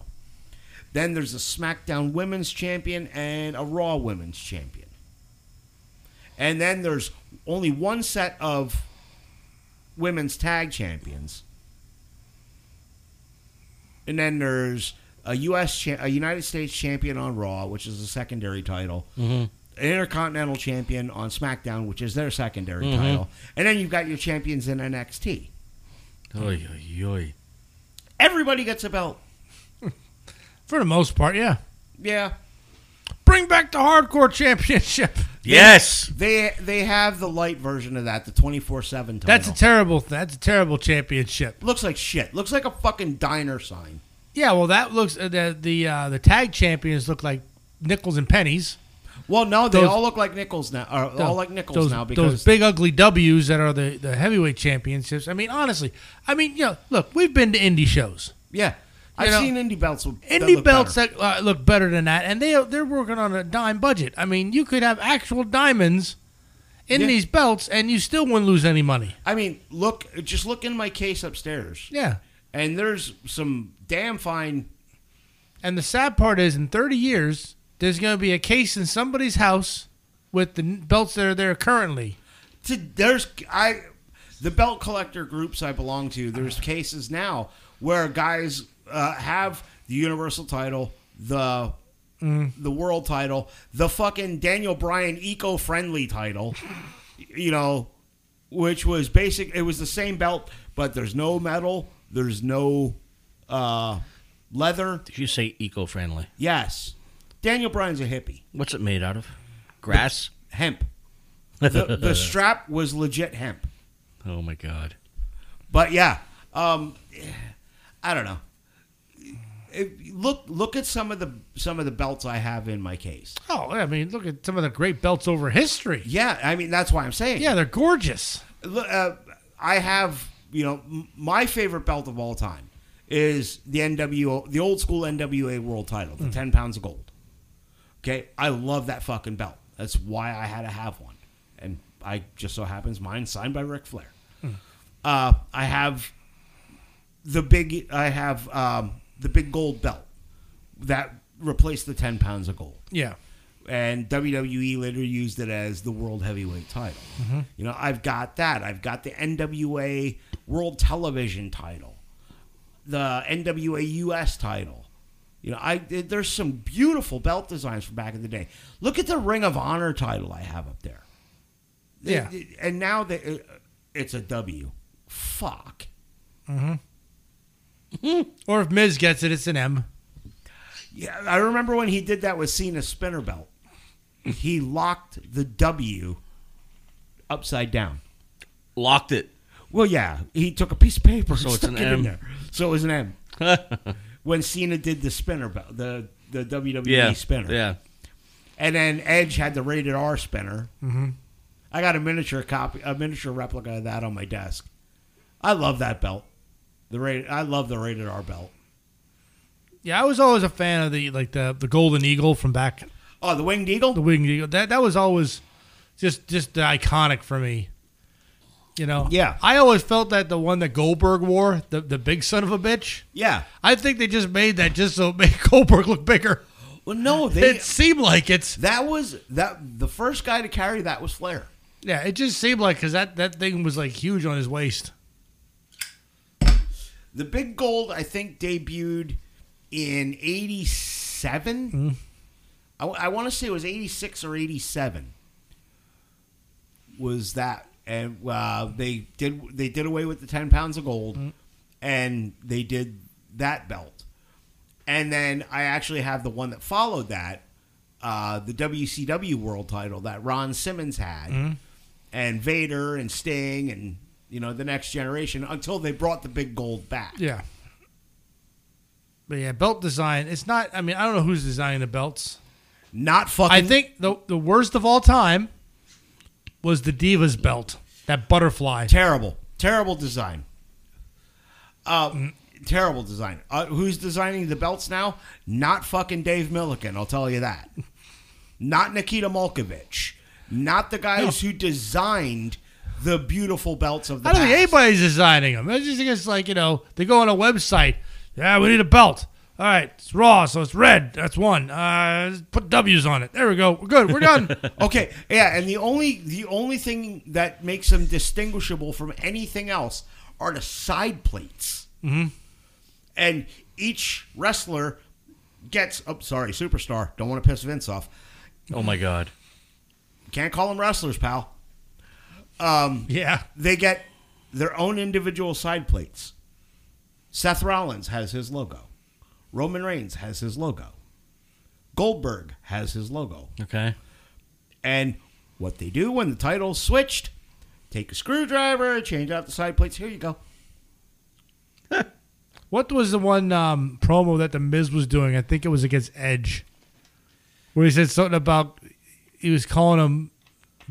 S2: Then there's a SmackDown Women's Champion and a Raw Women's Champion. And then there's only one set of women's tag champions. And then there's a U.S. Cha- a United States champion on Raw, which is a secondary title. Mm-hmm. An Intercontinental champion on SmackDown, which is their secondary
S1: Mm-hmm.
S2: title. And then you've got your champions in NXT.
S3: Oy, oy, oy.
S2: Everybody gets a belt.
S1: For the most part, yeah.
S2: Yeah,
S1: Bring back the hardcore championship.
S3: Yes.
S2: they they have the light version of that, the twenty four seven title.
S1: That's a terrible. That's a terrible championship.
S2: looks like shit. Looks like a fucking diner sign.
S1: Yeah, well, that looks uh, the the uh, the tag champions look like nickels and pennies.
S2: Well, no, they
S1: Those-
S2: all look like nickels now. Or all like nickels
S1: those,
S2: now
S1: those
S2: because
S1: big ugly W's that are the, the heavyweight championships. I mean, honestly, I mean, you know, look, we've been to indie shows,
S2: yeah, I've
S1: know,
S2: seen indie belts. with- that
S1: indie
S2: look
S1: belts
S2: better.
S1: that uh, look better than that, and they they're working on a dime budget. I mean, you could have actual diamonds in
S2: Yeah.
S1: these belts, and you still wouldn't lose any money.
S2: I mean, look, just look in my case upstairs.
S1: Yeah,
S2: and there's some damn fine.
S1: and the sad part is, in thirty years, there's going to be a case in somebody's house with the n- belts that are there currently.
S2: to there's I the belt collector groups I belong to. There's cases now where guys uh, have the universal title, the the world title, the fucking Daniel Bryan eco friendly title, you know, which was basic. It was the same belt, but there's no metal, there's no uh, leather.
S3: Did you say eco-friendly?
S2: Yes, Daniel Bryan's a hippie.
S3: What's it made out of? Grass.
S2: Hemp. The, the strap was legit hemp.
S3: oh my god.
S2: But yeah, um, I don't know. It- look look at some of the some of the belts I have in my case.
S1: Oh, I mean, look at some of the great belts over history.
S2: Yeah, I mean that's why I'm saying.
S1: Yeah, they're gorgeous.
S2: Look, uh, I have you know m- my favorite belt of all time is the NWO the old school NWA World Title, the ten pounds of gold. Okay, I love that fucking belt. That's why I had to have one, and I just so happens mine signed by Ric Flair. Uh, I have the big I have um, the big gold belt that replaced the ten pounds of gold
S1: Yeah.
S2: and WWE later used it as the world heavyweight title. You know, I've got that. I've got the NWA World Television title, the NWA US title. You know, I it- there's some beautiful belt designs from back in the day. Look at the Ring of Honor title I have up there.
S1: Yeah.
S2: It- it- and now that it- it's a W. Fuck.
S1: Or if Miz gets it, it's an M.
S2: Yeah, I remember when he did that with Cena's spinner belt. He locked the W upside down.
S3: Locked it.
S2: Well, yeah, he took a piece of paper, so
S3: it's
S2: stuck
S3: an
S2: it
S3: M.
S2: in there. So it was an M. when Cena did the spinner belt, the the WWE
S3: Yeah.
S2: spinner,
S3: Yeah.
S2: and then Edge had the rated R spinner. Mm-hmm. I got a miniature copy, a miniature replica of that on my desk. I love that belt. The rated, I love the rated R belt.
S1: Yeah, I was always a fan of the like the the Golden Eagle from back
S2: Oh, the winged eagle.
S1: the Winged Eagle. That that was always just just iconic for me. You know.
S2: Yeah.
S1: I always felt that the one that Goldberg wore, the the big son of a bitch.
S2: yeah.
S1: I think they just made that just so it made Goldberg look bigger.
S2: Well, no, they,
S1: it seemed like it's
S2: that was that the first guy to carry that was Flair.
S1: yeah. It just seemed like because that that thing was like huge on his waist.
S2: The Big Gold, I think, debuted in '87.
S1: Mm-hmm.
S2: I, want to say it was '86 or '87. Was that and uh, they did they did away with the ten pounds of gold,
S1: Mm-hmm.
S2: and they did that belt, and then I actually have the one that followed that, uh, the WCW World Title that Ron Simmons had,
S1: Mm-hmm.
S2: and Vader and Sting and you know the next generation until they brought the big gold back.
S1: Yeah. But yeah, belt design. It's not. I mean, I don't know who's designing the belts.
S2: Not fucking.
S1: I think the the worst of all time was the Divas belt, that butterfly.
S2: Terrible, terrible design. Uh, terrible design. Uh, who's designing the belts now? Not fucking Dave Milliken. I'll tell you that. Not Nikita Malkovich. Not the guys who designed the beautiful belts of the.
S1: I don't think
S2: past.
S1: anybody's designing them. It's just it's like you know they go on a website. Yeah, we need a belt. All right, it's raw, so it's red. That's one. Uh, put W's on it. There we go. We're good. We're done.
S2: okay, yeah, and the only the only thing that makes them distinguishable from anything else are the side plates. Mm-hmm. And each wrestler gets. Oh, sorry, superstar. Don't want to piss Vince off.
S3: Oh my god.
S2: Can't call them wrestlers, pal.
S1: yeah.
S2: They get their own individual side plates. Seth Rollins has his logo. Roman Reigns has his logo. Goldberg has his logo.
S3: Okay.
S2: And what they do when the title's switched, take a screwdriver, change out the side plates. Here you go.
S1: What was the one um, promo that the Miz was doing? I think it was against Edge, where he said something about he was calling them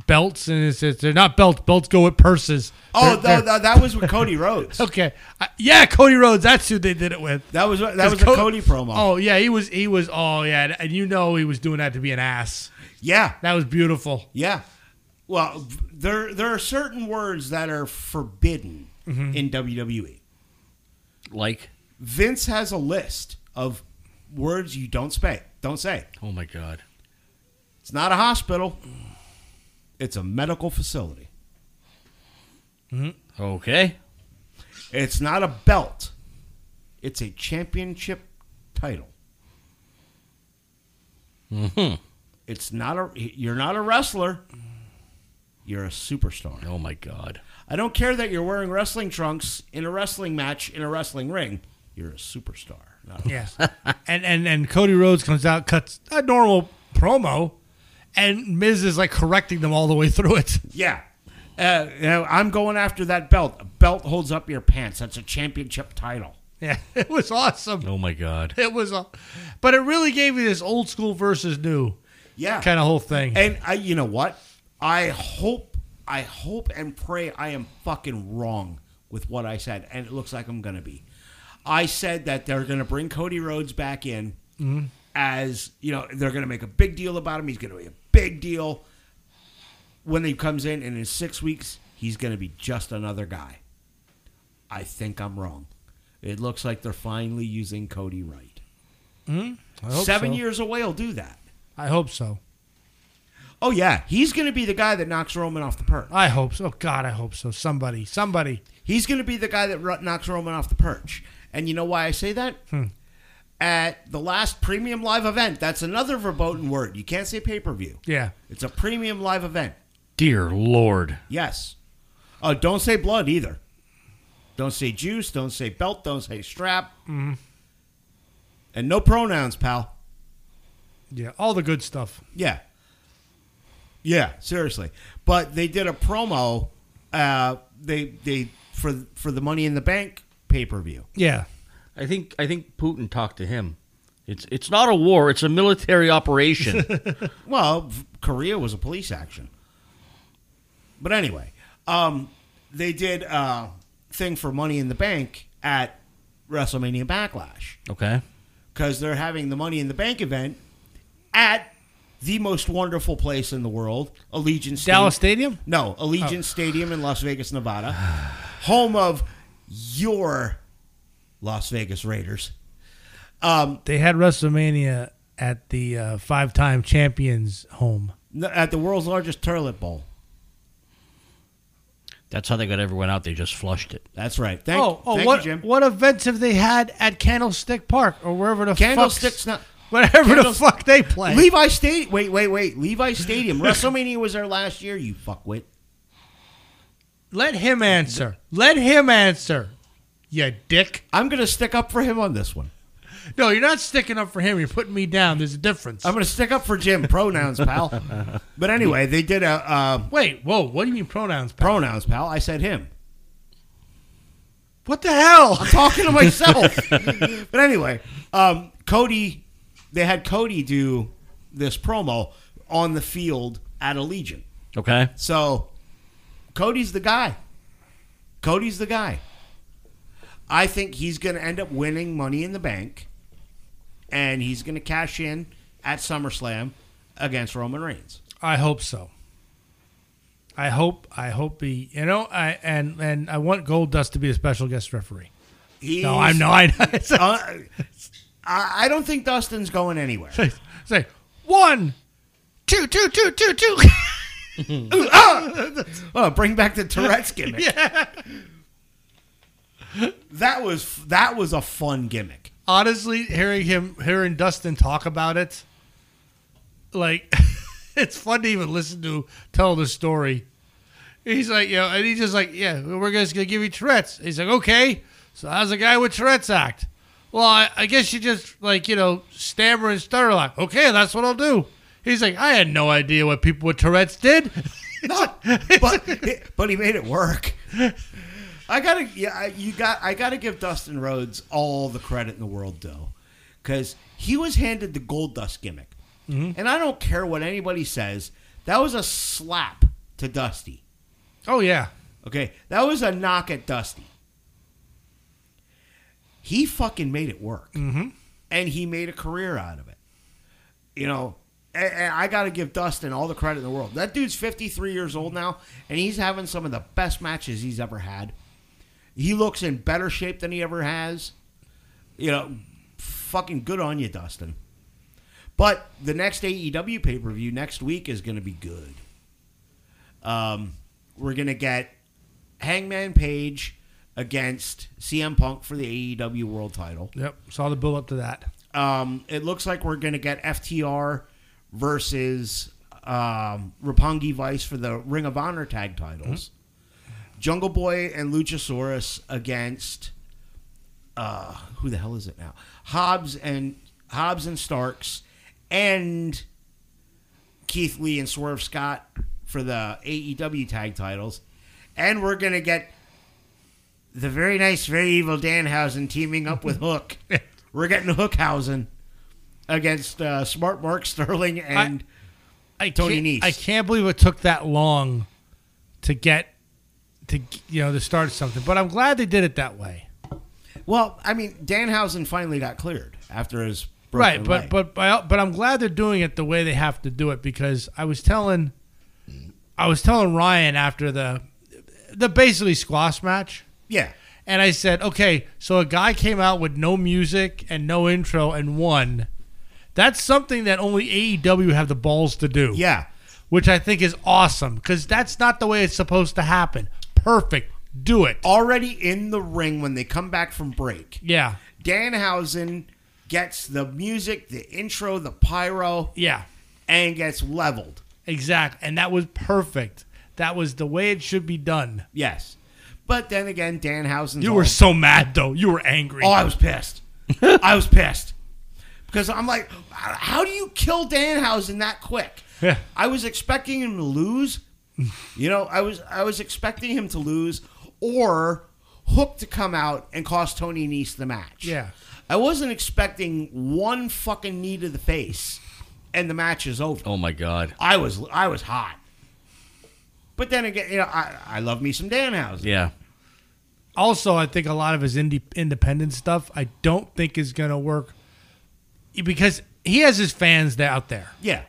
S1: belts, and it says they're not belts. Belts go with purses.
S2: Oh,
S1: They're-
S2: th- th- that was with Cody Rhodes.
S1: they're- okay, I, yeah, Cody Rhodes. That's who they did it with.
S2: That was that was a
S1: Co-
S2: Cody promo.
S1: Oh yeah, he was he was. Oh yeah, and- and you know he was doing that to be an ass.
S2: yeah,
S1: That was beautiful.
S2: yeah. Well, v- there there are certain words that are forbidden
S1: Mm-hmm.
S2: in E. WWE.
S3: Like.
S2: Vince has a list of words you don't say. Don't say.
S3: Oh my god.
S2: It's not a hospital. It's a medical facility.
S3: Okay.
S2: It's not a belt. It's a championship title.
S3: Mhm.
S2: It's not a you're not a wrestler. You're a superstar.
S3: Oh my God.
S2: I don't care that you're wearing wrestling trunks in a wrestling match in a wrestling ring. You're a superstar. Not a-
S1: Yeah. and, and and Cody Rhodes comes out, cuts a normal promo, and Miz is like correcting them all the way through it.
S2: yeah. Uh, you know, I'm going after that belt. A belt holds up your pants. That's a championship title.
S1: Yeah. It was awesome.
S3: Oh my God.
S1: It was, aw- but it really gave you this old school versus new
S2: Yeah.
S1: kind of whole thing.
S2: And I, you know what? I hope, I hope and pray I am fucking wrong with what I said, and it looks like I'm gonna be. I said that they're gonna bring Cody Rhodes back in
S1: Mm-hmm.
S2: as you know they're gonna make a big deal about him. He's gonna be a big deal when he comes in, and in six weeks he's gonna be just another guy. I think I'm wrong. It looks like they're finally using Cody right.
S1: I hope
S2: Seven
S1: so.
S2: years away, he'll do that.
S1: I hope so.
S2: Oh yeah, he's going to be the guy that knocks Roman off the perch.
S1: I hope so. Oh, God, I hope so. Somebody, somebody.
S2: He's going to be the guy that ru- knocks Roman off the perch. And you know why I say that? At the last premium live event, that's another verboten word. You can't say pay per view.
S1: Yeah.
S2: It's a premium live event.
S3: Dear Lord.
S2: Yes. Oh, don't say blood either. Don't say juice. Don't say belt. Don't say strap. And no pronouns, pal.
S1: Yeah. All the good stuff.
S2: Yeah. Yeah, seriously. But they did a promo. Uh, they they for for the Money in the Bank pay per view.
S1: Yeah.
S3: I think I think Putin talked to him. It's it's not a war. It's a military operation.
S2: Well, v- Korea was a police action. But anyway, um, they did a thing for Money in the Bank at WrestleMania Backlash
S3: okay.
S2: because they're having the Money in the Bank event at the most wonderful place in the world, Allegiant Stadium.
S1: Dallas Oh. Stadium?
S2: No, Allegiant Stadium in Las Vegas, Nevada, home of your Las Vegas Raiders. Um,
S1: They had WrestleMania at the uh, five time champions home.
S2: n- at the world's largest toilet bowl.
S3: That's how they got everyone out. They just flushed it.
S2: That's right. Thank,
S1: oh, oh
S2: thank
S1: what,
S2: you, Jim.
S1: what events have they had at Candlestick Park or wherever the
S2: Candlestick's
S1: fuck's-
S2: not-
S1: whatever
S2: Candles-
S1: the fuck they play.
S2: Levi State. Wait, wait, wait. Levi Stadium. WrestleMania was there last year. You fuckwit.
S1: Let him answer. Let him answer. You dick.
S2: I'm gonna stick up for him on this one.
S1: No, you're not sticking up for him. You're putting me down. There's a difference.
S2: I'm gonna stick up for Jim. Pronouns, pal. But anyway, they did a uh,
S1: Wait, whoa. What do you mean pronouns? pal?
S2: pronouns, pal. I said him.
S1: What the hell?
S2: I'm talking to myself. but anyway, um, Cody, they had Cody do this promo on the field at Allegiant.
S3: Okay.
S2: So Cody's the guy. Cody's the guy. I think he's going to end up winning Money in the Bank, and he's going to cash in at SummerSlam against Roman Reigns.
S1: I hope so. I hope. I hope he. You know. I and and I want Gold Dust to be a special guest referee.
S2: He's,
S1: No, I'm not. It's like,
S2: Uh, I I don't think Dustin's going anywhere.
S1: it's like one, two, two, two, two, two.
S2: Oh, bring back the Tourette's gimmick. That was that was a fun gimmick.
S1: Honestly, hearing him, hearing Dustin talk about it, like it's fun to even listen to tell the story. He's like, you know, and he's just like, yeah, we're just gonna give you Tourette's. He's like, okay. So how's a guy with Tourette's act? Well, I, I guess you just like you know stammer and stutter a lot. Okay, that's what I'll do. He's like, I had no idea what people with Tourette's did.
S2: No, but but he made it work. I gotta yeah, I- you got I gotta give Dustin Rhodes all the credit in the world though, because he was handed the gold dust gimmick, and I don't care what anybody says. That was a slap to Dusty.
S1: oh yeah,
S2: Okay, that was a knock at Dusty. He fucking made it work, mm-hmm. and he made a career out of it. You know, and, and I got to give Dustin all the credit in the world. That dude's fifty three years old now, and he's having some of the best matches he's ever had. He looks in better shape than he ever has. You know, fucking good on you, Dustin. But the next E AEW pay per view next week is going to be good. Um, we're gonna get Hangman Page against CM Punk for the AEW World Title.
S1: Yep. Saw the build up to that.
S2: Um, it looks like we're going to get FTR versus um, Rapongi Vice for the Ring of Honor tag titles. Jungle Boy and Luchasaurus against uh, who the hell is it now? Hobbs and Hobbs and Starks and Keith Lee and Swerve Scott for the AEW tag titles, and we're gonna get the very nice, very evil Danhausen teaming up with Hook. we're getting Hookhausen against uh, Smart Mark Sterling and
S1: I
S2: Tony
S1: can't-
S2: Nese.
S1: I can't believe it took that long to get to you know to start something, but I'm glad they did it that way.
S2: well, I mean Danhausen finally got cleared after his broken
S1: right, but,
S2: leg.
S1: but but but I'm glad they're doing it the way they have to do it because I was telling I was telling Ryan after the the basically squash match.
S2: yeah,
S1: And I said, okay, so a guy came out with no music and no intro and won. That's something that only AEW have the balls to do.
S2: yeah.
S1: Which I think is awesome because that's not the way it's supposed to happen. Perfect. Do it.
S2: Already in the ring when they come back from break.
S1: Yeah.
S2: Danhausen gets the music, the intro, the pyro,
S1: Yeah.
S2: and gets leveled.
S1: Exactly. And that was perfect. That was the way it should be done.
S2: Yes. But then again, Danhausen's
S1: You
S2: all-
S1: were so mad, though. You were angry.
S2: Oh, I was pissed. I was pissed. Because I'm like, how do you kill Danhausen that quick?
S1: Yeah.
S2: I was expecting him to lose. You know, I was I was expecting him to lose or Hook to come out and cost Tony Nese the match.
S1: Yeah.
S2: I wasn't expecting one fucking knee to the face and the match is over.
S3: Oh my god.
S2: I was I was hot. But then again, you know, I, I love me some Danhausen.
S3: Yeah.
S1: also I think a lot of his indie independent stuff I don't think is going to work because he has his fans there- out there.
S2: Yeah.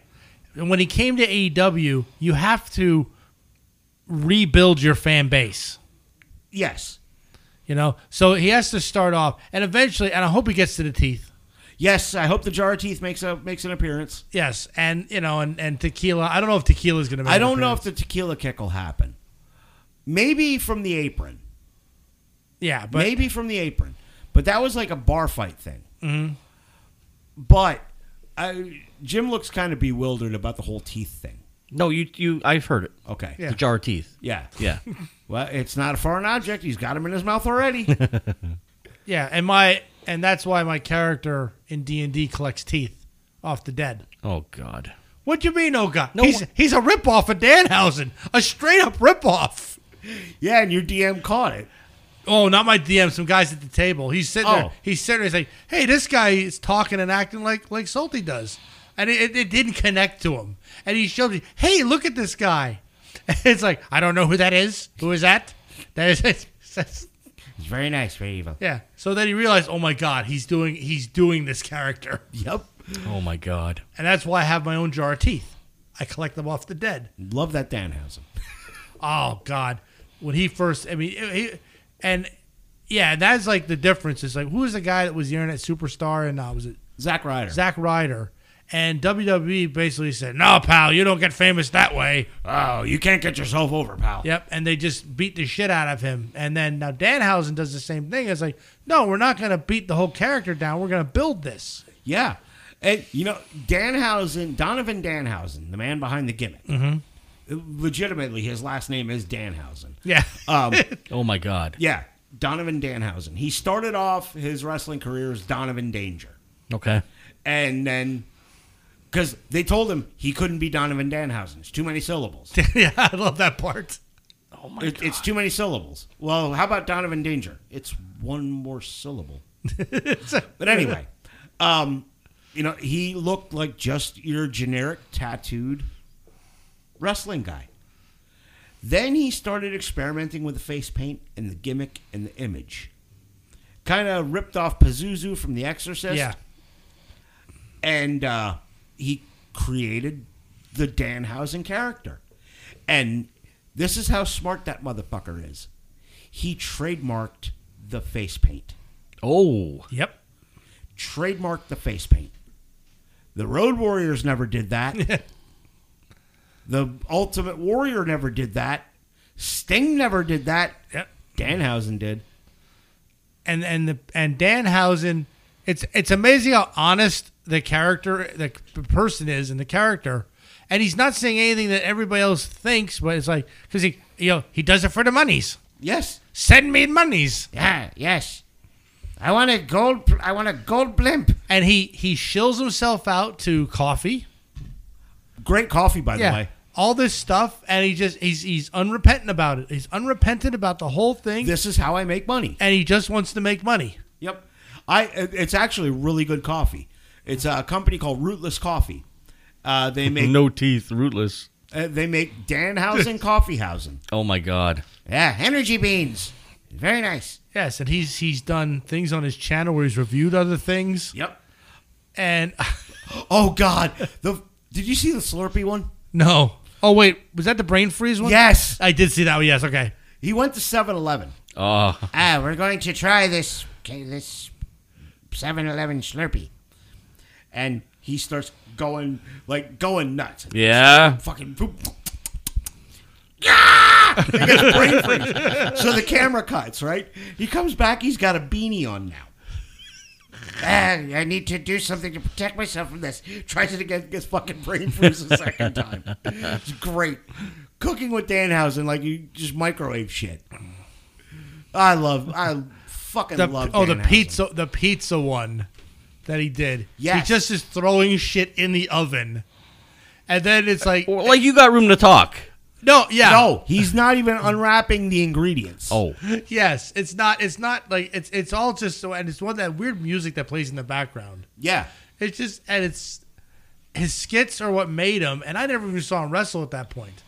S1: And when he came to AEW, you have to rebuild your fan base,
S2: Yes.
S1: you know? So he has to start off and eventually and I hope he gets to the teeth.
S2: Yes, I hope the jar of teeth makes a makes an appearance.
S1: Yes, and you know, and, and tequila. I don't know if tequila's going to.
S2: I don't know if the tequila kick will happen. Maybe from the apron.
S1: yeah, but
S2: Maybe from the apron. But that was like a bar fight thing. Mm-hmm. But I, Jim looks kind of bewildered about the whole teeth thing.
S3: No, you you I've heard it.
S2: Okay.
S1: Yeah.
S3: The jar of teeth.
S2: Yeah.
S3: Yeah.
S2: Well, it's not a foreign object. He's got him in his mouth already.
S1: yeah, and my and that's why my character in D and D collects teeth off the dead.
S3: oh god.
S1: What do you mean, oh God?
S3: No,
S1: he's
S3: wh-
S1: he's a ripoff of Danhausen, a straight up ripoff.
S2: yeah, and your DM caught it.
S1: Oh, not my DM. Some guys at the table. He's sitting there.
S2: Oh.
S1: He's sitting there. He's like, "Hey, this guy is talking and acting like like Salty does," and it, it, it didn't connect to him. And he showed me, "Hey, look at this guy." it's like I don't know who that is. Who is that? That is that's-
S2: It's very nice, very evil.
S1: yeah. So then he realized, oh my God, he's doing he's doing this character,
S2: Yep.
S3: Oh my god.
S1: and that's why I have my own jar of teeth. I collect them off the dead.
S2: Love that Danhausen.
S1: Oh God, when he first, I mean, he, and yeah, that's like the difference. It's like who was the guy that was the internet superstar, and uh, was it
S2: Zack Ryder.
S1: Zack Ryder? And WWE basically said, "No, pal, you don't get famous that way."
S2: Oh, you can't get yourself over, pal.
S1: Yep, and they just beat the shit out of him. And then now Danhausen does the same thing. It's like, no, we're not going to beat the whole character down. We're going to build this.
S2: Yeah. And, you know, Danhausen, Donovan Danhausen, the man behind the gimmick. Mm-hmm. Legitimately, his last name is Danhausen.
S1: Yeah,
S2: Um,
S3: Oh my god.
S2: yeah, Donovan Danhausen. He started off his wrestling career as Donovan Danger.
S3: Okay.
S2: And then, because they told him he couldn't be Donovan Danhausen. It's too many syllables.
S1: yeah, I love that part.
S3: Oh
S2: It- it's too many syllables. Well, how about Donovan Danger? It's one more syllable. but anyway, um, you know, he looked like just your generic tattooed wrestling guy. Then he started experimenting with the face paint and the gimmick and the image. Kind of ripped off Pazuzu from The Exorcist.
S1: Yeah,
S2: And uh, he created the Danhausen character. And this is how smart that motherfucker is. He trademarked the face paint.
S3: Oh.
S1: yep.
S2: Trademarked the face paint. The Road Warriors never did that. the Ultimate Warrior never did that. Sting never did that.
S1: Yep.
S2: Danhausen did.
S1: and and the and Danhausen, it's it's amazing how honest the character the person is in the character, and he's not saying anything that everybody else thinks, but it's like because he you know he does it for the monies.
S2: Yes.
S1: Send me monies,
S2: Yeah. Yes. I want a gold. I want a gold blimp.
S1: and he he shills himself out to coffee.
S2: Great coffee, by the
S1: Yeah.
S2: way.
S1: All this stuff, and he just he's he's unrepentant about it. He's unrepentant about the whole thing,
S2: This is how I make money.
S1: and he just wants to make money.
S2: Yep. I it- it's actually really good coffee. It's a company called Rootless Coffee. Uh, they make
S3: No teeth, rootless.
S2: uh, they make Danhausen Coffeehausen.
S3: Oh my god.
S2: Yeah, energy beans. Very nice.
S1: Yes, and he's he's done things on his channel where he's reviewed other things,
S2: Yep.
S1: and
S2: Oh God. The did you see the Slurpee one?
S1: No. Oh wait, was that the brain freeze one?
S2: Yes.
S1: I did see that one. Yes. Okay.
S2: He went to 7-Eleven.
S3: Oh,
S2: Ah, we're going to try this okay, this 7-Eleven Slurpee. And he starts going like going nuts.
S3: yeah.
S2: Fucking Ah! He gets brain freeze. So the camera cuts, right? He comes back, he's got a beanie on now. Ah, I need to do something to protect myself from this. Tries it again, gets fucking brain freeze a second time. It's great. Cooking with Danhausen, like you just microwave shit. I love, I fucking
S1: The,
S2: love.
S1: oh, the
S2: Danhausen.
S1: pizza, the pizza one that he did.
S2: Yes.
S1: He just is throwing shit in the oven, and then it's like,
S3: Well, like you got room to talk.
S1: no, yeah,
S2: No, he's not even unwrapping the ingredients.
S3: Oh,
S1: yes. It's not. It's not like it's. It's all just so, and it's one that weird music that plays in the background.
S2: yeah.
S1: It's just, and it's his skits are what made him. And I never even saw him wrestle at that point.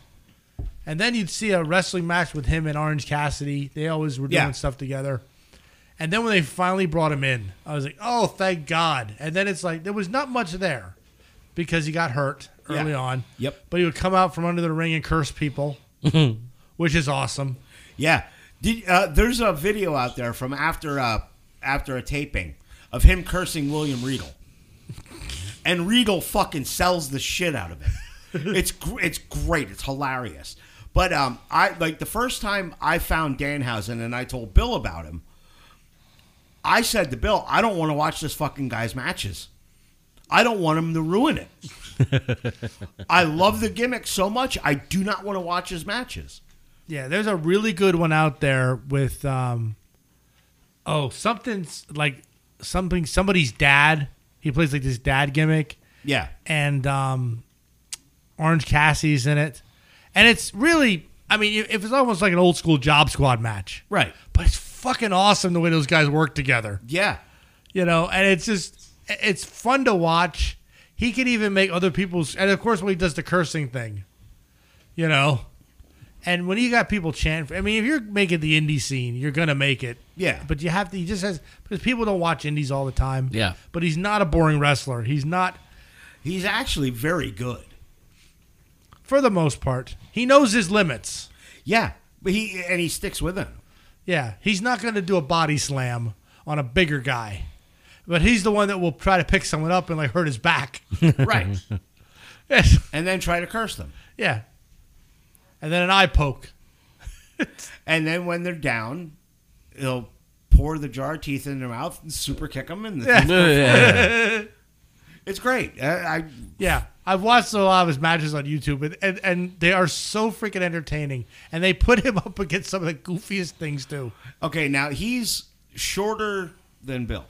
S1: And then you'd see a wrestling match with him and Orange Cassidy. They always were doing
S2: Yeah.
S1: stuff together. And then when they finally brought him in, I was like, "Oh, thank God!" And then it's like there was not much there because he got hurt early
S2: Yeah.
S1: on.
S2: Yep.
S1: But he would come out from under the ring and curse people, which is awesome.
S2: Yeah. Did, uh, there's a video out there from after uh, after a taping of him cursing William Regal, and Regal fucking sells the shit out of it. It's gr- it's great. It's hilarious. But um, I like the first time I found Danhausen and I told Bill about him. I said to Bill, I don't want to watch this fucking guy's matches. I don't want him to ruin it. I love the gimmick so much. I do not want to watch his matches.
S1: Yeah, there's a really good one out there with um oh, something's like something somebody's dad. He plays like this dad gimmick
S2: Yeah.
S1: and um Orange Cassie's in it. And it's really I mean, if it's almost like an old school job squad match.
S2: Right.
S1: But it's fucking awesome the way those guys work together.
S2: Yeah.
S1: You know, and it's just it's fun to watch. He can even make other people's and of course when he does the cursing thing. You know. And when you got people chanting, for- I mean, if you're making the indie scene, you're gonna make it.
S2: Yeah.
S1: But you have to. He just has because people don't watch indies all the time.
S3: Yeah.
S1: But he's not a boring wrestler. He's not,
S2: He's actually very good.
S1: for the most part. He knows his limits.
S2: Yeah. But he and he sticks with him.
S1: Yeah. He's not gonna do a body slam on a bigger guy, but he's the one that will try to pick someone up and like hurt his back.
S2: Right.
S1: yes.
S2: and then try to curse them.
S1: Yeah. And then an eye poke.
S2: And then when they're down, he'll pour the jar of teeth in their mouth and super kick them and it's great. I, I
S1: Yeah. I've watched a lot of his matches on YouTube and, and, and they are so freaking entertaining. And they put him up against some of the goofiest things too.
S2: okay, now he's shorter than Bill.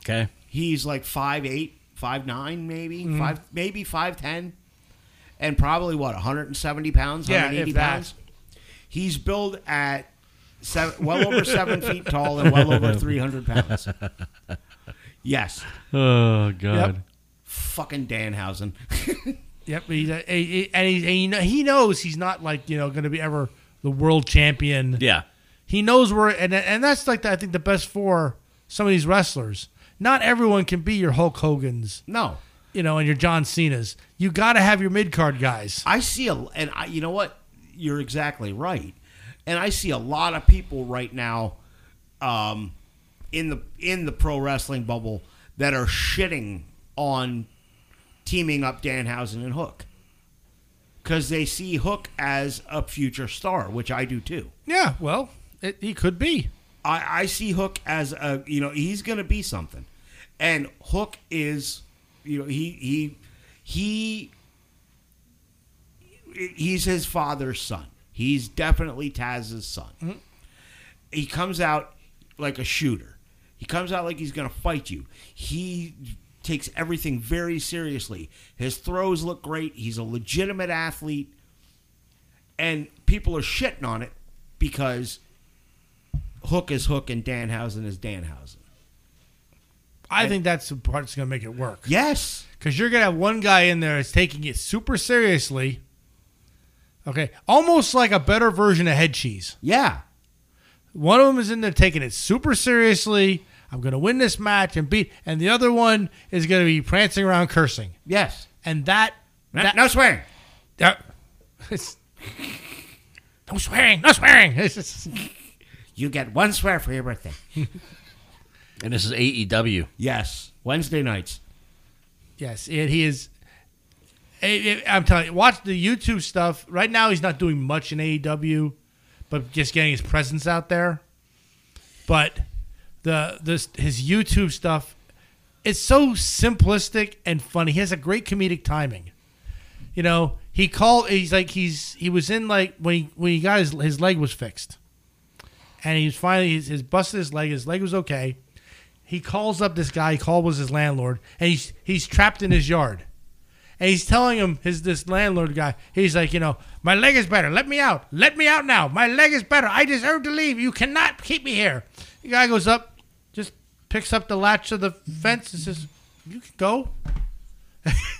S3: okay.
S2: He's like five eight, five nine, maybe,
S1: Mm-hmm.
S2: five maybe five ten. And probably what, 170 pounds,
S1: Yeah,
S2: 180
S1: if that.
S2: pounds? He's billed at seven, well over seven feet tall and well over 300 pounds. Yes.
S3: Oh god.
S2: Fucking Danhausen.
S1: Yep. He, he, he- and he, and he, kn- he knows he's not like, you know, going to be ever the world champion.
S3: Yeah.
S1: He knows where, and, and that's like, the, I think, the best for some of these wrestlers. Not everyone can be your Hulk Hogan's,
S2: no.
S1: you know, and your John Cena's. You got to have your mid card guys.
S2: I see a, and I, you know what? You're exactly right. And I see a lot of people right now, um, in the in the pro wrestling bubble that are shitting on teaming up Danhausen and Hook because they see Hook as a future star, which I do too.
S1: Yeah, well, it, he could be.
S2: I, I see Hook as a you know he's going to be something, and Hook is you know he he he he's his father's son. He's definitely Taz's son. He comes out like a shooter. He comes out like he's going to fight you. He takes everything very seriously. His throws look great. He's a legitimate athlete. And people are shitting on it because Hook is Hook and Danhausen is Danhausen.
S1: I think that's the part that's going to make it work.
S2: Yes.
S1: Because you're going to have one guy in there that's taking it super seriously. Okay. Almost like a better version of head cheese.
S2: Yeah.
S1: One of them is in there taking it super seriously. I'm going to win this match and beat. And the other one is going to be prancing around cursing.
S2: Yes.
S1: And that.
S2: No,
S1: that
S2: no swearing.
S1: that- it's- no swearing. No swearing. It's just-
S2: You get one swear for your birthday.
S3: And this is E AEW.
S2: Yes. Wednesday nights.
S1: yes. And he is. I- I- I'm telling you, watch the YouTube stuff. Right now, he's not doing much in AEW, but just getting his presence out there. But the this his YouTube stuff, it's so simplistic and funny. He has a great comedic timing. You know, he called. He's like he's he was in like when he when he got his his leg was fixed, and he was finally his, his busted his leg. His leg was okay. He calls up this guy. He called was his landlord, and he's he's trapped in his yard, and he's telling him his this landlord guy. He's like, you know, my leg is better. Let me out. Let me out now. My leg is better. I deserve to leave. You cannot keep me here. The guy goes up, just picks up the latch of the fence and says, "You can go."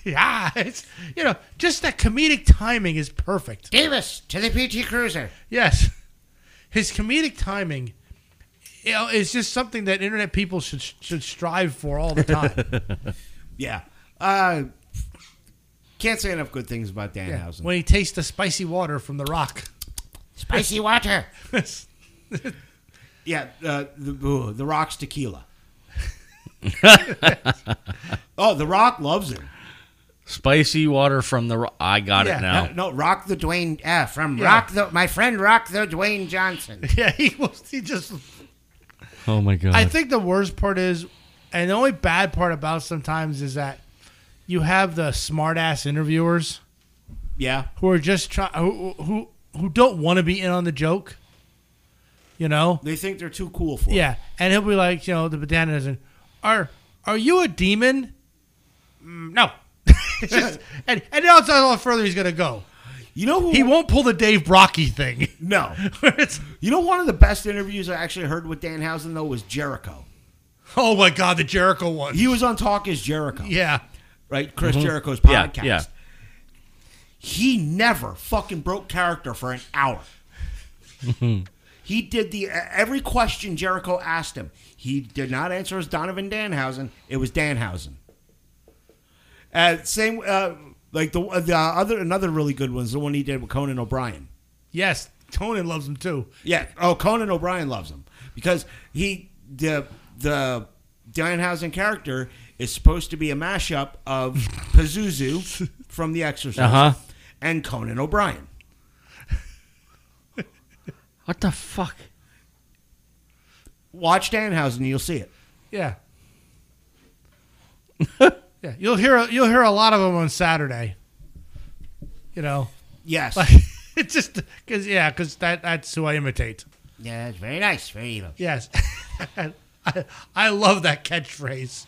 S1: yeah, it's you know, just that comedic timing is perfect.
S2: Davis to the PT Cruiser.
S1: Yes. His comedic timing you know, is just something that internet people should should strive for all the time.
S2: Yeah. Uh, can't say enough good things about
S1: Yeah.
S2: Danhausen.
S1: When he tastes the spicy water from the rock.
S2: Spicy water.
S1: Yes.
S2: Yeah. Uh, the, ooh, the Rock's tequila. oh, The Rock loves him.
S3: Spicy water from the. Ro- I got
S1: Yeah,
S3: it now.
S2: No, Rock the Dwayne. Uh, from
S1: Yeah.
S2: Rock the. My friend Rock the Dwayne Johnson.
S1: yeah, he was he just
S3: Oh my god.
S1: I think the worst part is and the only bad part about sometimes is that you have the smart ass interviewers
S2: Yeah.
S1: who are just trying who, who who don't want to be in on the joke. You know?
S2: They think they're too cool for it.
S1: Yeah, and he'll be like, you know, the bandana doesn't. Are are you a demon? Mm, no. It's just, and and now it's not all further he's gonna go.
S2: You know who?
S1: He won't pull the Dave Brocky thing.
S2: no.
S1: Where it's,
S2: You know, one of the best interviews I actually heard with Danhausen though was Jericho.
S1: oh my God, the Jericho one.
S2: He was on Talk Is Jericho,
S1: yeah,
S2: right? Chris Jericho's
S3: Mm-hmm. Yeah,
S2: podcast.
S3: yeah.
S2: He never fucking broke character for an hour.
S3: Mm-hmm.
S2: he did the e, every question Jericho asked him. He did not answer as Donovan Danhausen. It was Danhausen. Uh, same uh, like the the other another really good one's the one he did with Conan O'Brien.
S1: yes. Conan loves him too.
S2: Yeah. Oh, Conan O'Brien loves him because he the the Danhausen character is supposed to be a mashup of Pazuzu from The Exorcist
S3: Uh-huh.
S2: and Conan O'Brien.
S3: what the fuck?
S2: Watch Danhausen, and you'll see it.
S1: Yeah. yeah, you'll hear you'll hear a lot of them on Saturday. You know,
S2: Yes.
S1: like it's just because yeah, because that that's who I imitate.
S2: yeah, it's very nice, very evil.
S1: Yes. I, I love that catchphrase.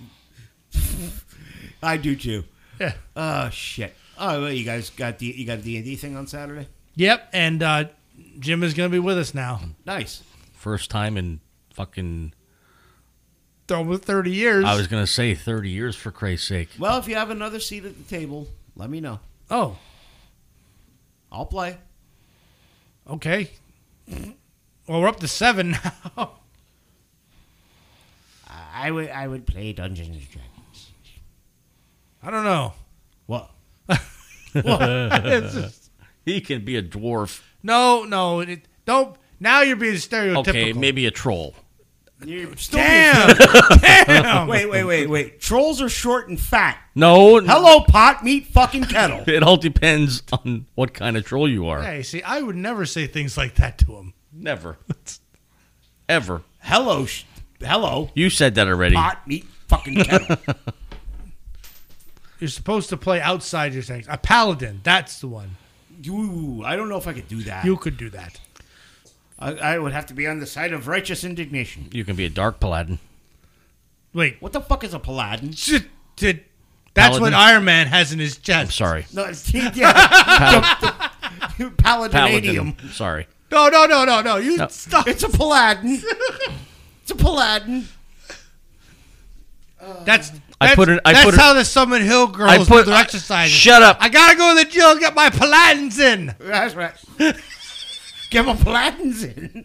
S2: I do too.
S1: Yeah.
S2: Oh shit. Oh, well, you guys got the you got D and D thing on Saturday.
S1: Yep. And uh, Jim is going to be with us now.
S2: Nice.
S3: First time in fucking.
S1: Over 30 years.
S3: I was gonna say thirty years for Christ's sake.
S2: Well, if you have another seat at the table, let me know.
S1: oh,
S2: I'll play.
S1: okay. Well, we're up to seven now.
S2: I would I would play Dungeons and Dragons.
S1: I don't know.
S2: What?
S1: It's just-
S3: He can be a dwarf.
S1: no, no. It, don't. Now you're being stereotypical.
S3: Okay, maybe a troll.
S2: You're still
S1: Damn. Damn.
S2: Wait, wait, wait, wait. Trolls are short and fat.
S3: No, n-
S2: Hello, pot, meat, fucking kettle.
S3: It all depends on what kind of troll you are.
S1: Hey, see, I would never say things like that to him.
S3: Never, ever.
S2: Hello, sh- hello,
S3: You said that already.
S2: pot, meat, fucking kettle.
S1: You're supposed to play outside your things. A paladin, that's the one.
S2: Ooh, I don't know if I could do that.
S1: You could do that.
S2: I, I would have to be on the side of righteous indignation.
S3: You can be a dark paladin.
S1: Wait,
S2: What the fuck is a paladin?
S1: shit, did- that's what
S3: Paladin?
S1: Iron Man has in his chest.
S3: I'm sorry,
S2: No, it's, yeah,
S3: Pal-
S2: paladinadium.
S3: paladin. Sorry.
S1: No, no, no, no, no. You
S3: No.
S1: stop.
S2: It's a paladin. it's a paladin.
S1: That's.
S3: I
S1: that's-
S3: put it- I
S1: that's
S3: put it-
S1: how the Summit Hill
S3: I
S1: girls
S3: put-
S1: do their
S3: I-
S1: exercises.
S3: shut up.
S1: I gotta go to the gym and get my paladins in.
S2: That's right. Give him paladins in.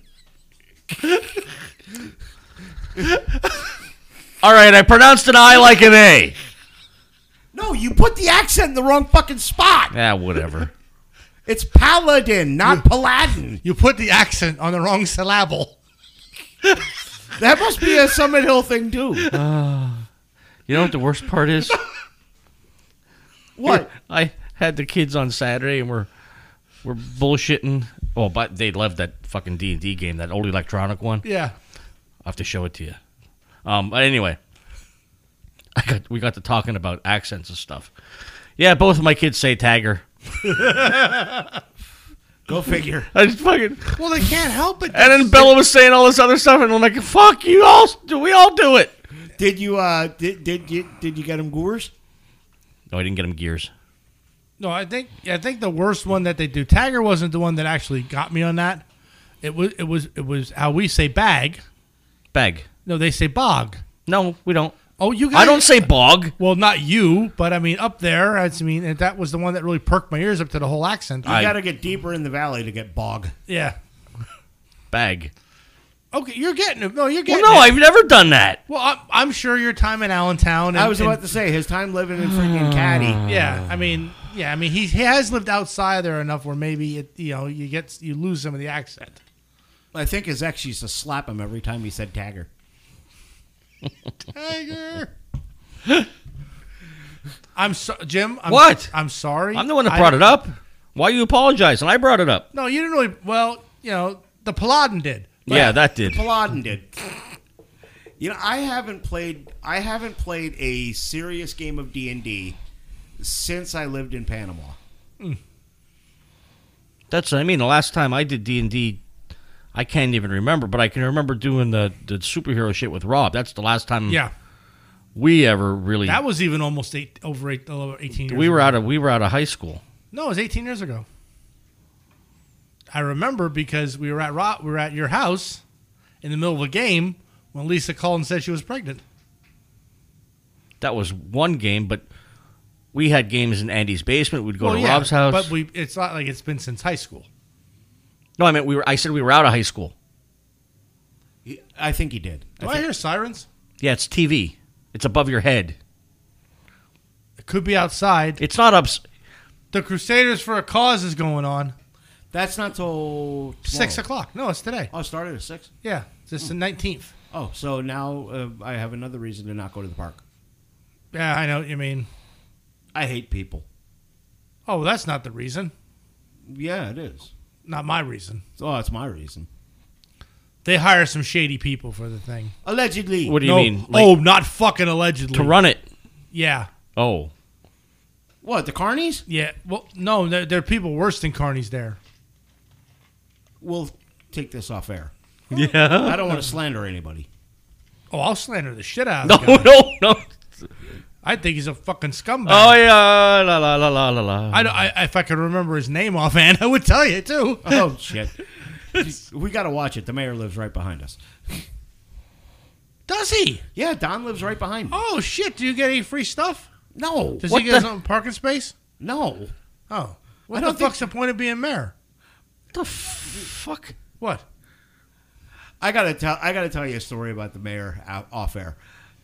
S3: All right, I pronounced an I like an A.
S2: No, you put the accent in the wrong fucking spot.
S3: Ah, whatever.
S2: It's paladin, not paladin.
S1: You put the accent on the wrong syllable.
S2: That must be a Summit Hill thing too.
S3: You know what the worst part is?
S2: What?
S3: I had the kids on Saturday and we're we're bullshitting. Oh, but they loved that fucking D and D game, that old electronic one.
S1: Yeah.
S3: I have to show it to you. Um, but anyway, I got, we got to talking about accents and stuff. Yeah, both of my kids say tagger.
S2: Go figure.
S3: I just fucking
S1: Well, they can't help it.
S3: and then Bella was saying all this other stuff, and I'm like, "Fuck you all! Do we all do it?"
S2: Did you uh did did you did you get him gores?
S3: No, I didn't get him gears.
S1: No, I think I think the worst one that they do. Tagger wasn't the one that actually got me on that. It was it was it was how we say bag.
S3: Bag.
S1: No, they say bog.
S3: No, we don't.
S1: Oh, you guys.
S3: I don't say bog.
S1: Well, not you, but I mean up there. I just mean and that was the one that really perked my ears up to the whole accent.
S2: You
S3: I-
S2: gotta get deeper in the valley to get bog.
S1: yeah.
S3: Bag.
S1: Okay, you're getting it. No, you're
S3: Well,
S1: getting.
S3: no,
S1: it.
S3: I've never done that.
S1: Well, I'm, I'm sure your time in Allentown. And,
S2: I was
S1: and-
S2: about to say his time living in freaking Caddy.
S1: Yeah,
S3: Uh.
S1: I mean, yeah, I mean, he, he has lived outside there enough where maybe it, you know you get you lose some of the accent.
S2: I think his ex used to slap him every time he said tagger.
S1: Tiger. I'm so Jim. I'm,
S3: What?
S1: I'm sorry.
S3: I'm the one that
S1: I-
S3: brought it up. Why you apologizing? I brought it up.
S1: No, you didn't really. Well, you know, the Paladin did.
S3: yeah, that did.
S2: Paladin did. You know, I haven't played I haven't played a serious game of D and D since I lived in Panama.
S3: That's what I mean. The last time I did D and D, I can't even remember, but I can remember doing the the superhero shit with Rob. That's the last time
S1: Yeah,
S3: we ever really.
S1: that was even almost eight over eight, over eighteen. Years
S3: we were
S1: ago.
S3: out of we were out of high school.
S1: No, it was eighteen years ago. I remember because we were at Ro- we were at your house in the middle of a game when Lisa called and said she was pregnant.
S3: That was one game, but we had games in Andy's basement. We'd go
S1: Well,
S3: to
S1: yeah,
S3: Rob's house.
S1: but we it's not like it's been since high school.
S3: no, I meant we were. I said we were out of high school.
S2: He- I think he did.
S1: Do I, hear sirens?
S3: Yeah, it's TV. It's above your head.
S1: It could be outside.
S3: It's not ups.
S1: The Crusaders for a Cause is going on.
S2: That's not till tomorrow.
S1: Six o'clock. No, it's today.
S2: Oh, it started at six.
S1: Yeah, it's the nineteenth.
S2: Oh, so now uh, I have another reason to not go to the park.
S1: Yeah, I know what you mean.
S2: I hate people.
S1: Oh, that's not the reason.
S2: Yeah, it is.
S1: Not my reason.
S2: Oh, that's my reason.
S1: They hire some shady people for the thing.
S2: Allegedly.
S3: What do you
S1: No-
S3: mean? Like,
S1: oh, not fucking allegedly.
S3: to run it.
S1: Yeah,
S3: Oh,
S2: What, the carnies?
S1: yeah. Well, no, there, there are people worse than Carney's there.
S2: We'll take this off air.
S3: yeah.
S2: I don't want to slander anybody.
S1: Oh, I'll slander the shit out of
S3: No,
S1: the guy.
S3: no, no.
S1: I think he's a fucking scumbag.
S3: Oh yeah, la la la la la la.
S1: I, don't- I, if I could remember his name offhand, I would tell you too.
S2: Oh, shit. we got to watch it. The mayor lives right behind us.
S1: Does he?
S2: Yeah, Don lives right behind me.
S1: Oh shit! Do you get any free stuff?
S2: No.
S1: Does
S3: What
S1: he get his
S3: the-
S1: own parking space?
S2: No.
S1: Oh,
S2: I
S1: what
S2: don't
S1: the fuck's the point of being mayor?
S3: What the fuck?
S1: What?
S2: I got to tell I got to tell you a story about the mayor out, off air.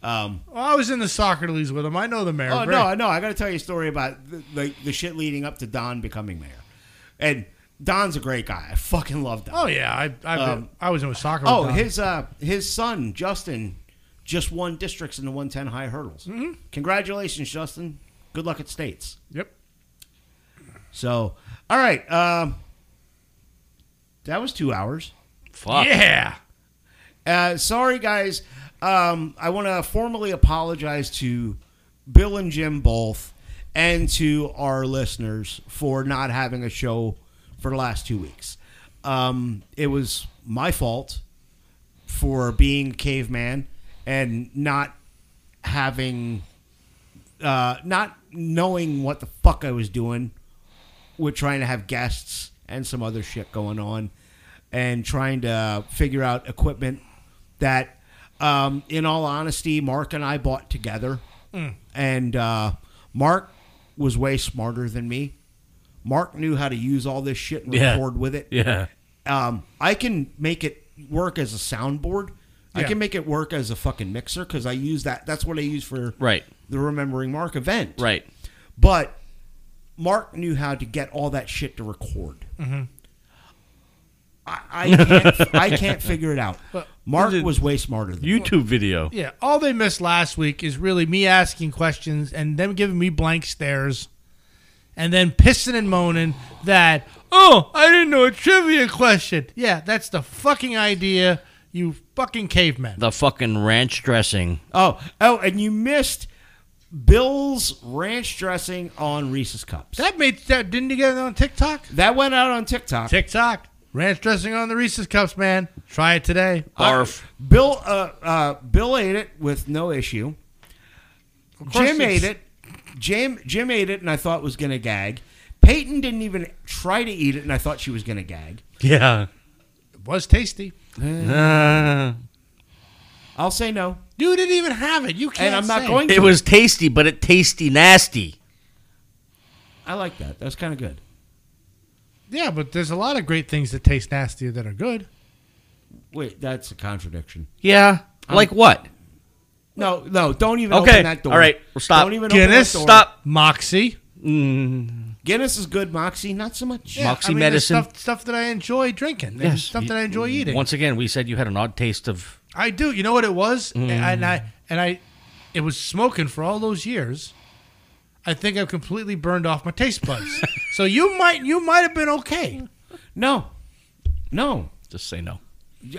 S2: Um,
S1: Well, I was in the soccer leagues with him. I know the mayor.
S2: oh
S1: very-
S2: no, no, I got to tell you a story about the, the the shit leading up to Don becoming mayor. And Don's a great guy. I fucking love Don.
S1: Oh yeah, I I,
S2: Um,
S1: I was in soccer. with
S2: Oh,
S1: Don.
S2: his uh, his son Justin just won districts in the 110 high hurdles. Mm-hmm. Congratulations, Justin. Good luck at states.
S1: Yep.
S2: So, all right, um, that was two hours.
S3: Fuck.
S1: Yeah.
S2: Uh, sorry, guys. Um, I want to formally apologize to Bill and Jim both, and to our listeners for not having a show for the last two weeks. Um, it was my fault for being a caveman and not having, uh, not knowing what the fuck I was doing with trying to have guests and some other shit going on and trying to figure out equipment that um, in all honesty mark and i bought together and uh, mark was way smarter than me mark knew how to use all this shit and
S3: Yeah.
S2: record with it
S3: Yeah.
S2: um, I can make it work as a soundboard. I
S1: Yeah.
S2: can make it work as a fucking mixer because I use that. That's what I use for
S3: Right.
S2: the Remembering Mark event.
S3: Right.
S2: But Mark knew how to get all that shit to record. I, I can't. I can't figure it out. Mark was way smarter than me.
S3: YouTube video.
S1: Yeah. All they missed last week is really me asking questions and them giving me blank stares, and then pissing and moaning that oh I didn't know a trivia question. Yeah, that's the fucking idea. You fucking cavemen.
S3: The fucking ranch dressing.
S2: Oh, oh, and you missed Bill's ranch dressing on Reese's cups.
S1: That made that didn't you get it on TikTok?
S2: That went out on TikTok.
S1: TikTok. Ranch dressing on the Reese's cups, man. Try it today.
S3: Barf.
S2: Bill uh, uh, Bill ate it with no issue.
S1: course
S2: Jim
S1: it's-
S2: ate it. Jim Jim ate it, and I thought was gonna gag. Peyton didn't even try to eat it, and I thought she was gonna gag.
S3: Yeah.
S1: It was tasty.
S3: Uh,
S2: I'll say no,
S1: Dude didn't even have it. You can't.
S2: and I'm not
S1: say.
S2: going. To.
S3: it was tasty, but it tasty nasty.
S2: I like that. That's kind of good.
S1: Yeah, but there's a lot of great things that taste nastier that are good.
S2: Wait, that's a contradiction.
S3: Yeah. Um, Like what?
S2: No, no, don't even
S3: Okay,
S2: open that door.
S3: all right, well, stop.
S2: Don't even
S1: Guinness,
S2: open that door.
S3: Stop.
S1: Moxie. Mm.
S2: Guinness is good. Moxie, not so much.
S1: Yeah,
S3: Moxie
S1: I mean, there's
S3: medicine.
S1: Stuff, stuff that I enjoy drinking. and
S3: Yes.
S1: Stuff that I enjoy eating.
S3: Once again, we said you had an odd taste of.
S1: I do. You know what it was?
S3: Mm.
S1: And I and I it was smoking for all those years. I think I've completely burned off my taste buds. so you might you might have been okay.
S2: No, no,
S3: Just say no.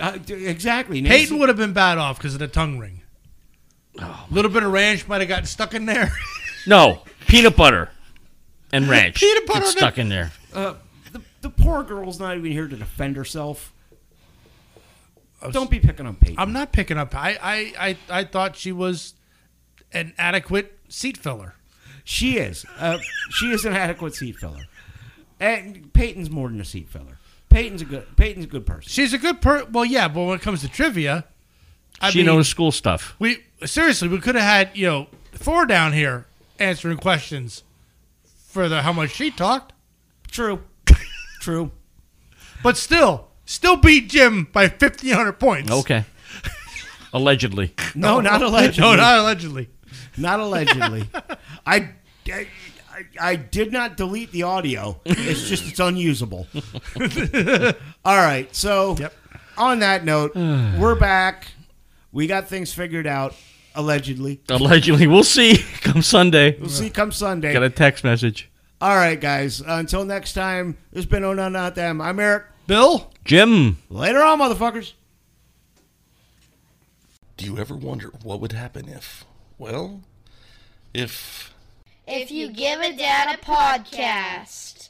S2: Uh, d- exactly. Nancy-
S1: Peyton would have been bad off because of the tongue ring.
S3: Oh,
S1: A little bit of ranch might have gotten stuck in there.
S3: No. Peanut butter and ranch.
S1: Peanut butter
S3: It's
S1: and-
S3: stuck in there.
S2: Uh, the, the poor girl's not even here to defend herself. Don't be picking on Peyton.
S1: I'm not picking up. I I, I, I thought she was an adequate seat filler.
S2: she is. Uh, she is an adequate seat filler, and Peyton's more than a seat filler. Peyton's a good. Peyton's a good person.
S1: She's a good per. Well, yeah, but when it comes to trivia, I
S3: she
S1: mean,
S3: knows school stuff.
S1: We seriously, we could have had you know four down here answering questions for the how much she talked,
S2: True. True.
S1: but still, still beat Jim by fifteen hundred points.
S3: Okay. Allegedly.
S2: No, not allegedly.
S1: No, not allegedly.
S2: Not allegedly. I, I, I did not delete the audio. It's just it's unusable. All right. So
S1: Yep.
S2: on that note, we're back. We got things figured out. Allegedly.
S3: Allegedly. We'll see come Sunday.
S2: We'll see come Sunday.
S3: Got a text message.
S2: All right, guys. Until next time, this has been Oh No Not Them. I'm Eric.
S1: Bill,
S3: Jim.
S2: Later on, motherfuckers.
S6: Do you ever wonder what would happen if, well, if
S7: If you give a dad a podcast.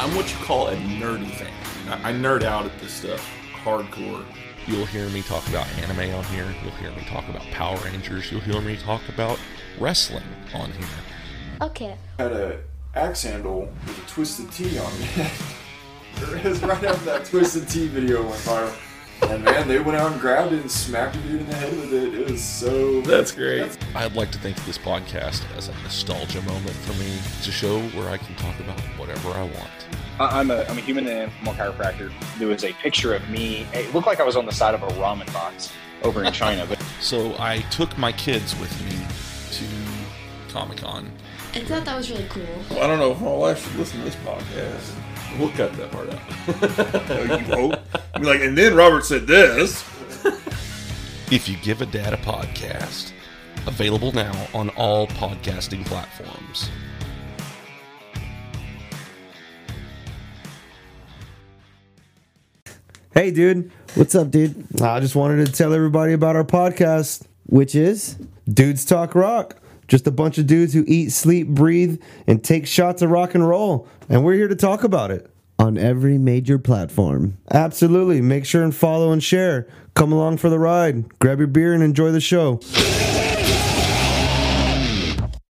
S8: I'm what you call a nerdy fan. I, I nerd out at this stuff hardcore.
S6: you'll hear me talk about anime on here, you'll hear me talk about Power Rangers, you'll hear me talk about wrestling on here.
S7: Okay.
S8: had a axe handle with a twisted T on it. it was right after that twisted T video went viral. And man, they went out and grabbed it and smacked a dude in the head with it. It was so. That's great.
S6: I'd like to think of this podcast as a nostalgia moment for me. It's a show where I can talk about whatever I want.
S9: I- I'm a, I'm a human and animal chiropractor. There was a picture of me. It looked like I was on the side of a ramen box over in China. But
S6: So I took my kids with me to Comic Con
S10: I thought that was really cool.
S6: I don't know if my wife should listen to this podcast. We'll cut that part out.
S11: you won't. Be like, and then Robert said this.
S6: if you give a dad a podcast, available now on all podcasting platforms.
S2: Hey, dude. What's up, dude? I just wanted to tell everybody about our podcast, which is Dudes Talk Rock. Just a bunch of dudes who eat, sleep, breathe, and take shots of rock and roll. And we're here to talk about it on every major platform. Absolutely. Make sure and follow and share. Come along for the ride. Grab your beer and enjoy the show.